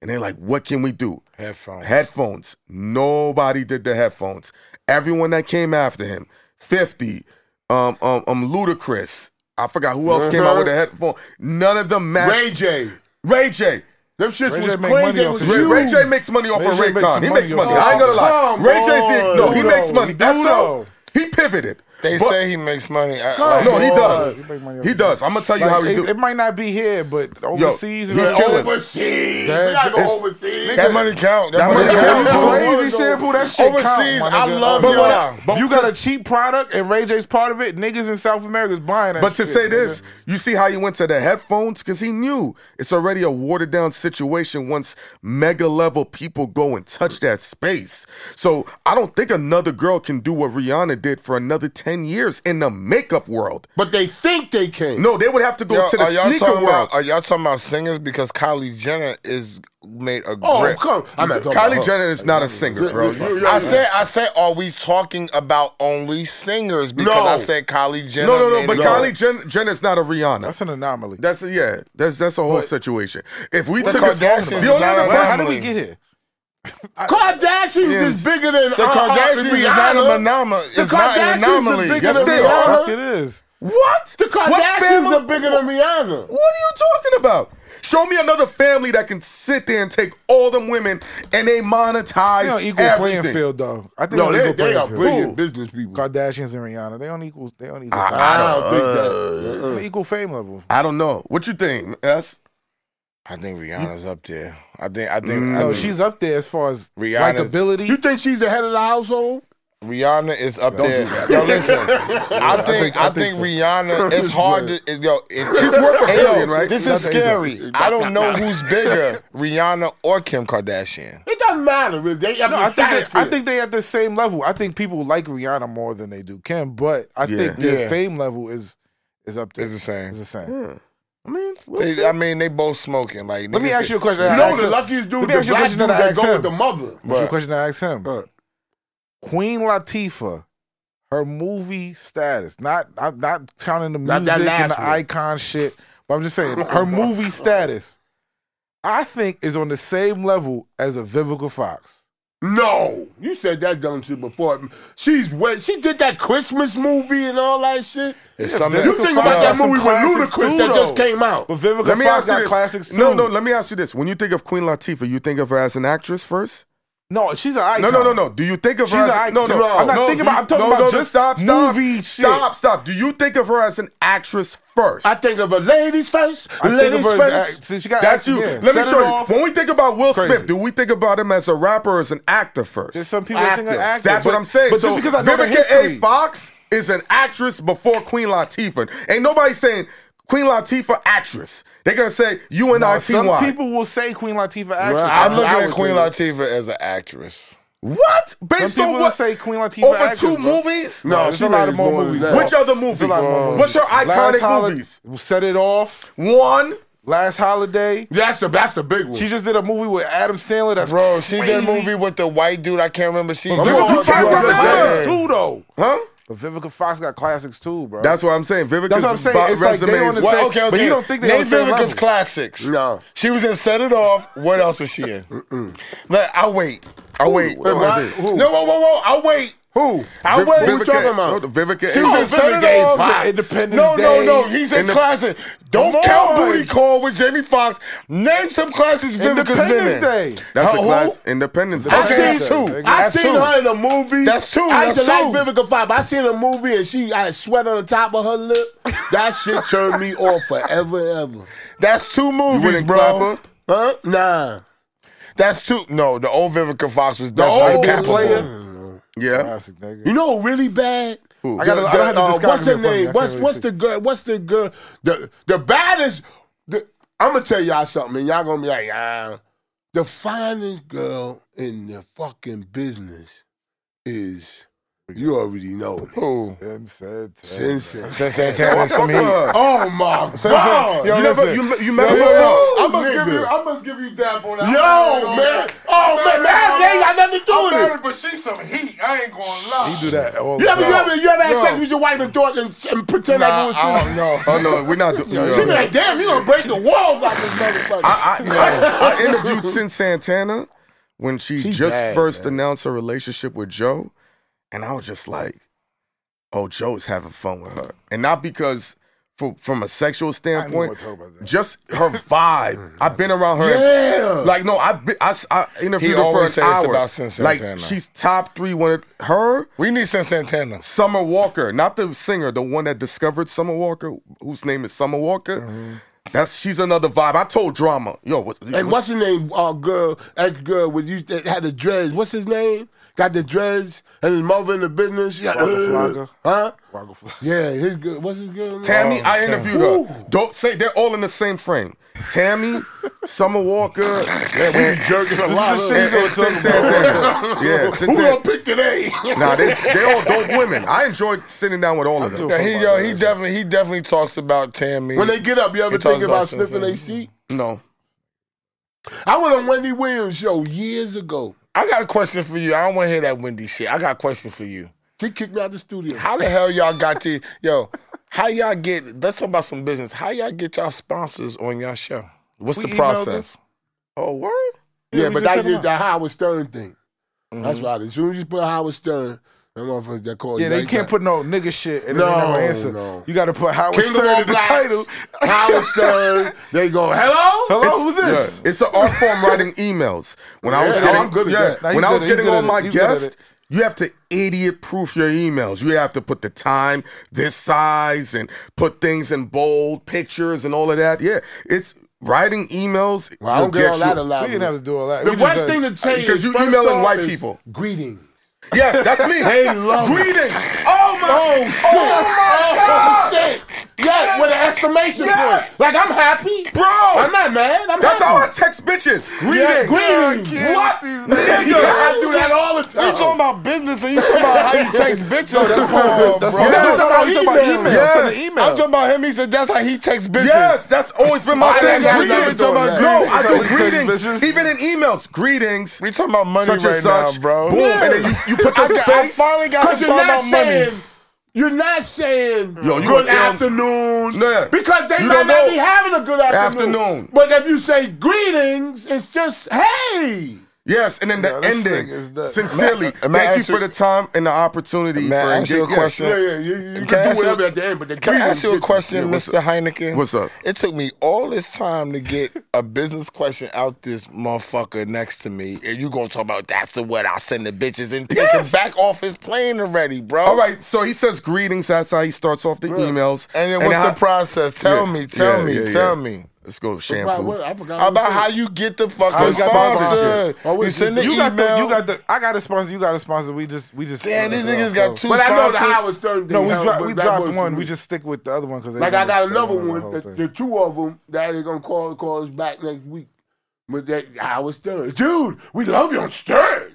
Speaker 5: And they're like, what can we do?
Speaker 4: Headphones.
Speaker 5: Headphones. Nobody did the headphones. Everyone that came after him, 50, um, um, um Ludacris. I forgot who else came out with a
Speaker 3: Uh-huh.
Speaker 5: headphone. None of them matched.
Speaker 2: Ray J.
Speaker 5: Ray J.
Speaker 2: Them shits
Speaker 3: Ray J
Speaker 2: was
Speaker 3: make
Speaker 2: crazy.
Speaker 3: money
Speaker 2: They
Speaker 3: off
Speaker 2: was
Speaker 3: his
Speaker 5: Ray,
Speaker 2: huge.
Speaker 5: Ray J makes money off
Speaker 3: Ray
Speaker 5: of
Speaker 3: J makes
Speaker 5: Raycon.
Speaker 3: some
Speaker 5: He makes
Speaker 3: money
Speaker 5: money.
Speaker 3: off
Speaker 5: I ain't gonna
Speaker 2: of
Speaker 5: lie.
Speaker 2: Come
Speaker 5: Ray J's the,
Speaker 2: on.
Speaker 5: no. He
Speaker 3: Dude,
Speaker 5: makes
Speaker 3: though.
Speaker 5: money. That's
Speaker 3: Dude,
Speaker 5: all.
Speaker 3: though.
Speaker 5: He pivoted.
Speaker 4: They
Speaker 5: But-
Speaker 4: say he makes money. I-
Speaker 2: Come
Speaker 4: like,
Speaker 5: no. He
Speaker 2: on.
Speaker 5: does.
Speaker 3: He make money off
Speaker 5: He
Speaker 3: his
Speaker 5: does. I'm gonna tell you
Speaker 3: Like,
Speaker 5: how he
Speaker 3: it,
Speaker 5: do.
Speaker 3: it might not be here, but overseas,
Speaker 5: he's
Speaker 3: and
Speaker 5: killing it.
Speaker 2: Overseas. We
Speaker 3: That's-
Speaker 2: gotta
Speaker 5: it's-
Speaker 2: go overseas.
Speaker 4: that money count. That,
Speaker 5: That
Speaker 4: money,
Speaker 5: money
Speaker 4: count.
Speaker 5: count.
Speaker 4: bro.
Speaker 3: crazy shampoo. That shit count,
Speaker 4: Overseas,
Speaker 3: my
Speaker 4: I
Speaker 3: nigga.
Speaker 4: love
Speaker 3: But
Speaker 4: y'all.
Speaker 3: what-
Speaker 4: Yeah.
Speaker 5: But
Speaker 3: you
Speaker 5: to-
Speaker 3: got a cheap product and Ray J's part of it. Niggas in South America is buying that.
Speaker 5: But to
Speaker 3: shit,
Speaker 5: say
Speaker 3: nigga.
Speaker 5: this, you see how he went to the headphones because he knew it's already a watered down situation. Once mega level people go and touch that space, so I don't think another girl can do what Rihanna did for another ten years in the makeup world.
Speaker 2: But they think they can.
Speaker 5: No, they would have to go
Speaker 4: Yo,
Speaker 5: to the
Speaker 4: are y'all
Speaker 5: sneaker
Speaker 4: talking
Speaker 5: world.
Speaker 4: about? Are y'all talking about singers? Because Kylie Jenner is made a
Speaker 2: Oh,
Speaker 4: grip.
Speaker 2: come. I'm not talking
Speaker 5: Kylie
Speaker 2: about her.
Speaker 5: Jenner is not a singer, bro.
Speaker 2: You- you-
Speaker 4: I said, I said, are we talking about only singers? Because
Speaker 2: No.
Speaker 4: I said Kylie Jenner.
Speaker 5: No, no, no.
Speaker 4: made
Speaker 5: But
Speaker 4: it.
Speaker 5: Kylie Jen- Jenner's not a Rihanna.
Speaker 3: that's an anomaly.
Speaker 5: That's a, yeah. That's that's a whole situation. If we
Speaker 4: The
Speaker 5: took a-
Speaker 4: Kardashians is
Speaker 5: the only
Speaker 4: not
Speaker 5: other
Speaker 4: a
Speaker 5: person-
Speaker 3: how did we
Speaker 4: anomaly.
Speaker 3: get here?
Speaker 2: Kardashians is bigger than
Speaker 4: the
Speaker 2: uh, uh,
Speaker 4: Kardashians is
Speaker 2: Rihanna.
Speaker 4: not an anomaly.
Speaker 2: The
Speaker 4: It's not
Speaker 2: Kardashians
Speaker 4: an
Speaker 2: is
Speaker 4: anomaly.
Speaker 2: bigger
Speaker 4: Yes,
Speaker 2: than
Speaker 4: they
Speaker 2: Rihanna.
Speaker 4: are.
Speaker 3: Fuck it is.
Speaker 5: What?
Speaker 2: The
Speaker 5: What
Speaker 2: Kardashians
Speaker 5: family-
Speaker 2: are bigger than Rihanna.
Speaker 5: What are you talking about? Show me another family that can sit there and take all them women and they monetize
Speaker 3: They on equal
Speaker 5: everything.
Speaker 3: playing field, though. I think
Speaker 2: No, they,
Speaker 3: they, equal
Speaker 2: they
Speaker 3: playing
Speaker 2: are
Speaker 3: field.
Speaker 2: brilliant
Speaker 3: Ooh.
Speaker 2: business people.
Speaker 3: Kardashians and Rihanna, they on equal. They on equal. fame.
Speaker 2: I don't think
Speaker 3: uh,
Speaker 2: that.
Speaker 3: They on equal fame level.
Speaker 5: I don't know. What you think? S?
Speaker 4: I think Rihanna's up there. I think, I think, I
Speaker 3: No,
Speaker 4: think
Speaker 3: she's up there as far as
Speaker 4: Rihanna's-
Speaker 3: likability.
Speaker 2: You think she's the head of the household?
Speaker 4: Rihanna is up there. Yo, listen, I think, I think Rihanna. It's hard to yo. it-
Speaker 5: She's worth a
Speaker 4: Hey, yo,
Speaker 5: billion, right?
Speaker 4: This is scary. I don't know who's bigger, Rihanna or Kim Kardashian.
Speaker 2: It doesn't matter. really. They, I,
Speaker 3: No,
Speaker 2: mean,
Speaker 3: I think they, I
Speaker 2: stratosphere.
Speaker 3: think they at the same level. I think people like Rihanna more than they do Kim, but I
Speaker 5: Yeah.
Speaker 3: think their
Speaker 4: Yeah.
Speaker 3: fame level is is up there.
Speaker 4: It's the same.
Speaker 3: It's the same.
Speaker 5: I mean, we'll see.
Speaker 4: They- I mean, they both smoking. Like,
Speaker 3: Let me
Speaker 4: niggas
Speaker 3: ask
Speaker 4: say-
Speaker 3: you a question.
Speaker 2: you
Speaker 3: I
Speaker 2: know
Speaker 3: asked
Speaker 2: the
Speaker 3: him.
Speaker 2: luckiest dude,
Speaker 3: Let me
Speaker 2: the
Speaker 3: ask you a
Speaker 2: black
Speaker 3: question
Speaker 2: dude
Speaker 3: that I
Speaker 2: that
Speaker 3: asked
Speaker 2: go
Speaker 3: him.
Speaker 2: with the mother.
Speaker 3: What's your
Speaker 4: What?
Speaker 3: question I asked him?
Speaker 2: What?
Speaker 3: Queen Latifah, her movie status. Not I'm not counting the
Speaker 2: Not
Speaker 3: music
Speaker 2: that
Speaker 3: and
Speaker 2: last
Speaker 3: the
Speaker 2: one.
Speaker 3: icon shit, but I'm just saying her movie status. I think is on the same level as a Vivica Fox.
Speaker 2: No, you said that dumb shit before. She's wet. She did that Christmas movie and all that shit.
Speaker 4: It's something
Speaker 2: You think about
Speaker 3: Fox
Speaker 2: that
Speaker 3: got some
Speaker 2: movie with
Speaker 3: classics
Speaker 2: Ludacris
Speaker 3: too,
Speaker 2: that just
Speaker 3: though.
Speaker 2: came out.
Speaker 3: But Vivica
Speaker 5: Let me
Speaker 3: Fox
Speaker 5: ask you
Speaker 3: got
Speaker 5: this.
Speaker 3: classics too.
Speaker 5: No, no. Let me ask you this: When you think of Queen Latifah, you think of her as an actress first?
Speaker 3: no, she's an icon.
Speaker 5: No, no, no, no. Do you think of her?
Speaker 3: She's
Speaker 5: as,
Speaker 3: an
Speaker 5: no,
Speaker 3: icon.
Speaker 5: no.
Speaker 3: I'm not
Speaker 5: no,
Speaker 3: thinking
Speaker 5: do
Speaker 3: about- I'm talking
Speaker 5: no,
Speaker 3: about
Speaker 5: no,
Speaker 3: just
Speaker 5: stop, stop,
Speaker 3: movie shit.
Speaker 5: stop, stop. Do you think of her as an actress first?
Speaker 2: I think of a ladies first.
Speaker 3: I think
Speaker 2: ladies
Speaker 3: of her as,
Speaker 2: first.
Speaker 3: act- since she got
Speaker 5: That's
Speaker 3: action,
Speaker 5: you.
Speaker 3: yeah.
Speaker 5: Let me
Speaker 3: Set
Speaker 5: show
Speaker 3: it
Speaker 5: you.
Speaker 3: off.
Speaker 5: When we think about Will
Speaker 3: Crazy.
Speaker 5: Smith, do we think about him as a rapper or as an actor first?
Speaker 3: There's some people that think
Speaker 2: Actors.
Speaker 3: are actors.
Speaker 5: That's
Speaker 3: but-
Speaker 5: what I'm saying.
Speaker 3: But
Speaker 5: so
Speaker 3: just because I know the
Speaker 5: Vivica
Speaker 3: history,
Speaker 5: A. Fox is an actress before Queen Latifah. Ain't nobody saying Queen Latifah actress. They're gonna say you and I
Speaker 3: some people will say Queen Latifah actress.
Speaker 2: Well,
Speaker 4: I'm
Speaker 2: I-
Speaker 4: looking
Speaker 2: I
Speaker 4: at
Speaker 2: would
Speaker 4: Queen
Speaker 2: say that.
Speaker 4: Latifah as an actress.
Speaker 5: What?
Speaker 3: some
Speaker 5: Based
Speaker 3: people
Speaker 5: on
Speaker 3: will
Speaker 5: what?
Speaker 3: say Queen Latifah
Speaker 5: over
Speaker 3: actress,
Speaker 5: two
Speaker 3: bro.
Speaker 5: movies?
Speaker 3: No, there's
Speaker 2: she
Speaker 3: a lot
Speaker 2: raised
Speaker 3: of more
Speaker 2: more than
Speaker 3: movies.
Speaker 2: that.
Speaker 3: though.
Speaker 5: Which other
Speaker 3: There's
Speaker 5: movies?
Speaker 3: a lot more movies.
Speaker 5: What's your
Speaker 3: Last
Speaker 5: iconic
Speaker 3: Holi-
Speaker 5: movies?
Speaker 3: Set It Off,
Speaker 5: One.
Speaker 3: Last Holiday.
Speaker 2: That's the that's the big one.
Speaker 3: She just did a movie with Adam Sandler. That's
Speaker 4: Bro, she did a
Speaker 3: crazy.
Speaker 4: movie with the white dude. I can't remember. She.
Speaker 3: Vivica
Speaker 2: on,
Speaker 3: Fox
Speaker 2: come
Speaker 3: got
Speaker 2: on,
Speaker 3: classics too, though.
Speaker 5: Huh?
Speaker 3: But Vivica Fox got classics too, bro.
Speaker 5: That's what I'm saying. Vivica's
Speaker 3: That's what I'm saying.
Speaker 5: bo-
Speaker 3: It's like they
Speaker 5: resume
Speaker 3: on
Speaker 5: is
Speaker 3: the
Speaker 5: what?
Speaker 3: same-
Speaker 4: Well, okay, okay.
Speaker 3: But you don't think they
Speaker 4: Name
Speaker 3: on the same
Speaker 4: Vivica's
Speaker 3: level.
Speaker 4: classics.
Speaker 2: No.
Speaker 4: She was in Set It Off. What else was she in? Look, I wait.
Speaker 5: Oh,
Speaker 4: I
Speaker 2: Wait,
Speaker 4: wait.
Speaker 2: what? Who?
Speaker 4: No, whoa, whoa, whoa. I wait.
Speaker 2: Who?
Speaker 4: I
Speaker 5: Viv-
Speaker 4: wait.
Speaker 2: Who you talking about?
Speaker 5: No, Vivica
Speaker 4: She
Speaker 5: A.
Speaker 4: was
Speaker 2: Oh,
Speaker 4: in
Speaker 2: Vivica
Speaker 4: Set It
Speaker 2: A.
Speaker 4: Off.
Speaker 2: Fox.
Speaker 3: Independence
Speaker 4: No, no,
Speaker 3: Day.
Speaker 4: no. He's in
Speaker 5: And the-
Speaker 4: classic. Don't
Speaker 2: Come
Speaker 4: count
Speaker 2: on.
Speaker 4: Booty Call with Jamie Foxx. Name some classes Vivica's been in.
Speaker 3: Independence Day.
Speaker 5: That's
Speaker 4: Huh,
Speaker 5: a
Speaker 4: who?
Speaker 5: class. Independence. Day.
Speaker 4: I've
Speaker 2: Okay.
Speaker 4: seen two.
Speaker 2: I
Speaker 4: That's
Speaker 2: seen
Speaker 4: two.
Speaker 2: her in a movie.
Speaker 4: That's two,
Speaker 2: I used to
Speaker 4: that's
Speaker 2: like
Speaker 4: two.
Speaker 2: Vivica Fox. I seen a movie and she had sweat on the top of her lip. That shit turned me off forever, ever.
Speaker 4: That's two movies,
Speaker 5: wouldn't
Speaker 4: bro.
Speaker 5: clap her?
Speaker 2: Huh? Nah.
Speaker 4: That's two. No, the old Vivica Fox was
Speaker 2: old
Speaker 4: definitely capable.
Speaker 3: player?
Speaker 5: Yeah.
Speaker 3: Classic, nigga.
Speaker 2: You know, really bad.
Speaker 5: Who?
Speaker 3: I gotta- I
Speaker 5: uh,
Speaker 3: don't have the discography
Speaker 2: uh, What's her
Speaker 3: in front of me. I
Speaker 2: name?
Speaker 3: can't
Speaker 2: What's
Speaker 3: really
Speaker 2: what's
Speaker 3: see.
Speaker 2: the girl? What's the girl? The the baddest. The, I'm gonna tell y'all something. and Y'all gonna be like, ah. the finest girl in the fucking business is you already know it.
Speaker 4: Who?
Speaker 3: Him said.
Speaker 2: Sensei.
Speaker 4: Santana some heat.
Speaker 2: Oh my
Speaker 4: Sen-
Speaker 2: god.
Speaker 4: Sen- yo,
Speaker 5: you
Speaker 4: listen.
Speaker 5: never, you, you met
Speaker 2: Yo,
Speaker 5: her
Speaker 2: yo,
Speaker 5: before?
Speaker 2: yo,
Speaker 5: I must
Speaker 2: nigga.
Speaker 5: give you, I must give you dap on that. I
Speaker 2: Yo,
Speaker 5: ain't
Speaker 2: man.
Speaker 5: gonna-
Speaker 2: Oh man,
Speaker 5: I'm
Speaker 2: that
Speaker 5: married,
Speaker 2: ain't got nothing to do
Speaker 5: I'm
Speaker 2: with it.
Speaker 5: married, but she's some heat. I ain't gonna lie.
Speaker 3: He do that all
Speaker 2: You
Speaker 3: the
Speaker 2: ever, you
Speaker 3: time.
Speaker 2: ever, you ever had
Speaker 4: Bro.
Speaker 2: sex with your wife and thought and, and pretend like it
Speaker 4: Nah,
Speaker 2: was
Speaker 4: I don't know.
Speaker 5: Oh no, we're not doing.
Speaker 2: She be like, damn, you gonna break the walls out this motherfucker.
Speaker 5: I, I, I, I interviewed Sin Santana when she, just
Speaker 4: bad,
Speaker 5: first announced her relationship with Joe, and I was just like, "Oh, Joe's having fun with her," and not because for, from a sexual
Speaker 3: I don't want
Speaker 5: standpoint,
Speaker 3: to talk about that.
Speaker 5: just her vibe. I've been around her.
Speaker 2: yeah.
Speaker 5: Like no, I've been, I, s- I
Speaker 4: He
Speaker 5: interviewed her for
Speaker 4: always
Speaker 5: an
Speaker 4: say it's
Speaker 5: hour.
Speaker 4: about Sin Santana.
Speaker 5: like she's top three. One of her,
Speaker 4: We need Sen Santana.
Speaker 5: Summer Walker, not the singer, the one that discovered Summer Walker, whose name is Summer Walker.
Speaker 2: Mm-hmm.
Speaker 5: That's she's another vibe. I told drama, yo, what,
Speaker 2: and what's his name? Uh, girl, ex girl, with you that had the dreads. What's his name? Got the dreads and his mother in the business. Yeah,
Speaker 3: Flocka.
Speaker 2: huh?
Speaker 3: Rock of-
Speaker 2: Yeah, his good. What's his girl? name? Oh,
Speaker 5: Tammy, I interviewed
Speaker 2: Woo.
Speaker 5: her. Don't say they're all in the same frame. Tammy, Summer Walker, yeah, we
Speaker 2: jerking a lot.
Speaker 5: and, and, and Sin Santana. Yeah, Sin
Speaker 2: Who
Speaker 5: Santana.
Speaker 2: gonna pick today?
Speaker 5: Nah, they they all dope women. I enjoyed sitting down with all of them.
Speaker 4: Yeah, he yo, he definitely he definitely talks about Tammy.
Speaker 2: when they get up, you ever
Speaker 4: He
Speaker 2: think
Speaker 4: talks
Speaker 2: about
Speaker 4: about
Speaker 2: sniffing
Speaker 4: something.
Speaker 2: a seat?
Speaker 5: No,
Speaker 2: I went on Wendy Williams show years ago.
Speaker 4: I got a question for you. I don't want to hear that Wendy shit. I got a question for you.
Speaker 2: She kicked me out the studio.
Speaker 4: How the hell y'all got to yo? How y'all get? Let's talk about some business. How y'all get y'all sponsors on y'all show? What's
Speaker 5: We
Speaker 4: the
Speaker 5: emailed
Speaker 4: process?
Speaker 5: us. oh word.
Speaker 2: Yeah,
Speaker 5: we
Speaker 2: but
Speaker 5: just
Speaker 2: that's
Speaker 5: hit 'em
Speaker 2: just the Howard Stern thing. That's right. As soon as you put Howard Stern, that motherfuckers that call
Speaker 3: Yeah,
Speaker 2: you
Speaker 3: they
Speaker 2: right
Speaker 3: can't
Speaker 2: back.
Speaker 3: put no nigga shit and
Speaker 2: No,
Speaker 3: no, never answer.
Speaker 2: no.
Speaker 3: You got to put Howard
Speaker 2: King of
Speaker 3: Stern
Speaker 2: all
Speaker 3: in the
Speaker 2: blacks,
Speaker 3: title.
Speaker 2: Howard Stern. They go, hello?
Speaker 3: Hello, who's this?
Speaker 5: Yeah, it's an art form writing emails. When I was
Speaker 2: Oh, Yeah,
Speaker 5: getting,
Speaker 2: I'm good at
Speaker 5: yeah,
Speaker 2: that.
Speaker 3: Nah, he's
Speaker 5: when I
Speaker 3: good
Speaker 5: was
Speaker 3: at- he's
Speaker 5: getting
Speaker 3: good
Speaker 5: all
Speaker 3: at it.
Speaker 5: my
Speaker 3: He's good at
Speaker 5: guests,
Speaker 3: it.
Speaker 5: you have to idiot proof your emails. You have to put the time, this size, and put things in bold pictures and all of that. Yeah, it's writing emails.
Speaker 2: Well, I don't
Speaker 5: will
Speaker 2: get all
Speaker 5: you-
Speaker 2: that allowed.
Speaker 3: We didn't have to do all that.
Speaker 2: The
Speaker 3: We just
Speaker 2: worst
Speaker 3: had-
Speaker 2: thing to say
Speaker 5: because
Speaker 2: is
Speaker 5: you
Speaker 2: first
Speaker 5: emailing
Speaker 2: off
Speaker 5: white
Speaker 2: is
Speaker 5: people.
Speaker 2: Greetings.
Speaker 5: Yes, that's me.
Speaker 2: They love it.
Speaker 5: Greetings. Oh my.
Speaker 2: Oh, shit.
Speaker 5: my
Speaker 2: Oh,
Speaker 5: God.
Speaker 2: shit. Yes, with an exclamation
Speaker 5: Yes.
Speaker 2: point. Like, I'm happy.
Speaker 5: Bro.
Speaker 2: I'm not mad. I'm
Speaker 5: That's how I
Speaker 2: happy.
Speaker 5: text bitches. Greetings.
Speaker 2: Yeah, greetings.
Speaker 5: What?
Speaker 2: Yeah, I
Speaker 5: Nigga.
Speaker 2: do that all the time.
Speaker 4: You talking about business and you talking about how you text bitches? That's
Speaker 3: Oh, bro.
Speaker 4: bro.
Speaker 2: what I'm talking
Speaker 3: Yes. I'm talking
Speaker 2: about,
Speaker 3: about
Speaker 2: email.
Speaker 3: email.
Speaker 5: Yes.
Speaker 3: Send an email.
Speaker 4: I'm talking about him. He said that's how he texts bitches.
Speaker 5: Yes, that's always been my
Speaker 2: I
Speaker 5: thing.
Speaker 2: never
Speaker 5: Greetings.
Speaker 2: done that.
Speaker 5: No, I
Speaker 3: Greetings.
Speaker 5: do
Speaker 3: Text bitches.
Speaker 5: greetings. Even in emails, greetings.
Speaker 4: We talking about money
Speaker 5: Such
Speaker 4: right
Speaker 5: and such.
Speaker 4: now, bro.
Speaker 5: Boom. And then you, you put
Speaker 4: I,
Speaker 5: the
Speaker 4: got- I
Speaker 5: space.
Speaker 4: finally got him
Speaker 2: Because
Speaker 4: talking
Speaker 2: you're not
Speaker 4: about
Speaker 2: saying,
Speaker 4: money.
Speaker 2: you're not saying
Speaker 5: Yo, you
Speaker 2: good
Speaker 5: gonna get on-
Speaker 2: afternoon.
Speaker 5: No, yeah.
Speaker 2: Because they
Speaker 5: You
Speaker 2: might
Speaker 5: don't
Speaker 2: not
Speaker 5: know.
Speaker 2: be having a good afternoon.
Speaker 5: Afternoon.
Speaker 2: But if you say greetings, it's just, hey.
Speaker 5: Yes, and then the
Speaker 3: Yo, this
Speaker 5: ending.
Speaker 3: thing is nuts.
Speaker 5: Sincerely,
Speaker 4: Am I- am I
Speaker 5: thank you
Speaker 4: ask you-
Speaker 5: for the time and the opportunity.
Speaker 4: May I
Speaker 5: for
Speaker 4: ask you a
Speaker 5: engage- yeah.
Speaker 4: question?
Speaker 2: Yeah, yeah, you, you
Speaker 4: Can I
Speaker 2: can do
Speaker 4: ask you-
Speaker 2: whatever at the end, but the
Speaker 4: Can I
Speaker 2: greetings
Speaker 4: ask you a
Speaker 2: get
Speaker 4: question, Mr. Heineken?
Speaker 5: What's up?
Speaker 4: It took me all this time to get a business question out this motherfucker next to me, and you gonna talk about that's the what I send the bitches and take him
Speaker 5: Yes.
Speaker 4: back off his plane already, bro.
Speaker 5: All right, so he says greetings. That's how he starts off the emails.
Speaker 4: And then what's
Speaker 5: how-
Speaker 4: the process? Tell
Speaker 5: Yeah,
Speaker 4: me, tell
Speaker 5: yeah,
Speaker 4: me,
Speaker 5: yeah,
Speaker 4: tell
Speaker 5: yeah.
Speaker 4: me.
Speaker 5: Let's go
Speaker 2: Wow,
Speaker 5: shampoo.
Speaker 2: what? I forgot what
Speaker 4: About
Speaker 2: it
Speaker 4: how
Speaker 2: was.
Speaker 4: you get the
Speaker 3: I
Speaker 4: fucking
Speaker 3: got
Speaker 4: sponsor.
Speaker 2: sponsor. Oh,
Speaker 4: You
Speaker 2: it's
Speaker 4: send the
Speaker 2: just-
Speaker 3: Um, You
Speaker 4: email.
Speaker 3: got the, you got the. I got a sponsor. You got a sponsor. We just, we just.
Speaker 4: Damn, these
Speaker 3: uh,
Speaker 4: niggas
Speaker 3: so-
Speaker 4: got two
Speaker 2: But I know the
Speaker 4: sponsors.
Speaker 2: Howard Stern thing.
Speaker 3: No, we
Speaker 2: Howard-
Speaker 3: dropped. We
Speaker 2: that
Speaker 3: dropped
Speaker 2: was-
Speaker 3: one. We just stick with the other one because
Speaker 2: like I got another
Speaker 3: The
Speaker 2: one. The,
Speaker 3: whole
Speaker 2: the
Speaker 3: thing.
Speaker 2: two of them that they're gonna call call us back next week. But that Howard Stern, dude, we love you on Stern.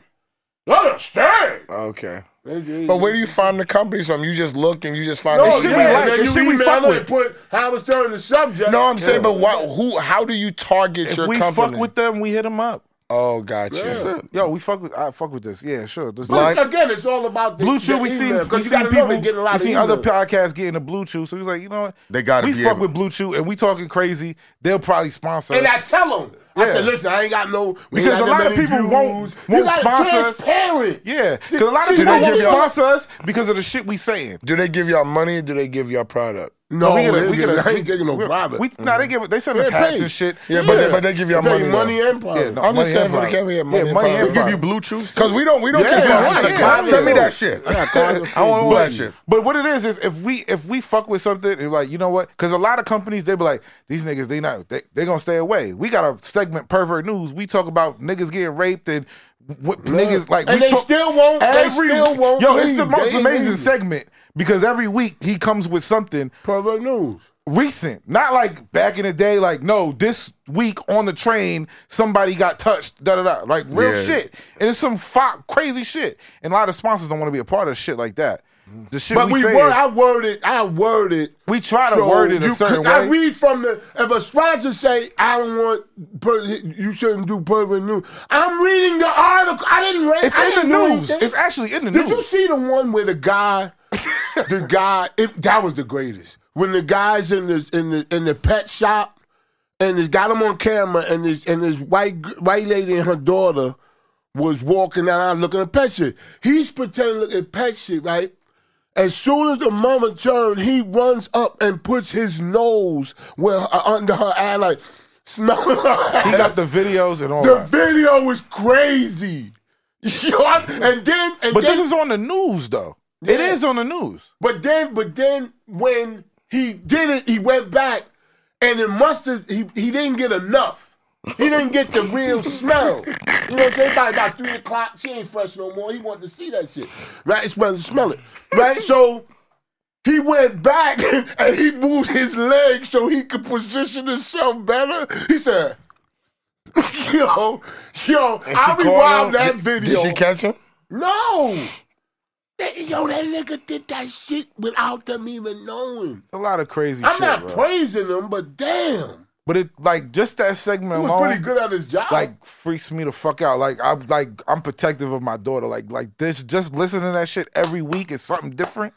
Speaker 2: Love you on Stern.
Speaker 4: Okay.
Speaker 2: But
Speaker 4: But where do you find the companies from? You just look and you just find
Speaker 2: No, yeah,
Speaker 3: should
Speaker 4: the shit.
Speaker 3: we like,
Speaker 2: then
Speaker 3: it
Speaker 2: you
Speaker 3: should we
Speaker 2: email
Speaker 3: fuck
Speaker 2: them
Speaker 3: with?
Speaker 2: and put Howard Stern in the subject.
Speaker 4: No, I'm saying, but why, who? How do you target
Speaker 3: If
Speaker 4: your
Speaker 3: we
Speaker 4: company?
Speaker 3: fuck with them, we hit them up.
Speaker 4: oh, gotcha.
Speaker 3: Yo, we fuck with. I fuck with this. Yeah, sure. This
Speaker 2: But it's- again, it's all about the,
Speaker 3: Blue Chew,
Speaker 2: the
Speaker 3: we seen
Speaker 2: email, 'cause
Speaker 3: we
Speaker 2: you
Speaker 3: seen
Speaker 2: gotta know they
Speaker 3: people,
Speaker 2: getting a lot
Speaker 3: we
Speaker 2: of
Speaker 3: seen other
Speaker 2: email.
Speaker 3: podcasts getting a Blue Chew. So he was like, you know what?
Speaker 5: They gotta
Speaker 3: we
Speaker 5: be
Speaker 3: fuck
Speaker 5: able-
Speaker 3: with Blue Chew, and we talking crazy. They'll probably sponsor.
Speaker 2: And
Speaker 3: us.
Speaker 2: I tell them, I
Speaker 3: Yeah.
Speaker 2: said, listen, I ain't got no we
Speaker 3: Because
Speaker 2: ain't got
Speaker 3: a
Speaker 2: that
Speaker 3: lot of
Speaker 2: many
Speaker 3: people
Speaker 2: views.
Speaker 3: won't-
Speaker 2: You
Speaker 3: won't
Speaker 2: gotta
Speaker 3: sponsor us.
Speaker 2: transparent.
Speaker 3: yeah, because a lot
Speaker 2: See,
Speaker 3: of people
Speaker 2: they
Speaker 3: won't
Speaker 2: give y'all-
Speaker 3: sponsor us because of the shit we saying.
Speaker 4: Do they give y'all money or do they give y'all product?
Speaker 2: No,
Speaker 3: we
Speaker 2: they
Speaker 3: we
Speaker 2: didn't. I
Speaker 3: we-
Speaker 2: ain't taking no
Speaker 3: we-
Speaker 2: product.
Speaker 3: We, Nah, they give. They send us
Speaker 2: Yeah,
Speaker 3: hats
Speaker 2: paid.
Speaker 3: and shit.
Speaker 4: Yeah, but they, but they give y'all
Speaker 2: They
Speaker 4: money. though.
Speaker 2: money and product.
Speaker 3: Yeah, no,
Speaker 4: I'm just
Speaker 3: money
Speaker 4: saying
Speaker 3: and
Speaker 4: for the
Speaker 3: product.
Speaker 4: camera, yeah, money
Speaker 3: Yeah,
Speaker 4: and
Speaker 3: money
Speaker 4: product.
Speaker 3: and
Speaker 5: Give you
Speaker 3: product.
Speaker 5: blue chews.
Speaker 4: Cause we don't we don't
Speaker 2: Yeah,
Speaker 4: get
Speaker 2: yeah,
Speaker 4: sponsored.
Speaker 2: yeah, yeah.
Speaker 5: Send me that shit.
Speaker 2: Yeah, Cosmic
Speaker 5: I want all
Speaker 2: Blue.
Speaker 5: that shit.
Speaker 3: But what it is is if we if we fuck with something and like you know what? Because a lot of companies they be like these niggas they not they they gonna stay away. We got a segment pervert news. We talk about niggas getting raped and what niggas like.
Speaker 2: And
Speaker 3: we
Speaker 2: they still won't- they still won't
Speaker 3: Yo, it's the
Speaker 2: leave.
Speaker 3: most
Speaker 2: They ain't
Speaker 3: amazing
Speaker 2: leaving.
Speaker 3: segment because every week he comes with something.
Speaker 2: Pervert news.
Speaker 3: recent, not like back in the day. Like no, this week on the train somebody got touched. Da da da. Like real
Speaker 5: Yeah.
Speaker 3: shit, and it's some fo- crazy shit. And a lot of sponsors don't want to be a part of shit like that. The shit
Speaker 2: But we
Speaker 3: we, say,
Speaker 2: word, I worded, I worded.
Speaker 3: we try to word it a
Speaker 2: you
Speaker 3: certain
Speaker 2: could- I
Speaker 3: way.
Speaker 2: read from the. If a sponsor say I don't want, per, you shouldn't do pervert news. I'm reading the article. I didn't read.
Speaker 3: it's
Speaker 2: I
Speaker 3: in
Speaker 2: didn't
Speaker 3: the
Speaker 2: do
Speaker 3: news.
Speaker 2: anything.
Speaker 3: It's actually in the
Speaker 2: Did
Speaker 3: news.
Speaker 2: you see the one where the guy, the guy? It, that was the greatest. When the guys in the in the in the pet shop, and they got him on camera, and this and this white gr- white lady and her daughter was walking down looking at pet shit. He's pretending to look at pet shit, right? As soon as the mama turned, he runs up and puts his nose where uh, under her eye, like smelling her.
Speaker 3: he got the videos and all
Speaker 2: The
Speaker 3: that.
Speaker 2: video was crazy. Yo, I- and then and
Speaker 3: But
Speaker 2: then,
Speaker 3: this is on the news, though. It
Speaker 2: Yeah.
Speaker 3: is on the news.
Speaker 2: But then, but then when he did it, he went back, and it must have he, he didn't get enough. He didn't get the real smell. You know what I'm saying? By about three o'clock, she ain't fresh no more. He wanted to see that shit, right? It's wanted to smell it, right? So he went back and he moved his leg so he could position himself better. He said. Yo, yo! I
Speaker 4: She called him?
Speaker 2: rewound that
Speaker 4: Did-
Speaker 2: video.
Speaker 4: Did she catch him?
Speaker 2: No. That- yo, that nigga did that shit without them even knowing.
Speaker 3: A lot of crazy
Speaker 2: I'm
Speaker 3: shit.
Speaker 2: not
Speaker 3: bro.
Speaker 2: praising him, but damn.
Speaker 3: but it like just that segment
Speaker 2: He was
Speaker 3: alone,
Speaker 2: pretty good at his job.
Speaker 3: like freaks me the fuck out. Like I'm like I'm protective of my daughter. Like like this, just listening to that shit every week is something different.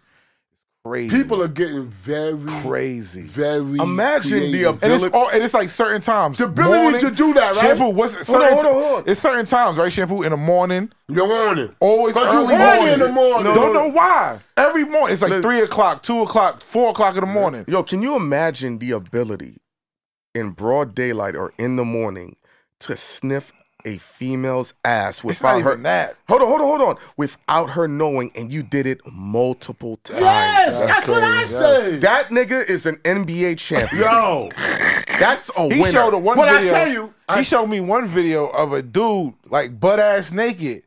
Speaker 3: Crazy.
Speaker 2: people are getting very,
Speaker 3: crazy.
Speaker 2: very.
Speaker 5: Imagine the
Speaker 2: creative.
Speaker 3: And
Speaker 5: ability.
Speaker 3: it's all, and it's like certain times.
Speaker 2: The ability to do that, right?
Speaker 3: Shampoo was certain,
Speaker 4: Hold on, hold on, hold on.
Speaker 3: It's certain times, right? Shampoo in the morning,
Speaker 2: You're on it.
Speaker 3: always
Speaker 2: But you
Speaker 3: early
Speaker 2: horny in the morning.
Speaker 5: No,
Speaker 3: Don't
Speaker 5: no,
Speaker 3: know why. Every morning, it's like
Speaker 5: Listen.
Speaker 3: three o'clock, two o'clock, four o'clock in the morning.
Speaker 5: Yo, can you imagine the ability in broad daylight or in the morning to sniff a female's ass
Speaker 3: It's not
Speaker 5: without her?
Speaker 3: even that.
Speaker 5: Hold on, hold on, hold on. Without her knowing, and you did it multiple times.
Speaker 2: Yes, that's, what I say.
Speaker 5: That nigga is an NBA champion.
Speaker 2: yo,
Speaker 5: That's a
Speaker 3: He
Speaker 5: winner.
Speaker 3: showed a one
Speaker 2: But I
Speaker 3: video.
Speaker 2: tell you, I-
Speaker 3: he showed me one video of a dude like butt ass naked,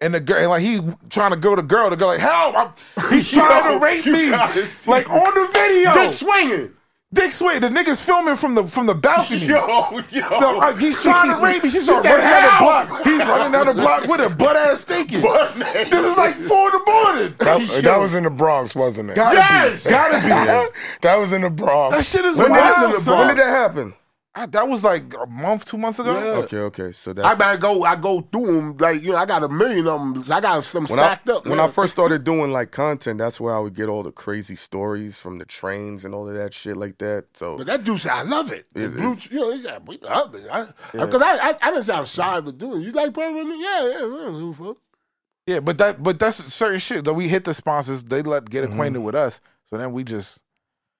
Speaker 3: and the girl, and, like he's trying to go to girl. The girl like, help! I'm, he's trying
Speaker 2: Yo,
Speaker 3: to rape
Speaker 2: you
Speaker 3: me,
Speaker 2: gotta see
Speaker 3: like
Speaker 2: it.
Speaker 3: on the video.
Speaker 2: dick swinging.
Speaker 3: Dick Sway, the niggas filming from the from the balcony.
Speaker 2: Yo, yo.
Speaker 3: No, like, he's trying to rape me. She's
Speaker 2: She
Speaker 3: running
Speaker 2: said,
Speaker 3: down the
Speaker 2: "Help!"
Speaker 3: block. He's running down the block with a butt ass naked.
Speaker 2: Butt naked.
Speaker 3: This is like four in the morning.
Speaker 4: That, that was in the Bronx, wasn't it?
Speaker 3: gotta
Speaker 2: Yes!
Speaker 3: be, gotta be.
Speaker 4: that was in the Bronx.
Speaker 3: That shit is
Speaker 5: When,
Speaker 3: wild.
Speaker 5: that-
Speaker 2: in the
Speaker 5: so when
Speaker 2: Bronx.
Speaker 5: did that happen?
Speaker 3: I- that was like a month, two months ago.
Speaker 5: Okay, okay. So that's
Speaker 2: I better go. I go through them like you know. I got a million of them. I got some
Speaker 5: when I,
Speaker 2: stacked up.
Speaker 5: when I
Speaker 2: man.
Speaker 5: first started doing like content, that's where I would get all the crazy stories from the trains and all of that shit like that. So
Speaker 2: But that dude said, I love it. The
Speaker 5: It's-
Speaker 2: blue,
Speaker 5: it's-
Speaker 2: you know, he said, we love it. Because I, uh, 'cause I, I, I didn't say I was sorry for doing it. You like purple? Yeah, yeah, yeah. who fuck?
Speaker 3: Yeah, but that but that's certain shit that we hit the sponsors. They let get acquainted with us, so then we just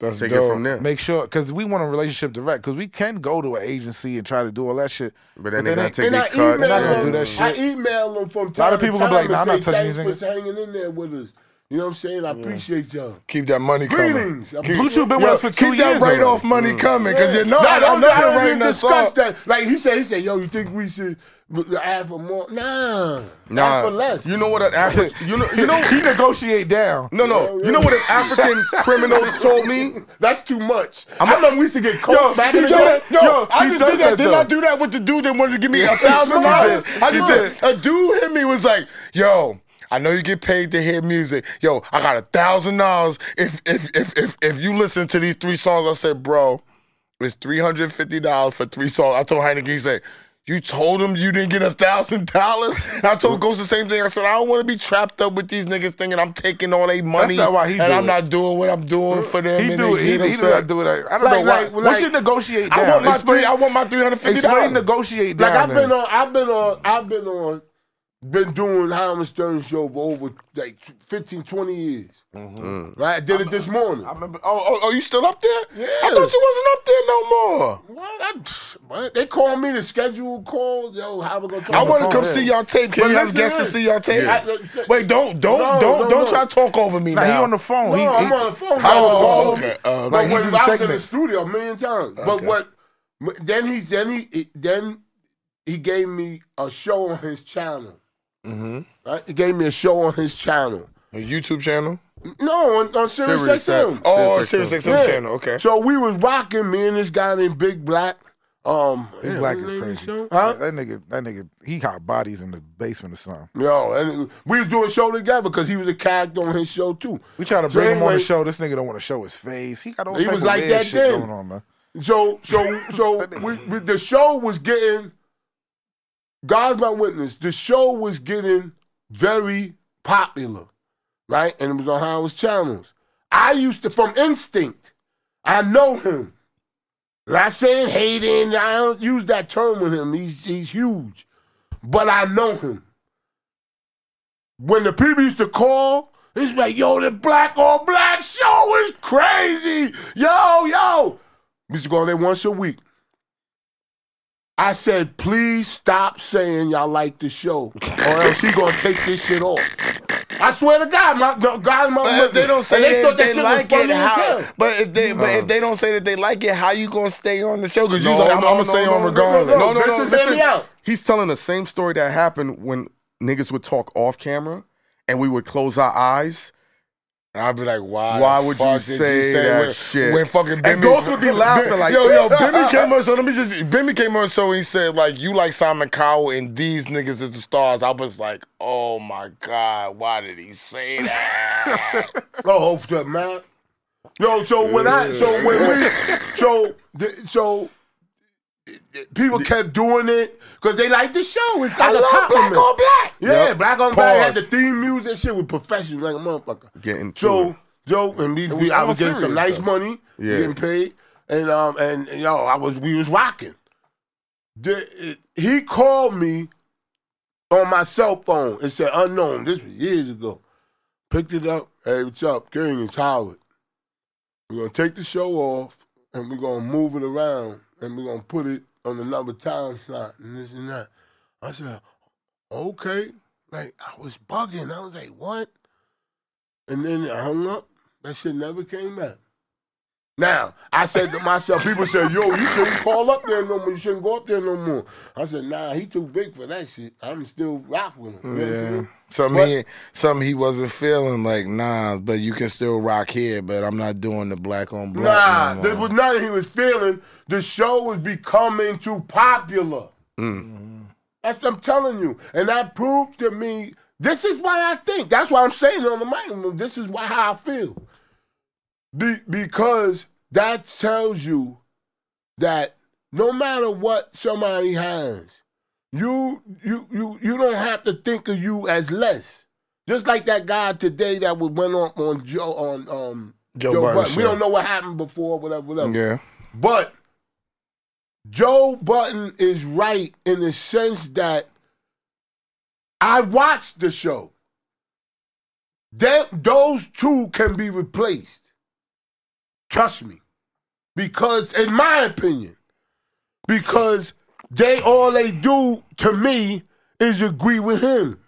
Speaker 4: That's
Speaker 5: take
Speaker 4: dope.
Speaker 5: it from there.
Speaker 3: make sure because we want a relationship direct because we can go to an agency and try to do all that shit.
Speaker 5: But then
Speaker 3: But
Speaker 5: they gotta
Speaker 3: then they-
Speaker 5: take
Speaker 2: And I
Speaker 5: their cut.
Speaker 2: emailed
Speaker 3: They're not gonna
Speaker 2: him.
Speaker 3: do that
Speaker 2: I
Speaker 3: shit.
Speaker 2: emailed them from time
Speaker 3: lot of people
Speaker 2: to
Speaker 3: gonna
Speaker 2: time
Speaker 3: be like, nah, I'm
Speaker 2: to
Speaker 3: not
Speaker 2: say,
Speaker 3: touching
Speaker 2: Thanks
Speaker 3: these
Speaker 2: for hanging in there with us. You know what I'm saying? I appreciate y'all.
Speaker 4: Keep that money coming.
Speaker 2: Greetings.
Speaker 3: Bluetooth been with us for two
Speaker 4: keep that
Speaker 3: years
Speaker 4: right
Speaker 3: already.
Speaker 4: off money
Speaker 5: Mm.
Speaker 4: coming, because you know
Speaker 2: Nah,
Speaker 4: I,
Speaker 2: that
Speaker 4: I
Speaker 2: was-
Speaker 4: know
Speaker 2: I
Speaker 4: they're
Speaker 2: don't
Speaker 4: writing
Speaker 2: even
Speaker 4: that
Speaker 2: discuss
Speaker 4: song.
Speaker 2: that. Like he said, he said, yo, you think we should add for more? Nah. Ask for less.
Speaker 5: You know what an African? You know, you know.
Speaker 3: he negotiate down.
Speaker 5: No, no. You know what an African criminal told me?
Speaker 2: That's too much. i remember we used to get
Speaker 3: Yo,
Speaker 2: caught back in the
Speaker 3: yo,
Speaker 2: day.
Speaker 4: Yo,
Speaker 3: Yo,
Speaker 4: I
Speaker 3: he
Speaker 4: just
Speaker 3: does
Speaker 4: did
Speaker 3: that,
Speaker 4: that. Didn't
Speaker 3: though.
Speaker 4: I do that with the dude that wanted to give me a
Speaker 2: He
Speaker 4: thousand dollars?
Speaker 2: did.
Speaker 4: I
Speaker 2: He
Speaker 4: just did. A dude hit me was like, "Yo, I know you get paid to hear music. Yo, I got a thousand dollars if if if if if you listen to these three songs." I said, "Bro, it's three hundred fifty dollars for three songs." I told Heineken, he said. You told him you didn't get a thousand dollars. I told Ghost the same thing. I said I don't want to be trapped up with these niggas thinking I'm taking all their money
Speaker 3: not why he
Speaker 4: and
Speaker 3: do
Speaker 4: I'm
Speaker 3: it.
Speaker 4: not doing what I'm doing for them.
Speaker 3: He
Speaker 4: and
Speaker 3: do
Speaker 4: they
Speaker 3: it. He,
Speaker 4: get
Speaker 3: he do
Speaker 4: upset.
Speaker 3: not do it. I
Speaker 2: Like-
Speaker 3: don't know why.
Speaker 2: like-
Speaker 3: Once
Speaker 2: like-
Speaker 3: you negotiate down,
Speaker 4: I want my
Speaker 3: explain,
Speaker 4: three. I want my three hundred fifty
Speaker 3: explain
Speaker 4: dollars.
Speaker 3: negotiate down.
Speaker 2: Like I've been
Speaker 3: then.
Speaker 2: on, I've been on, I've been on, been doing Howard Stern show for over like 15, 20 years. Right, I did it this morning.
Speaker 4: I remember. Oh, oh, oh, you still up there? I
Speaker 2: Yeah.
Speaker 4: thought you wasn't up there no more.
Speaker 2: What? I, what? They call me to schedule calls. Yo, how we gonna talk?
Speaker 4: I want to
Speaker 2: about-
Speaker 4: come see y'all tape. Can
Speaker 2: But
Speaker 4: you have
Speaker 2: listen
Speaker 4: guests to
Speaker 2: to
Speaker 4: see y'all tape?
Speaker 2: Yeah. I- uh,
Speaker 4: Wait, don't, don't,
Speaker 2: No,
Speaker 4: don't,
Speaker 2: no,
Speaker 4: don't
Speaker 2: no.
Speaker 4: try to talk over me
Speaker 3: Nah, he
Speaker 4: now.
Speaker 3: on the phone.
Speaker 2: No,
Speaker 3: he,
Speaker 2: I'm
Speaker 3: he-
Speaker 2: on the phone.
Speaker 4: Oh,
Speaker 2: Oh,
Speaker 4: okay. Uh,
Speaker 2: But
Speaker 3: he
Speaker 2: when
Speaker 3: do
Speaker 2: I was in the
Speaker 3: segments.
Speaker 2: studio a million times. But
Speaker 4: Okay.
Speaker 2: what? Then he, then he, then he gave me a show on his channel.
Speaker 4: Mhm.
Speaker 2: Right, he gave me a show on his channel.
Speaker 4: Your YouTube channel.
Speaker 2: No, on, on Sirius,
Speaker 5: Sirius
Speaker 2: XM.
Speaker 5: Oh,
Speaker 4: Oh,
Speaker 5: Sirius
Speaker 4: Sirius
Speaker 2: Yeah.
Speaker 4: XM channel. Okay.
Speaker 2: So we was rocking me and this guy named Big Black. Um,
Speaker 3: Big
Speaker 2: yeah,
Speaker 3: Black
Speaker 2: what
Speaker 3: is
Speaker 2: his name
Speaker 3: crazy.
Speaker 2: show?
Speaker 3: Huh? That nigga, that nigga, he got bodies in the basement or something.
Speaker 2: Yo, and we was doing a show together because he was a character on his show too.
Speaker 3: We try to
Speaker 2: So
Speaker 3: bring him on
Speaker 2: anyway-
Speaker 3: the show. This nigga don't want to show his face. He got all
Speaker 2: He
Speaker 3: type
Speaker 2: was
Speaker 3: of
Speaker 2: like
Speaker 3: weird
Speaker 2: that
Speaker 3: shit
Speaker 2: then.
Speaker 3: going on, man.
Speaker 2: So, so, so we, we, the show was getting. God's my witness. The show was getting very popular, right? And it was on Howard's channels. I used to, from instinct, I know him. Not saying hating. I don't use that term with him. He's he's huge, but I know him. When the people used to call, it's like, yo, the black on black show is crazy. Yo, yo. We used to go on there once a week. I said, please stop saying y'all like the show, or else he gonna take this shit off. I swear to God, my no, God, my
Speaker 4: But if they don't
Speaker 2: witness.
Speaker 4: say
Speaker 2: And
Speaker 4: that
Speaker 2: thought
Speaker 4: they,
Speaker 2: shit was
Speaker 4: like it,
Speaker 2: funny as
Speaker 4: how?
Speaker 2: hell.
Speaker 4: But if they but if they don't say that they like it, how you gonna stay on the show? Because you
Speaker 5: No,
Speaker 4: like,
Speaker 5: no,
Speaker 4: I'm,
Speaker 5: no,
Speaker 4: gonna stay
Speaker 5: no,
Speaker 4: on
Speaker 5: no,
Speaker 4: regardless.
Speaker 5: No, no,
Speaker 2: Listen,
Speaker 5: no.
Speaker 2: hear me out.
Speaker 5: He's telling the same story that happened when niggas would talk off camera and we would close our eyes.
Speaker 4: I'd be like, why?
Speaker 5: Why
Speaker 4: the
Speaker 5: would
Speaker 4: fuck
Speaker 5: you
Speaker 4: did
Speaker 5: say
Speaker 4: say
Speaker 5: that
Speaker 4: when,
Speaker 5: shit?
Speaker 4: When fucking
Speaker 5: And
Speaker 4: Bimmy,
Speaker 5: Ghost would be laughing like,
Speaker 4: yo, yo, Bimmy came on. So let me just, Bimmy came on. So he said like, you like Simon Cowell and these niggas is the stars. I was like, oh my god, why did he say that?
Speaker 2: Oh, off the man. Yo, so when I so when we so the, so people kept doing it because they like the show. It's
Speaker 4: I
Speaker 2: like a
Speaker 4: love
Speaker 2: compliment.
Speaker 4: black on black.
Speaker 2: Yeah,
Speaker 5: Yep.
Speaker 2: black on black had the
Speaker 5: Pause.
Speaker 2: theme music. That shit was professional like a motherfucker.
Speaker 5: Getting to
Speaker 2: so
Speaker 5: it.
Speaker 2: yo and we, we I
Speaker 5: all
Speaker 2: was getting some
Speaker 5: serious,
Speaker 2: nice
Speaker 5: though.
Speaker 2: money,
Speaker 5: Yeah.
Speaker 2: getting paid, and um and, and, yo I was we was rocking. The, it, he called me on my cell phone. It said unknown. This was years ago. Picked it up. Hey, what's up, King? It's Howard. We're gonna take the show off and we're gonna move it around and we're gonna put it on another time slot and this and that. I said, okay. Like I was bugging. I was like, what? And then I hung up. That shit never came back. Now, I said to myself, people said, yo, you shouldn't call up there no more. You shouldn't go up there no more. I said, nah, he too big for that shit. I'm still rock with him. You know what I'm
Speaker 4: Yeah.
Speaker 2: saying?
Speaker 4: Something
Speaker 2: But-
Speaker 4: he, something he wasn't feeling like, nah, but you can still rock here, but I'm not doing the black on black.
Speaker 2: Nah,
Speaker 4: no
Speaker 2: there
Speaker 4: more.
Speaker 2: was nothing he was feeling. The show was becoming too popular. Mm-hmm. That's what I'm telling you. And that proved to me, this is why I think. That's why I'm saying it on the mic. This is why how I feel. Be- because that tells you that no matter what somebody has, you you you you don't have to think of you as less. Just like that guy today that was went on on Joe on um
Speaker 4: Joe
Speaker 2: Joe
Speaker 4: Budden
Speaker 2: Budden. We
Speaker 4: show.
Speaker 2: don't know what happened before, whatever, whatever.
Speaker 4: Yeah.
Speaker 2: But Joe Button is right in the sense that I watched the show. That those two can be replaced. Trust me. Because in my opinion, because they all they do to me is agree with him.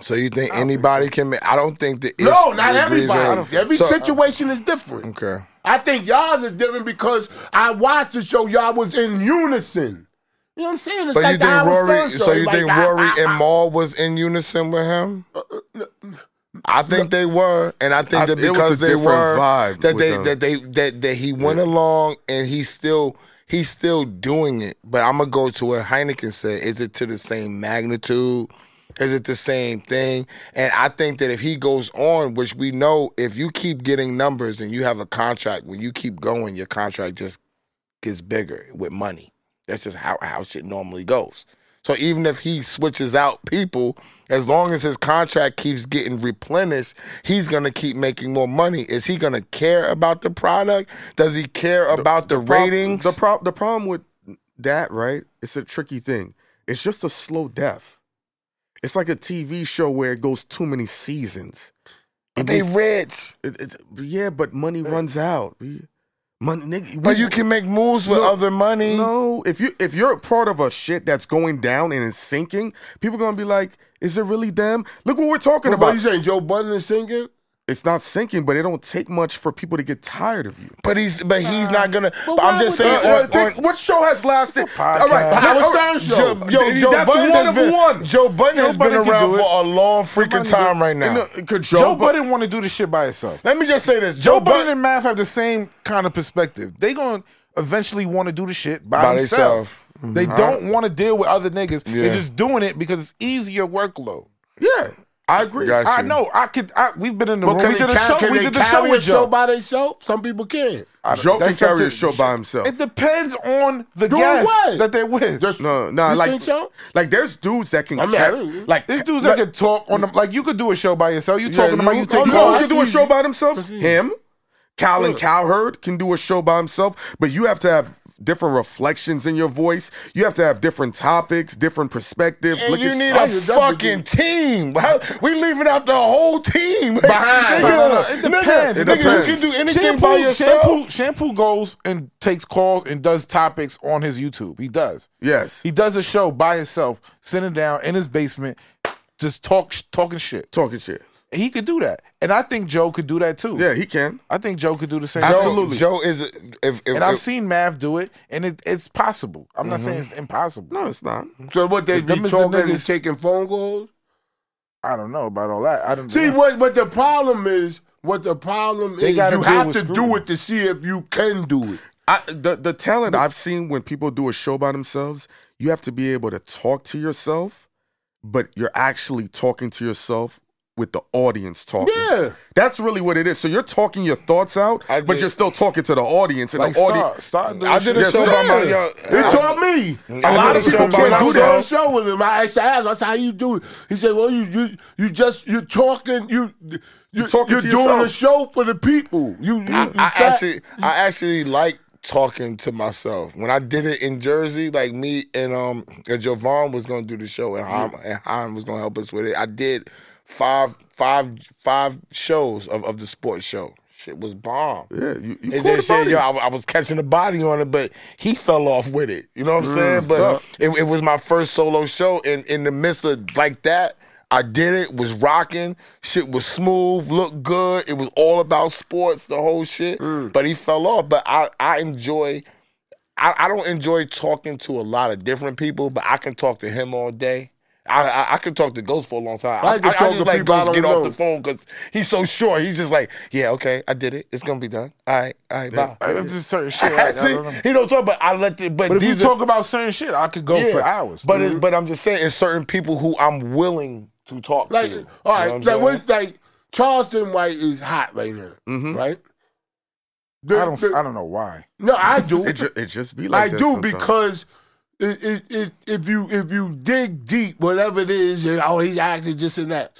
Speaker 4: So you think anybody can make? I don't think the
Speaker 2: no, not
Speaker 4: issue- the reason-
Speaker 2: everybody. Every
Speaker 4: So- uh,
Speaker 2: situation is different.
Speaker 4: Okay.
Speaker 2: I think y'all's is different because I watched the show. Y'all was in unison. You know what I'm saying? It's
Speaker 4: So
Speaker 2: like
Speaker 4: you
Speaker 2: the
Speaker 4: think
Speaker 2: Howard
Speaker 4: Rory?
Speaker 2: Stern
Speaker 4: So
Speaker 2: show.
Speaker 4: you
Speaker 2: Like,
Speaker 4: think
Speaker 2: I-
Speaker 4: Rory
Speaker 2: I-
Speaker 4: and
Speaker 2: I-
Speaker 4: Maul was in unison with him? I think they were, and uh, I think
Speaker 5: I-
Speaker 4: that
Speaker 5: it was a
Speaker 4: because they
Speaker 5: different
Speaker 4: were,
Speaker 5: vibe
Speaker 4: that
Speaker 5: with
Speaker 4: they
Speaker 5: them.
Speaker 4: that they that that he went along, and he's still he's still doing it. But I'm gonna go to what Heineken said: Is it to the same magnitude? Is it the same thing? And I think that if he goes on, which we know, if you keep getting numbers and you have a contract, when you keep going, your contract just gets bigger with money. That's just how, how shit normally goes. So even if he switches out people, as long as his contract keeps getting replenished, he's gonna keep making more money. Is he gonna care about the product? Does he care about the,
Speaker 5: prob-
Speaker 4: ratings?
Speaker 5: The prob- the problem with that, right? It's a tricky thing. It's just a slow death. It's like a TV show where it goes too many seasons. It
Speaker 4: they
Speaker 5: gets-
Speaker 4: rich,
Speaker 5: it- it- yeah, but money runs out. We- Money, nigga,
Speaker 4: but
Speaker 5: we-
Speaker 4: you can make moves with
Speaker 5: No,
Speaker 4: other money.
Speaker 5: No, if you if you're a part of a shit that's going down and is sinking, people gonna be like, "Is it really them?" Look what we're talking
Speaker 2: What
Speaker 5: about.
Speaker 2: you saying? Joe Budden is singing?
Speaker 5: it's not sinking, but it don't take much for people to get tired of you.
Speaker 4: But he's but he's not gonna.
Speaker 1: but
Speaker 4: but I'm
Speaker 1: why
Speaker 4: just
Speaker 1: would
Speaker 4: saying.
Speaker 1: they-
Speaker 4: on-
Speaker 5: Uh, think-
Speaker 4: on-
Speaker 5: what show has lasted? All
Speaker 3: The
Speaker 5: right,
Speaker 2: Howard
Speaker 5: all right.
Speaker 2: Stern show.
Speaker 4: Joe, yo, Joe
Speaker 5: That's
Speaker 4: Budden
Speaker 5: one
Speaker 4: has
Speaker 5: of
Speaker 4: been,
Speaker 5: one.
Speaker 4: Joe Budden has
Speaker 5: Nobody
Speaker 4: been
Speaker 5: can
Speaker 4: around
Speaker 5: do it.
Speaker 4: for a long freaking time right now.
Speaker 5: You know,
Speaker 3: Joe,
Speaker 5: Joe, Budden.
Speaker 3: Budden want to do this shit by himself.
Speaker 4: Let me just say this.
Speaker 3: Joe
Speaker 4: Joe
Speaker 3: Budden
Speaker 4: Budden
Speaker 3: and Math have the same kind of perspective. They gonna eventually want to do the shit by,
Speaker 4: By
Speaker 3: themselves.
Speaker 4: themselves.
Speaker 2: Mm-hmm.
Speaker 3: They don't want to deal with other niggas. They're
Speaker 4: Yeah.
Speaker 3: just doing it because it's easier workload.
Speaker 5: Yeah, I agree.
Speaker 4: Got
Speaker 3: I
Speaker 4: you.
Speaker 3: know. I could. I, we've been in the room.
Speaker 2: can
Speaker 3: We did
Speaker 2: they
Speaker 3: a
Speaker 2: ca-
Speaker 3: show.
Speaker 2: can
Speaker 3: We
Speaker 2: they
Speaker 3: did a show
Speaker 2: carry a
Speaker 3: with
Speaker 2: show
Speaker 3: Joe.
Speaker 2: by themselves? Some people can't.
Speaker 3: I-
Speaker 5: Joe can
Speaker 3: that's up
Speaker 5: carry
Speaker 3: to-
Speaker 5: the show by himself.
Speaker 3: It depends on the
Speaker 2: Doing
Speaker 3: guest
Speaker 2: what?
Speaker 3: that they're with.
Speaker 2: Just-
Speaker 5: No, no,
Speaker 2: You
Speaker 5: like,
Speaker 2: think so?
Speaker 5: like there's dudes that can,
Speaker 2: I'm not-
Speaker 5: cap- like
Speaker 3: These dudes that can talk on them, like you could do a show by yourself. You talking about you take
Speaker 5: you
Speaker 2: calls.
Speaker 5: know who can do a
Speaker 2: That's
Speaker 5: show
Speaker 2: easy.
Speaker 5: by themselves? Him, Colin Cowherd can do a show by himself, but you have to have different reflections in your voice. You have to have different topics, different perspectives.
Speaker 4: and
Speaker 5: Look
Speaker 4: you
Speaker 5: at-
Speaker 4: need
Speaker 2: I
Speaker 4: a
Speaker 2: just- that's what
Speaker 4: fucking team. How- we leaving out the whole team
Speaker 2: Behind.
Speaker 3: No,
Speaker 4: Nigga,
Speaker 3: no, no, it
Speaker 4: nigga,
Speaker 3: depends. It
Speaker 4: nigga,
Speaker 5: depends.
Speaker 4: you can do anything
Speaker 3: shampoo,
Speaker 4: by yourself.
Speaker 3: Shampoo, shampoo goes and takes calls and does topics on his YouTube. He does.
Speaker 5: yes,
Speaker 3: He does a show by himself, sitting down in his basement, just talk talking shit.
Speaker 5: talking shit.
Speaker 3: He could do that, and I think Joe could do that too.
Speaker 5: Yeah, he can.
Speaker 3: I think Joe could do the same.
Speaker 4: Joe,
Speaker 3: thing.
Speaker 5: Absolutely.
Speaker 4: Joe is if, if,
Speaker 3: And I've
Speaker 4: if-
Speaker 3: seen Mav do it, and it, it's possible. I'm not saying it's impossible.
Speaker 5: No, it's not.
Speaker 2: So what they
Speaker 3: Them
Speaker 2: be
Speaker 3: is the
Speaker 2: talking and
Speaker 3: niggas-
Speaker 2: taking phone calls?
Speaker 3: I don't know about all that. I don't
Speaker 2: See what what the problem is. What the problem
Speaker 3: They
Speaker 2: is,
Speaker 3: gotta
Speaker 2: you
Speaker 3: deal
Speaker 2: have
Speaker 3: with
Speaker 2: to do
Speaker 3: scrutiny.
Speaker 2: it to see if you can do it.
Speaker 5: I, the the talent I've seen when people do a show by themselves, you have to be able to talk to yourself, but you're actually talking to yourself with the audience talking.
Speaker 2: Yeah.
Speaker 5: that's really what it is. So you're talking your thoughts out,
Speaker 4: I
Speaker 5: but
Speaker 4: did-
Speaker 5: you're still talking to the audience. And
Speaker 3: like
Speaker 5: the
Speaker 3: start,
Speaker 5: audience,
Speaker 3: start doing
Speaker 4: I did a
Speaker 5: Yeah,
Speaker 4: show by
Speaker 5: yeah.
Speaker 4: my yo.
Speaker 2: He taught me. A lot of
Speaker 5: did a
Speaker 2: people
Speaker 5: show by
Speaker 2: can't do that. I
Speaker 5: myself.
Speaker 2: show with him. I asked, I asked him, I said, "How you do it?" He said, "Well, you you you just you're talking. You you you're,
Speaker 5: talking to
Speaker 2: doing
Speaker 5: yourself.
Speaker 2: a show for the people. You you,
Speaker 4: I,
Speaker 2: you
Speaker 4: I
Speaker 2: start-
Speaker 4: actually, I actually like talking to myself. When I did it in Jersey, like me and um, and Javon was gonna do the show, and Han, and Han was gonna help us with it. I did five, five, five shows of, of the sports show. Shit was bomb.
Speaker 5: yeah, you, you
Speaker 4: And
Speaker 5: caught
Speaker 4: then
Speaker 5: the
Speaker 4: said,
Speaker 5: body.
Speaker 4: yo, I, I was catching the body on it, but he fell off with it. You know what I'm saying? But
Speaker 5: tough.
Speaker 4: it, it was my first solo show, and in the midst of like that, I did it, was rocking, shit was smooth, looked good. It was all about sports, the whole shit. But he fell off. But I, I enjoy, I, I don't enjoy talking to a lot of different people, but I can talk to him all day. I, I, I could talk to Ghost for a long time.
Speaker 2: I
Speaker 4: I,
Speaker 2: can
Speaker 4: I, I
Speaker 2: talk to
Speaker 4: just like
Speaker 2: people I
Speaker 4: Ghost
Speaker 2: don't
Speaker 4: get off
Speaker 2: know.
Speaker 4: the phone because he's so short. He's just like, yeah, okay, I did it. It's gonna be done. All right, all right, bye.
Speaker 3: That's just certain shit. I, I
Speaker 4: I see,
Speaker 3: don't know.
Speaker 4: he don't talk, but I let the but,
Speaker 3: But if you
Speaker 4: these are-
Speaker 3: talk about certain shit, I could go
Speaker 4: yeah,
Speaker 3: for hours. Mm-hmm.
Speaker 4: But
Speaker 2: Mm-hmm.
Speaker 4: it, but I'm just saying, it's certain people who I'm willing to talk
Speaker 2: like
Speaker 4: to.
Speaker 2: all right,
Speaker 4: You know what I'm
Speaker 2: like
Speaker 4: saying? Mm-hmm.
Speaker 2: what, like Charleston White is hot right now, right? The-
Speaker 3: I don't.
Speaker 2: the-
Speaker 3: I don't know why.
Speaker 2: no, I do.
Speaker 5: It, ju- it just be
Speaker 2: I
Speaker 5: like that
Speaker 2: do
Speaker 5: sometimes.
Speaker 2: because it, it, it, if you if you dig deep, whatever it is, and, oh, he's acting this and that.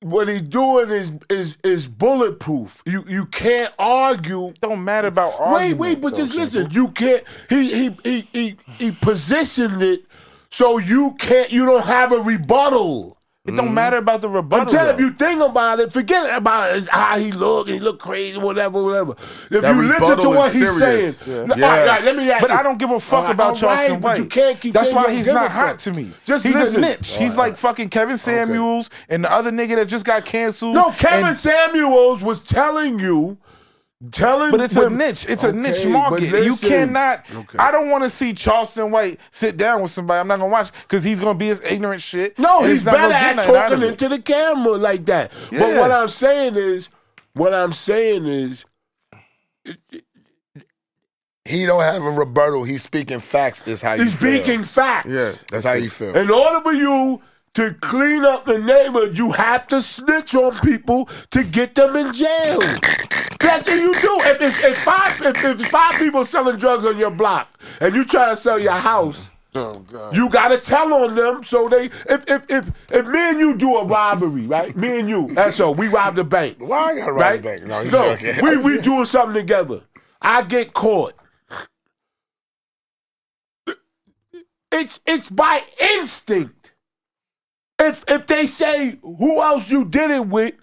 Speaker 2: What he's doing is is is bulletproof. You you can't argue.
Speaker 3: Don't matter about
Speaker 2: Wait,
Speaker 3: argument.
Speaker 2: wait, but
Speaker 3: though,
Speaker 2: just
Speaker 3: Shannon.
Speaker 2: listen. You can't. He he he he he positioned it so you can't. You don't have a rebuttal.
Speaker 3: It don't matter about the rebuttal.
Speaker 2: Mm-hmm. I'm telling
Speaker 3: though.
Speaker 2: you, think about it. Forget about it. It's how he look. He look crazy. Whatever, whatever. If
Speaker 5: That
Speaker 2: you listen to
Speaker 5: rebuttal
Speaker 2: what
Speaker 5: is
Speaker 2: he's
Speaker 5: serious.
Speaker 2: saying,
Speaker 5: Yeah.
Speaker 2: No, all right, all right,
Speaker 5: Yes.
Speaker 2: let me. ask
Speaker 3: But
Speaker 2: you.
Speaker 3: I don't give a fuck
Speaker 2: All right,
Speaker 3: about
Speaker 2: all right,
Speaker 3: Charleston
Speaker 2: but
Speaker 3: White.
Speaker 2: you can't keep
Speaker 3: That's
Speaker 2: saying you
Speaker 3: why
Speaker 2: don't
Speaker 3: he's
Speaker 2: give a
Speaker 3: not hot
Speaker 2: fuck.
Speaker 3: to me.
Speaker 2: Just
Speaker 3: he's
Speaker 2: listen.
Speaker 3: a niche. he's like fucking Kevin Samuels and the other nigga that just got canceled.
Speaker 2: No, Kevin
Speaker 3: and-
Speaker 2: Samuels was telling you, telling.
Speaker 3: But it's
Speaker 2: women-
Speaker 3: a niche. It's a
Speaker 2: Okay,
Speaker 3: niche
Speaker 2: but
Speaker 3: market. You
Speaker 2: listen.
Speaker 3: cannot.
Speaker 2: Okay.
Speaker 3: I don't want to see Charleston White sit down with somebody. I'm not gonna watch because he's gonna be his ignorant shit.
Speaker 2: No,
Speaker 3: and
Speaker 2: he's
Speaker 3: not gonna
Speaker 2: better
Speaker 3: get
Speaker 2: at
Speaker 3: nothing out of
Speaker 2: talking
Speaker 3: it.
Speaker 2: into the camera like that. But
Speaker 3: Yeah.
Speaker 2: what I'm saying is, what I'm saying is,
Speaker 4: he don't have a rebuttal. He's speaking facts. Is how you
Speaker 2: he's
Speaker 4: feel.
Speaker 2: speaking facts.
Speaker 5: Yeah,
Speaker 4: That's
Speaker 5: that's
Speaker 4: how
Speaker 5: it.
Speaker 4: you feel.
Speaker 2: In order for you to clean up the neighborhood, you have to snitch on people to get them in jail. That's what you do. If it's if five if, if five people selling drugs on your block and you try to sell your house, you gotta tell on them so they if if if if me and you do a robbery, right? Me and you, that's all. We robbed a bank
Speaker 4: Why I got
Speaker 2: right?
Speaker 4: right back? No, he's
Speaker 2: no
Speaker 4: joking.
Speaker 2: we we doing something together. I get caught. It's it's by instinct. If if they say who else you did it with,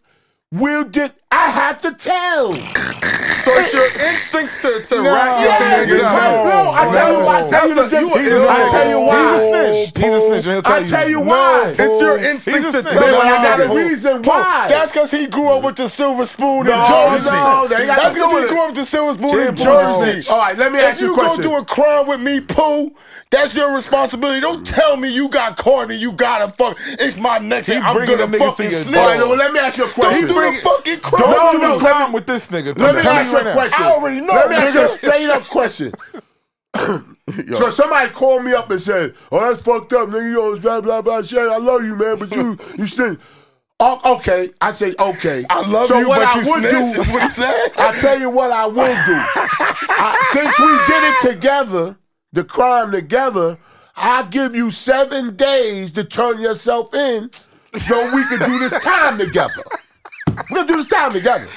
Speaker 2: we'll did I have to tell.
Speaker 5: So it's your instincts to, to rat your
Speaker 2: Yeah,
Speaker 5: niggas out.
Speaker 2: no, I tell you, I tell you,
Speaker 5: That's a-
Speaker 2: the-
Speaker 5: you a-
Speaker 2: he's
Speaker 5: he's a
Speaker 2: I
Speaker 5: snitch.
Speaker 2: tell you
Speaker 5: He's a
Speaker 2: why.
Speaker 5: snitch.
Speaker 4: He's a snitch. He'll tell
Speaker 2: I
Speaker 4: you.
Speaker 2: tell you
Speaker 5: No,
Speaker 2: why.
Speaker 5: It's your
Speaker 2: He's
Speaker 5: instinct
Speaker 2: a
Speaker 5: to
Speaker 2: snitch.
Speaker 5: tell
Speaker 2: But
Speaker 5: them.
Speaker 2: I got a
Speaker 5: Pull.
Speaker 2: reason
Speaker 4: Pull.
Speaker 2: why.
Speaker 4: That's because he grew up with the silver spoon in
Speaker 2: No,
Speaker 4: Jersey.
Speaker 2: no, they got
Speaker 4: That's
Speaker 2: to
Speaker 4: because
Speaker 2: do
Speaker 4: he
Speaker 2: it.
Speaker 4: grew up with the silver spoon in
Speaker 2: Keep going.
Speaker 4: Jersey.
Speaker 2: All right, let me ask
Speaker 4: if
Speaker 2: you a
Speaker 4: you
Speaker 2: question.
Speaker 4: go do a crime with me, poo, that's your responsibility. Don't tell me you got caught and you gotta fuck. It's my next thing. I'm
Speaker 5: bringing
Speaker 4: gonna
Speaker 5: the niggas to
Speaker 4: fucking
Speaker 5: your
Speaker 4: snitch.
Speaker 2: All right, well, let me ask you a
Speaker 4: Don't
Speaker 2: question.
Speaker 4: do the fucking crime.
Speaker 2: Don't
Speaker 5: Don't
Speaker 2: do
Speaker 5: do
Speaker 2: no
Speaker 5: a crime with this nigga.
Speaker 2: Let me
Speaker 5: I'm telling you
Speaker 2: ask you
Speaker 5: right
Speaker 2: a
Speaker 5: now.
Speaker 2: question.
Speaker 4: I already know,
Speaker 2: Let me ask you a
Speaker 4: nigga.
Speaker 2: straight up question. So somebody called me up and said, "Oh, that's fucked up, nigga. You always blah blah blah shit. I love you, man, but you you stink." Oh, okay, I say okay.
Speaker 4: I love
Speaker 2: so
Speaker 4: you,
Speaker 2: what
Speaker 4: but
Speaker 2: I
Speaker 4: you
Speaker 2: would
Speaker 4: snitch.
Speaker 2: do-
Speaker 4: Is what he said.
Speaker 2: I tell you what I will do. I- since we did it together, the crime together, I give you seven days to turn yourself in, so we can do this time together. We're gonna do this time together.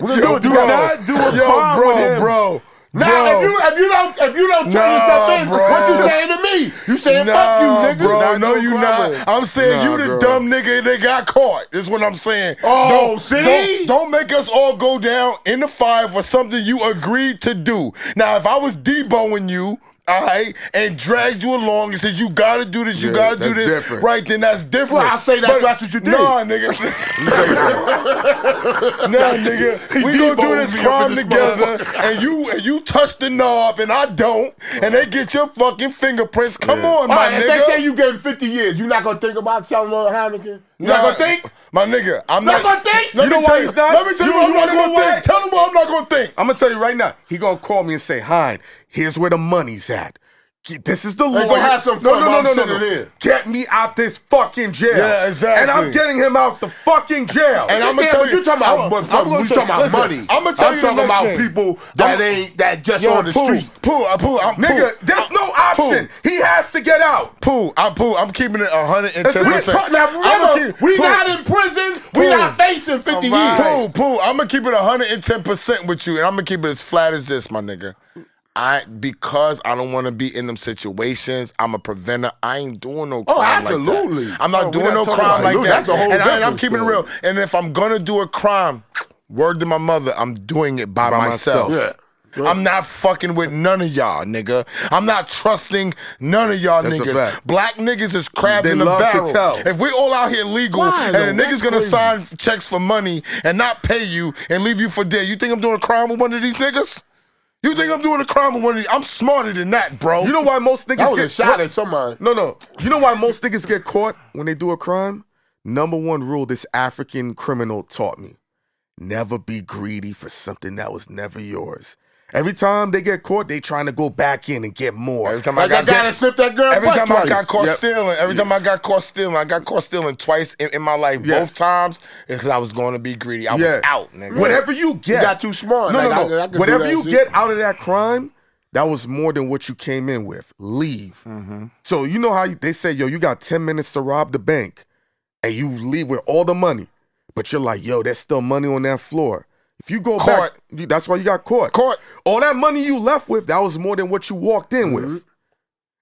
Speaker 2: We're gonna do it
Speaker 4: bro.
Speaker 2: together.
Speaker 5: do a
Speaker 4: Yo,
Speaker 5: crime
Speaker 4: bro,
Speaker 5: with him.
Speaker 4: bro.
Speaker 2: Now,
Speaker 4: bro.
Speaker 2: if you if you don't if you don't turn
Speaker 4: Nah,
Speaker 2: yourself in, what
Speaker 4: bro.
Speaker 2: you saying to me? You saying
Speaker 4: Nah,
Speaker 2: fuck you, nigga?
Speaker 4: bro.
Speaker 5: Not
Speaker 4: no,
Speaker 5: no
Speaker 4: you
Speaker 5: crime
Speaker 4: not.
Speaker 5: with it.
Speaker 4: I'm saying
Speaker 5: Nah,
Speaker 4: you the
Speaker 5: bro.
Speaker 4: dumb nigga that got caught. Is what I'm saying.
Speaker 2: Oh,
Speaker 4: don't,
Speaker 2: see?
Speaker 4: Don't, don't make us all go down in the fire for something you agreed to do. Now, if I was deboing you. All right, and dragged you along and said you gotta do this, you
Speaker 5: Yeah,
Speaker 4: gotta do
Speaker 5: that's
Speaker 4: this,
Speaker 5: different.
Speaker 4: right? Then that's different.
Speaker 2: Well, I say that's-
Speaker 4: But-
Speaker 2: that's what you did.
Speaker 4: Nah, nigga. Nah, nigga, we gonna do
Speaker 2: deboed
Speaker 4: this
Speaker 2: me up
Speaker 4: crime
Speaker 2: in this
Speaker 4: together, and you and you touch the knob, and I don't, and they get your fucking fingerprints. Come on,
Speaker 2: All
Speaker 4: my
Speaker 2: right, if they
Speaker 4: nigga.
Speaker 2: say you getting 50 years, you not gonna think about selling on Heineken? You
Speaker 4: Nah,
Speaker 2: not gonna think?
Speaker 4: my nigga. I'm
Speaker 2: Not
Speaker 4: not,
Speaker 2: gonna think?
Speaker 4: Let
Speaker 5: You
Speaker 4: me
Speaker 5: know
Speaker 4: tell
Speaker 5: why
Speaker 4: you.
Speaker 5: he's not?
Speaker 4: Let me tell you,
Speaker 5: You-
Speaker 4: what I'm
Speaker 5: you
Speaker 4: not
Speaker 5: wanna
Speaker 4: gonna
Speaker 5: know why?
Speaker 4: think. Tell him what I'm not gonna think.
Speaker 5: I'm gonna tell you right now. He gonna call me and say, "Hein, here's where the money's at. Get- This is the lawyer.
Speaker 2: gonna have some fun
Speaker 5: no, no,
Speaker 2: while
Speaker 5: no,
Speaker 2: I'm
Speaker 5: no,
Speaker 2: sitting
Speaker 5: no,
Speaker 2: here.
Speaker 5: Get me out this fucking jail.
Speaker 4: Yeah, exactly.
Speaker 5: And I'm getting him out the fucking jail.
Speaker 4: And I'm
Speaker 2: Yeah,
Speaker 4: gonna tell
Speaker 2: but you talking about, but we talking about money.
Speaker 4: I'm gonna tell you.
Speaker 2: talking about
Speaker 4: people
Speaker 2: people that
Speaker 4: I'm-
Speaker 2: ain't that just on the
Speaker 4: poo,
Speaker 2: street.
Speaker 4: Poo, I poo, uh, I'm
Speaker 5: nigga,
Speaker 4: poo.
Speaker 5: there's no
Speaker 2: uh,
Speaker 5: option. He has to get out.
Speaker 4: Poo, I poo. I'm keeping it
Speaker 2: So
Speaker 4: 110.
Speaker 2: we talk, now
Speaker 4: I'ma
Speaker 2: remember,
Speaker 4: keep-
Speaker 2: we
Speaker 4: poo.
Speaker 2: not in prison. We
Speaker 4: Boom.
Speaker 2: not facing 50
Speaker 5: All right.
Speaker 2: years.
Speaker 4: Pooh, Pooh, I'm gonna keep it 110 percent with you, and I'm gonna keep it as flat as this, my nigga. I because I don't want to be in them situations. I'm a preventer. I ain't doing no crime
Speaker 2: absolutely.
Speaker 4: like that. I'm not
Speaker 5: Oh, we're
Speaker 4: doing
Speaker 5: not
Speaker 4: no
Speaker 5: talking
Speaker 4: crime
Speaker 5: about-
Speaker 4: like
Speaker 5: Look,
Speaker 4: that.
Speaker 2: that's a whole
Speaker 4: and, I, am
Speaker 2: different
Speaker 4: keeping it
Speaker 2: story.
Speaker 4: real. And if I'm gonna do a crime, word to my mother, I'm doing it by,
Speaker 5: By
Speaker 4: myself.
Speaker 5: myself.
Speaker 4: I'm not fucking with none of y'all, nigga. I'm not trusting none of y'all
Speaker 5: That's a
Speaker 4: niggas.
Speaker 5: fact.
Speaker 4: Black niggas is crabs
Speaker 5: They
Speaker 4: in the
Speaker 5: love to
Speaker 4: barrel.
Speaker 5: tell.
Speaker 4: If we all out here legal
Speaker 5: Why,
Speaker 4: and the
Speaker 5: though?
Speaker 4: niggas
Speaker 5: That's
Speaker 4: gonna
Speaker 5: crazy.
Speaker 4: sign checks for money and not pay you and leave you for dead, you think I'm doing a crime with one of these niggas? You think I'm doing a crime with one of these? I'm smarter than that, bro.
Speaker 5: You know why most niggas
Speaker 2: That was
Speaker 5: get
Speaker 2: a shot at somebody.
Speaker 5: No, no. You know why most niggas get caught when they do a crime? Number one rule this African criminal taught me never be greedy for something that was never yours. Every time they get caught, they trying to go back in and get more.
Speaker 4: every time I
Speaker 2: Like
Speaker 4: got
Speaker 2: that guy that slipped that girl
Speaker 4: every
Speaker 2: butt
Speaker 4: time I
Speaker 2: twice.
Speaker 4: got caught
Speaker 5: Yep.
Speaker 4: stealing, every time I got caught stealing, I got caught stealing twice in, in my life.
Speaker 5: Yes.
Speaker 4: Both times because I was going to be greedy. I
Speaker 5: Yeah.
Speaker 4: was out, nigga.
Speaker 5: Whatever you get,
Speaker 2: got too smart.
Speaker 5: No,
Speaker 2: Like, I-
Speaker 5: no, no.
Speaker 2: I could do
Speaker 5: Whatever
Speaker 2: that
Speaker 5: you
Speaker 2: shit.
Speaker 5: get out of that crime, that was more than what you came in with. Leave.
Speaker 2: Mm-hmm.
Speaker 5: So you know how you- they say, yo, you got ten minutes to rob the bank, and you leave with all the money, but you're like, yo, there's still money on that floor. If you go
Speaker 4: Caught.
Speaker 5: back, you- that's why you got caught.
Speaker 4: Caught.
Speaker 5: All that money you left with, that was more than what you walked in
Speaker 2: Mm-hmm.
Speaker 5: with.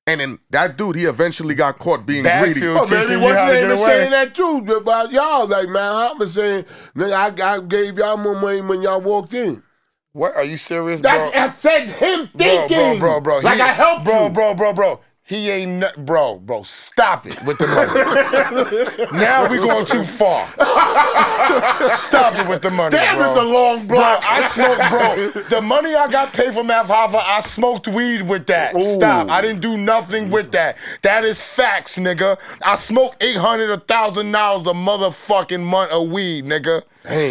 Speaker 5: And then that dude, he eventually got caught being greedy.
Speaker 4: Badfield.
Speaker 2: Oh,
Speaker 4: teaching
Speaker 2: baby,
Speaker 4: you
Speaker 2: what's
Speaker 4: how to
Speaker 2: your name
Speaker 4: get
Speaker 2: is
Speaker 4: away.
Speaker 2: saying that too about y'all? Like, man, I was saying, nigga, I, I gave y'all more money when y'all walked in.
Speaker 4: What are you serious, bro?
Speaker 2: That's I said him thinking,
Speaker 4: Bro, bro, bro. bro.
Speaker 2: Like
Speaker 4: He-
Speaker 2: I helped
Speaker 4: bro,
Speaker 2: you.
Speaker 4: bro, bro, bro. He ain't nut, bro, bro. Stop it with the money. now we going too far. Stop it with the money,
Speaker 2: Damn,
Speaker 4: bro.
Speaker 2: it's a long
Speaker 4: Bro,
Speaker 2: block.
Speaker 4: I smoked, bro. The money I got paid from Math Hava, I smoked weed with that. Stop. I didn't do nothing with that. That is facts, nigga. I smoked eight hundred, a thousand dollars a motherfucking month of weed, nigga.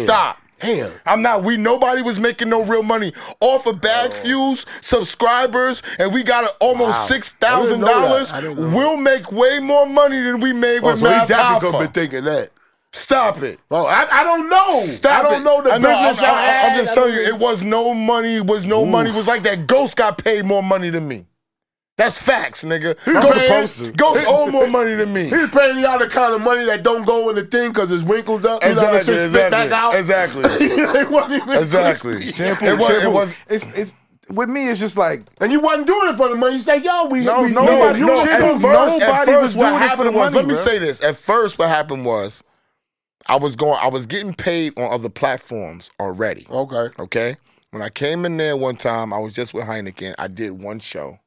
Speaker 4: Stop.
Speaker 2: Damn.
Speaker 4: I'm not. We nobody was making no real money off of
Speaker 2: Oh.
Speaker 4: bag views, subscribers, and we got a, almost six thousand dollars.
Speaker 2: I didn't know that.
Speaker 4: We'll make way more money than we made
Speaker 2: Oh,
Speaker 4: with
Speaker 2: so he
Speaker 4: Math
Speaker 2: definitely gonna
Speaker 4: Alpha.
Speaker 2: be thinking that.
Speaker 4: Stop it.
Speaker 2: Oh, I, I don't know.
Speaker 4: Stop
Speaker 2: I don't
Speaker 4: it.
Speaker 2: know the
Speaker 4: I know,
Speaker 2: business
Speaker 4: I'm,
Speaker 2: y'all
Speaker 4: I'm-
Speaker 2: had.
Speaker 4: I'm just
Speaker 2: I
Speaker 4: telling you,
Speaker 2: don't
Speaker 4: it was no money. Was no money. Was like that. Ghost got paid more money than me. That's facts, nigga. Ghost,
Speaker 2: supposed to.
Speaker 4: Ghost owe more money than me.
Speaker 2: He's paying y'all the kind of money that don't go in the thing because it's wrinkled up. You know, that shit spit back out.
Speaker 4: Exactly.
Speaker 2: It wasn't even-
Speaker 4: Exactly.
Speaker 3: Shampoo,
Speaker 4: It was- it
Speaker 3: shampoo.
Speaker 4: was-
Speaker 3: It's it's with me. It's just like
Speaker 2: And you wasn't doing it for the money. You say, yo, we
Speaker 3: No,
Speaker 2: we,
Speaker 3: no,
Speaker 2: nobody,
Speaker 3: no,
Speaker 2: you
Speaker 3: at
Speaker 2: don't-
Speaker 3: first- nobody was
Speaker 4: what
Speaker 3: doing it for
Speaker 4: happened
Speaker 3: the
Speaker 4: was,
Speaker 3: money,
Speaker 4: Let me
Speaker 3: bro.
Speaker 4: say this. At first, what happened was, I was going, I was getting paid on other platforms already.
Speaker 2: Okay.
Speaker 4: Okay, When I came in there one time, I was just with Heineken. I did one show.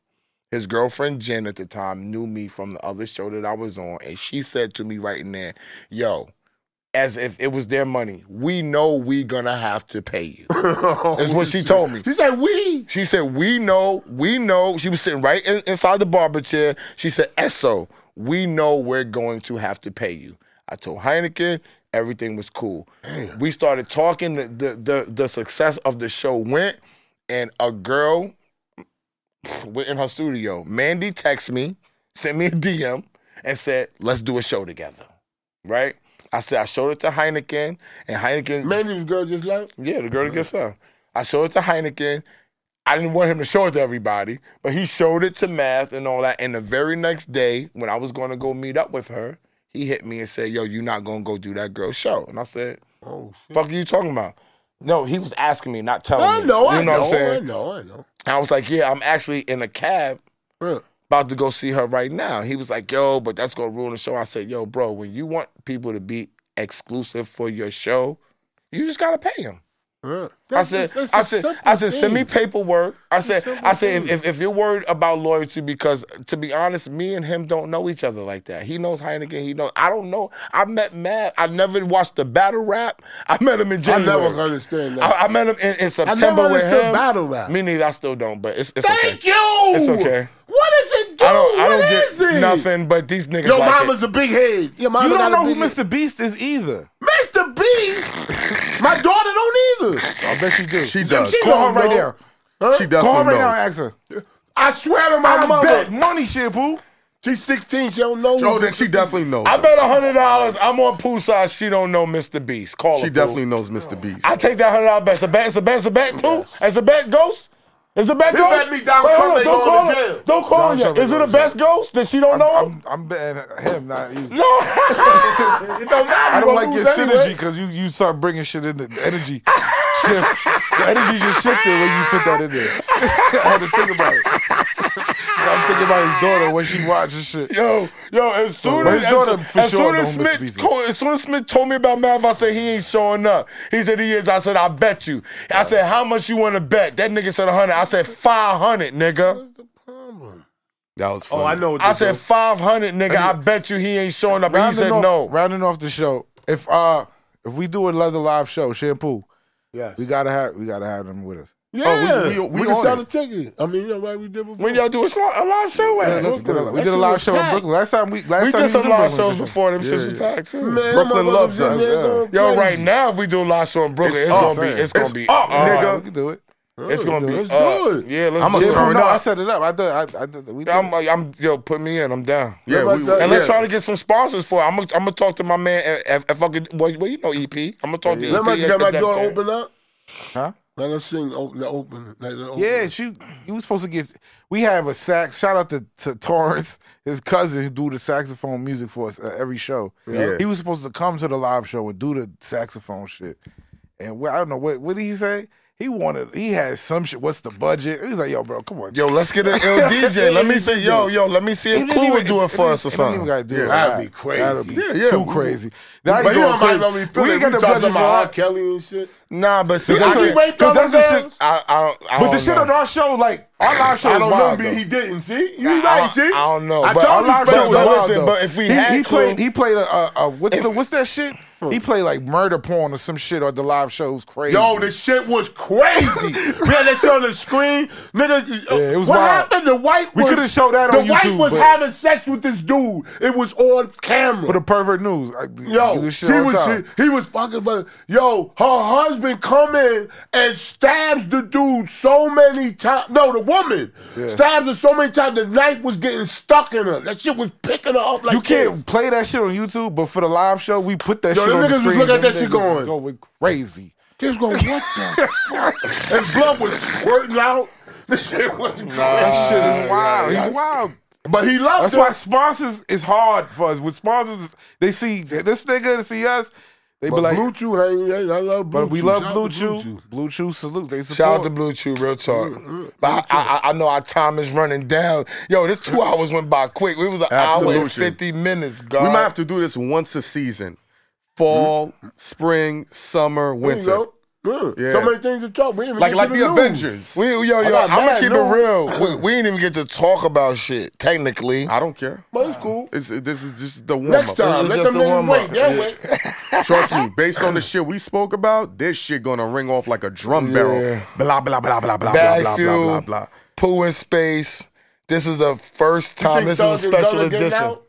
Speaker 4: His girlfriend Jen at the time knew me from the other show that I was on, and she said to me right in there, "Yo." As if it was their money. We know we gonna have to pay you. That's what she told me.
Speaker 2: She said, "We."
Speaker 4: She said, "We know, we know." She was sitting right in, inside the barber chair. She said, "Eso, we know we're going to have to pay you." I told Heineken everything was cool. We started talking. The, the the the success of the show went, and a girl went in her studio. Mandy texted me, sent me a DM, and said, "Let's do a show together." Right? I said I showed it to Heineken, and Heineken
Speaker 2: Mandy was girl just left.
Speaker 4: yeah, the girl
Speaker 2: Mm-hmm.
Speaker 4: that gets up. I showed it to Heineken. I didn't want him to show it to everybody, but he showed it to Math and all that. And the very next day, when I was going to go meet up with her, he hit me and said, "Yo, you not gonna go do that girl show?" And I said,
Speaker 2: Oh, shit.
Speaker 4: "Fuck, you talking about?" No, he was asking me, not telling
Speaker 2: I
Speaker 4: me.
Speaker 2: know,
Speaker 4: Oh, you
Speaker 2: I
Speaker 4: know,
Speaker 2: know,
Speaker 4: what I'm
Speaker 2: I
Speaker 4: saying?
Speaker 2: know, I know.
Speaker 4: I was like, "Yeah, I'm actually in a cab
Speaker 2: Yeah.
Speaker 4: about to go see her right now. He was like, yo, but that's gonna ruin the show. I said, yo, bro, when you want people to be exclusive for your show, you just gotta pay them.
Speaker 2: Yeah.
Speaker 4: I
Speaker 2: Uh, That's
Speaker 4: said,
Speaker 2: just- that's
Speaker 4: I
Speaker 2: a
Speaker 4: said,
Speaker 2: simple
Speaker 4: I said, send me
Speaker 2: thing.
Speaker 4: paperwork. I said,
Speaker 2: simple
Speaker 4: I said,
Speaker 2: thing.
Speaker 4: if, if, if you're worried about loyalty, because to be honest, me and him don't know each other like that. He knows Heineken. He knows. I don't know. I met Matt. I never watched the battle rap. I met him in
Speaker 2: I
Speaker 4: January.
Speaker 2: never understand that.
Speaker 4: I, I met him in, in
Speaker 2: I
Speaker 4: September
Speaker 2: never
Speaker 4: with
Speaker 2: understood
Speaker 4: him.
Speaker 2: battle rap.
Speaker 4: Me neither. I still don't. But it's, it's okay.
Speaker 2: Thank you.
Speaker 4: It's okay.
Speaker 2: What is it do?
Speaker 4: I don't. I
Speaker 2: What
Speaker 4: don't get
Speaker 2: is it?
Speaker 4: nothing. But these niggas
Speaker 2: Your
Speaker 4: like it.
Speaker 2: mama's a big head. Your mama
Speaker 3: You
Speaker 2: got
Speaker 3: don't
Speaker 2: a
Speaker 3: know who
Speaker 2: big head.
Speaker 3: Mr. Beast is either.
Speaker 2: Mr. Beast. My daughter don't either.
Speaker 3: I bet you do.
Speaker 5: She does.
Speaker 2: shit-
Speaker 3: Call her
Speaker 2: don't
Speaker 3: right
Speaker 2: know.
Speaker 3: now.
Speaker 2: Huh?
Speaker 5: She
Speaker 3: Call her
Speaker 5: definitely
Speaker 3: right now and
Speaker 5: knows.
Speaker 3: ask her.
Speaker 2: I swear to my
Speaker 3: I
Speaker 2: mother.
Speaker 3: bet money, Shampoo.
Speaker 2: She's 16. She don't know.
Speaker 5: Oh, then she definitely knows.
Speaker 4: I
Speaker 5: him.
Speaker 4: bet hundred dollars. I'm on Poolside. She don't know Mr. Beast. Call her.
Speaker 5: She
Speaker 4: Pooh.
Speaker 5: definitely knows Mr. Beast.
Speaker 4: I take that hundred dollar bet. It's a bet. It's a bet. It's a bet. Pooh. It's a bet. Ghost. Is the bet
Speaker 2: He
Speaker 4: ghost?
Speaker 2: bet me Donald
Speaker 4: Wait,
Speaker 2: Trump
Speaker 4: hold on.
Speaker 2: ain't
Speaker 4: Don't
Speaker 2: going
Speaker 4: call
Speaker 2: to
Speaker 4: her.
Speaker 2: jail.
Speaker 4: Don't call
Speaker 3: Donald
Speaker 4: her. yet.
Speaker 3: Trump
Speaker 4: Is
Speaker 3: ain't
Speaker 4: it the
Speaker 3: going to
Speaker 4: best ghost that she don't know? him?
Speaker 3: I'm, I'm betting him, not you.
Speaker 4: No.
Speaker 2: It don't matter.
Speaker 3: I don't
Speaker 2: You
Speaker 3: like
Speaker 2: gonna
Speaker 3: your
Speaker 2: lose anyway.
Speaker 3: synergy because you, you start bringing shit in the the energy shift. The energy just shifted when you put that in there. I had to think about it. I'm thinking about his daughter when she watches shit.
Speaker 4: Yo, yo, as soon
Speaker 3: But
Speaker 4: as,
Speaker 3: his
Speaker 4: as,
Speaker 3: daughter for
Speaker 4: as
Speaker 3: sure
Speaker 4: soon as
Speaker 3: don't miss
Speaker 4: Smith
Speaker 3: Beezus.
Speaker 4: called, as soon as Smith told me about Mav, I said he ain't showing up. He said he is. I said I bet you. I said how much you want to bet? That nigga said hundred. I said five hundred, nigga.
Speaker 5: That was funny.
Speaker 2: Oh, I know. what
Speaker 4: I
Speaker 2: this
Speaker 4: said
Speaker 2: is.
Speaker 4: five hundred, nigga. I bet you he ain't showing up. And he
Speaker 3: Rounding
Speaker 4: said
Speaker 3: off,
Speaker 4: no.
Speaker 3: Rounding off the show, if uh if we do another live show, shampoo,
Speaker 2: Yes.
Speaker 3: we gotta have we gotta have them with us.
Speaker 2: Yeah.
Speaker 5: Oh, we- we- we
Speaker 2: can
Speaker 5: on
Speaker 2: sell
Speaker 5: it.
Speaker 2: the ticket. I mean, you know what we did before?
Speaker 4: When y'all do a, sli- a live show, at?
Speaker 3: Let's do it. we
Speaker 2: that
Speaker 3: did a
Speaker 2: shit
Speaker 3: live
Speaker 2: was
Speaker 3: show in
Speaker 2: packed.
Speaker 3: Brooklyn. Last time we last
Speaker 4: we
Speaker 3: time
Speaker 4: did
Speaker 3: he
Speaker 4: some
Speaker 3: was in
Speaker 4: live
Speaker 3: Brooklyn,
Speaker 4: shows before. Them shits was packed too.
Speaker 2: Man,
Speaker 5: Brooklyn
Speaker 2: motherfuckers
Speaker 5: loves
Speaker 2: in
Speaker 5: us.
Speaker 2: there going
Speaker 4: Yo,
Speaker 2: crazy.
Speaker 4: right now if we do a live show in Brooklyn,
Speaker 5: It's
Speaker 4: it's,
Speaker 5: up.
Speaker 4: gonna be it's gonna
Speaker 5: It's
Speaker 4: be
Speaker 5: up,
Speaker 4: uh,
Speaker 5: nigga.
Speaker 3: We can do it.
Speaker 4: It's gonna be
Speaker 2: Let's do
Speaker 4: uh,
Speaker 2: it.
Speaker 4: Yeah, let's
Speaker 5: I'ma
Speaker 4: do it.
Speaker 5: turn
Speaker 3: Shampoo, no,
Speaker 5: up.
Speaker 3: I set it up. I did. I, I did. We did.
Speaker 4: I'm, I'm yo, put me in. I'm down.
Speaker 5: Yeah,
Speaker 2: What
Speaker 5: we,
Speaker 2: about that?
Speaker 4: And
Speaker 5: yeah.
Speaker 4: let's try to get some sponsors for it. I'm gonna I'm gonna talk to my man. If, if, if I could, well, well, you know EP. I'm gonna talk to EP.
Speaker 2: Let my,
Speaker 4: at-
Speaker 2: let
Speaker 4: at
Speaker 2: my
Speaker 4: that
Speaker 2: door
Speaker 4: thing.
Speaker 2: open up.
Speaker 3: huh?
Speaker 2: Let us sing. Open, let open. Let it open.
Speaker 3: Yeah, she. You was supposed to get. We have a sax. Shout out to, to Torrance, his cousin, who do the saxophone music for us at every show.
Speaker 5: Yeah.
Speaker 3: he was supposed to come to the live show and do the saxophone shit. And wh- I don't know what. What did he say? He wanted. He had some shit. What's the budget? He was like, "Yo, bro, come on."
Speaker 4: Yo, let's get an ill DJ. Let me see. Yo, yo, let me see
Speaker 3: He
Speaker 4: if
Speaker 3: didn't
Speaker 4: Cool
Speaker 3: even-
Speaker 4: would do it for us
Speaker 3: he
Speaker 4: or
Speaker 3: didn't
Speaker 4: something.
Speaker 3: even gotta do it.
Speaker 2: That'd be
Speaker 3: Right.
Speaker 2: crazy.
Speaker 3: That'd be
Speaker 5: Yeah, yeah.
Speaker 3: too crazy. Now you
Speaker 2: But you
Speaker 3: going
Speaker 2: don't mind
Speaker 3: crazy.
Speaker 2: let me feel
Speaker 3: We
Speaker 2: it.
Speaker 3: ain't got
Speaker 2: We
Speaker 3: the
Speaker 2: talked
Speaker 3: budget for
Speaker 2: about R.
Speaker 3: all.
Speaker 2: Kelly and shit.
Speaker 4: Nah, but see,
Speaker 2: You
Speaker 4: that's
Speaker 2: keep
Speaker 4: what,
Speaker 2: waiting
Speaker 3: Cause
Speaker 2: on
Speaker 3: that's the
Speaker 2: them.
Speaker 3: shit.
Speaker 4: I, I don't. I
Speaker 3: But
Speaker 4: don't
Speaker 3: the shit
Speaker 4: know.
Speaker 3: on our show, like our live show,
Speaker 2: I
Speaker 3: is
Speaker 2: don't know.
Speaker 3: wild,
Speaker 2: B,
Speaker 3: though.
Speaker 2: he didn't. See, you
Speaker 4: I-
Speaker 2: right.
Speaker 4: I-
Speaker 2: See,
Speaker 4: I don't know,
Speaker 2: I
Speaker 4: but
Speaker 2: told
Speaker 4: our
Speaker 2: you,
Speaker 4: live
Speaker 2: Spence
Speaker 4: show
Speaker 2: was
Speaker 4: was
Speaker 2: wild.
Speaker 3: though.
Speaker 4: listen, but if we
Speaker 3: he,
Speaker 4: had
Speaker 3: he played,
Speaker 4: Clue-
Speaker 3: he played a, a, a what's the, what's that shit? He played like murder porn or some shit or the live shows crazy.
Speaker 2: Yo, the shit was crazy. we had that shit on the screen. Nigga, uh,
Speaker 3: Yeah, it was
Speaker 2: what
Speaker 3: wild.
Speaker 2: happened? The white
Speaker 3: We
Speaker 2: was-
Speaker 3: could've showed that
Speaker 2: the
Speaker 3: on
Speaker 2: white
Speaker 3: YouTube,
Speaker 2: was
Speaker 3: but-
Speaker 2: having sex with this dude. It was on camera.
Speaker 3: for the pervert news. I, I do
Speaker 2: Yo,
Speaker 3: this
Speaker 2: she
Speaker 3: shit all the
Speaker 2: was
Speaker 3: time.
Speaker 2: she, he was fucking but yo, her husband come in and stabs the dude so many times. No, the woman stabs her so many times the knife was getting stuck in her. That shit was picking her up like
Speaker 3: you can't
Speaker 2: this.
Speaker 3: play that shit on YouTube, but for the live show, we put that
Speaker 2: Yo,
Speaker 3: shit
Speaker 2: them
Speaker 3: on the
Speaker 2: niggas was
Speaker 3: screen.
Speaker 2: looking at
Speaker 3: Them
Speaker 2: that shit
Speaker 3: niggas was
Speaker 2: going.
Speaker 3: going crazy.
Speaker 2: They was going, what the fuck? And blood was squirting out. This shit was
Speaker 3: That
Speaker 2: crazy.
Speaker 3: shit is wild. He's wild.
Speaker 2: But he loved
Speaker 3: That's
Speaker 2: her.
Speaker 3: why sponsors is hard for us. With sponsors, they see this nigga, they see us, they be
Speaker 2: But
Speaker 3: like,
Speaker 2: Blue Chew, hey, hey, I love Blue
Speaker 3: but we
Speaker 2: Chew.
Speaker 3: love
Speaker 2: Shout out
Speaker 3: Blue
Speaker 2: to
Speaker 3: Chew. Blue Chew, salute. They support.
Speaker 4: Shout out to Blue Chew, real talk. But I, I, I know our time is running down. Yo, this two hours went by quick. It was an hour and
Speaker 5: Absolution.
Speaker 4: fifty minutes, God.
Speaker 5: We might Mm-hmm. have to do this once a season. Fall, spring, summer,
Speaker 2: There you
Speaker 5: winter.
Speaker 2: go. Yeah.
Speaker 5: Yeah.
Speaker 2: So many things to talk. We didn't even
Speaker 5: Like
Speaker 2: get
Speaker 5: like
Speaker 2: to
Speaker 5: the
Speaker 2: news.
Speaker 5: Avengers.
Speaker 4: We, yo, yo,
Speaker 2: got
Speaker 4: I'm gonna
Speaker 2: mad
Speaker 4: keep
Speaker 2: news.
Speaker 4: it real. We, we didn't even get to talk about shit technically.
Speaker 5: I don't care. Uh,
Speaker 2: But it's cool.
Speaker 5: It's, this is just the warm
Speaker 2: Next
Speaker 5: up.
Speaker 2: time,
Speaker 4: It's
Speaker 2: let
Speaker 4: just
Speaker 2: them
Speaker 4: a
Speaker 2: niggas
Speaker 4: warm-up.
Speaker 2: wait. They'll wait.
Speaker 5: Trust me, based on the shit we spoke about, this shit gonna ring off like a drum barrel.
Speaker 4: Yeah.
Speaker 5: Blah blah blah blah blah
Speaker 4: Bag
Speaker 5: blah blah
Speaker 4: fuel.
Speaker 5: blah blah blah.
Speaker 4: Poo in space. This is the first
Speaker 2: Think
Speaker 4: time. This
Speaker 2: Thug
Speaker 4: is a
Speaker 2: and
Speaker 4: special
Speaker 2: Gunna getting
Speaker 4: edition.
Speaker 2: out?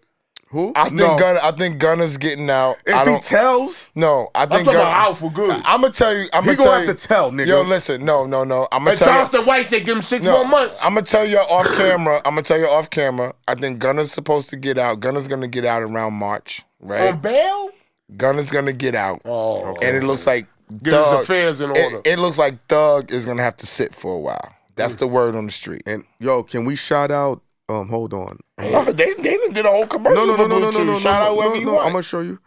Speaker 5: Who?
Speaker 4: I think
Speaker 5: no.
Speaker 4: Gunna, I think Gunna's getting out. I
Speaker 5: If he
Speaker 4: don't.
Speaker 5: tells,
Speaker 4: no, I
Speaker 2: I'm talking
Speaker 4: think Gunna.
Speaker 2: about out for good.
Speaker 4: I'm gonna tell you. I'm
Speaker 5: he gonna
Speaker 4: gonna tell
Speaker 5: have
Speaker 4: you-
Speaker 5: to tell, nigga.
Speaker 4: Yo, listen. No, no, no. I'm gonna
Speaker 2: And
Speaker 4: tell you.
Speaker 2: Charleston White said give him six
Speaker 4: No,
Speaker 2: more months.
Speaker 4: I'm gonna tell you off camera. I'm gonna tell you off camera. I think Gunna's supposed to get out. Gunna's gonna get out around March, right?
Speaker 5: Oh,
Speaker 2: On bail?
Speaker 4: Gunna's gonna get out.
Speaker 2: Oh.
Speaker 4: and it looks like
Speaker 2: Get his
Speaker 4: Thug.
Speaker 2: affairs in order.
Speaker 4: It, it looks like Thug is gonna have to sit for a while.
Speaker 5: Mm.
Speaker 4: That's the word on the street.
Speaker 5: and yo, can we shout out? Um, hold on.
Speaker 4: Oh, they they done did a whole commercial
Speaker 5: No, no, no,
Speaker 4: for
Speaker 5: no, no,
Speaker 4: Bluetooth.
Speaker 5: no, no.
Speaker 4: Shout
Speaker 5: no,
Speaker 4: out whoever
Speaker 5: no,
Speaker 4: you
Speaker 5: no,
Speaker 4: want.
Speaker 5: I'm gonna show you.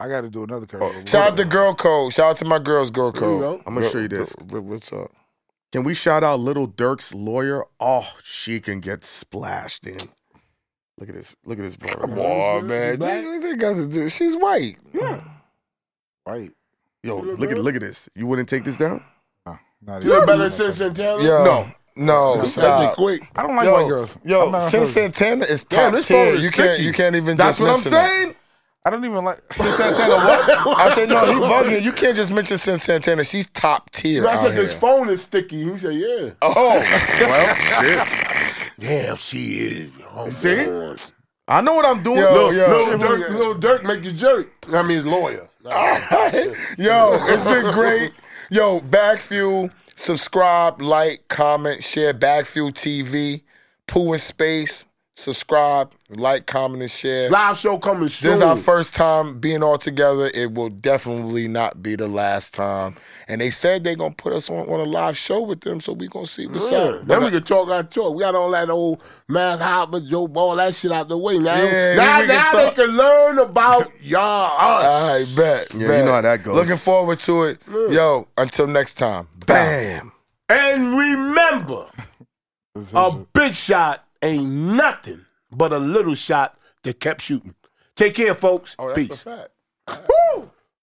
Speaker 3: I got to do another
Speaker 5: Oh.
Speaker 3: curve.
Speaker 4: Shout out to Girl Code. Shout out to my girls, Girl Code.
Speaker 2: go.
Speaker 5: I'ma show you this.
Speaker 4: Wh- wh- What's up?
Speaker 5: Can we shout out Little Dirk's lawyer? Oh, she can get splashed in. Look at this. Look at this,
Speaker 4: Come
Speaker 5: bro.
Speaker 4: on, man. They, they got to do. She's white.
Speaker 3: Right.
Speaker 5: Yo, look at look at this. You wouldn't take this down?
Speaker 3: Not
Speaker 2: You're
Speaker 3: even-
Speaker 2: a better since than Taylor?
Speaker 4: Yo,
Speaker 5: No.
Speaker 4: no, stop.
Speaker 2: quick.
Speaker 3: I don't like
Speaker 4: yo,
Speaker 3: white girls. I'm
Speaker 4: Yo,
Speaker 3: not
Speaker 4: since
Speaker 3: hurting.
Speaker 4: Santana is
Speaker 2: Damn,
Speaker 4: top
Speaker 2: this
Speaker 4: tier,
Speaker 2: phone is
Speaker 4: you can't
Speaker 2: sticky.
Speaker 4: you can't even.
Speaker 5: That's
Speaker 4: just
Speaker 5: what I'm
Speaker 4: mention her.
Speaker 5: saying.
Speaker 3: I don't even like.
Speaker 4: I said no, he bugging. You can't just mention Sin Santana. She's top tier.
Speaker 2: I
Speaker 4: out
Speaker 2: said this
Speaker 4: here.
Speaker 2: phone is sticky. He said, yeah.
Speaker 5: Well, shit.
Speaker 2: Oh, Damn, she is. Oh,
Speaker 5: See?
Speaker 2: man.
Speaker 5: I know what I'm doing.
Speaker 4: Yo,
Speaker 5: Look,
Speaker 4: yo.
Speaker 2: Lil Dirk, Lil Dirk make you jerk. I mean, his lawyer.
Speaker 4: Yo, it's been great. Yo, Bagfuel, subscribe, like, comment, share. Bagfuel TV, Pooh in Space, subscribe, like, comment, and share.
Speaker 2: Live show coming soon.
Speaker 4: This is our first time being all together. It will definitely not be the last time. And they said they're gonna put us on, on a live show with them, so we gonna see what's
Speaker 2: Yeah,
Speaker 4: up.
Speaker 2: then we
Speaker 4: But, uh,
Speaker 2: can talk our talk. We got all that old Mass Hopper, Joe Ball, that shit out the way. Now,
Speaker 4: Yeah,
Speaker 2: now,
Speaker 4: we can
Speaker 2: now
Speaker 4: talk.
Speaker 2: they can learn about y'all, us.
Speaker 4: uh, I bet.
Speaker 5: you
Speaker 4: bet.
Speaker 5: know how that goes.
Speaker 4: Looking forward to it. Yo, until next time. Bye.
Speaker 5: Bam.
Speaker 2: And remember, a big shot ain't nothing but Oh, a little shot that kept shooting. Take care, folks. Peace.
Speaker 4: fact.
Speaker 2: Woo!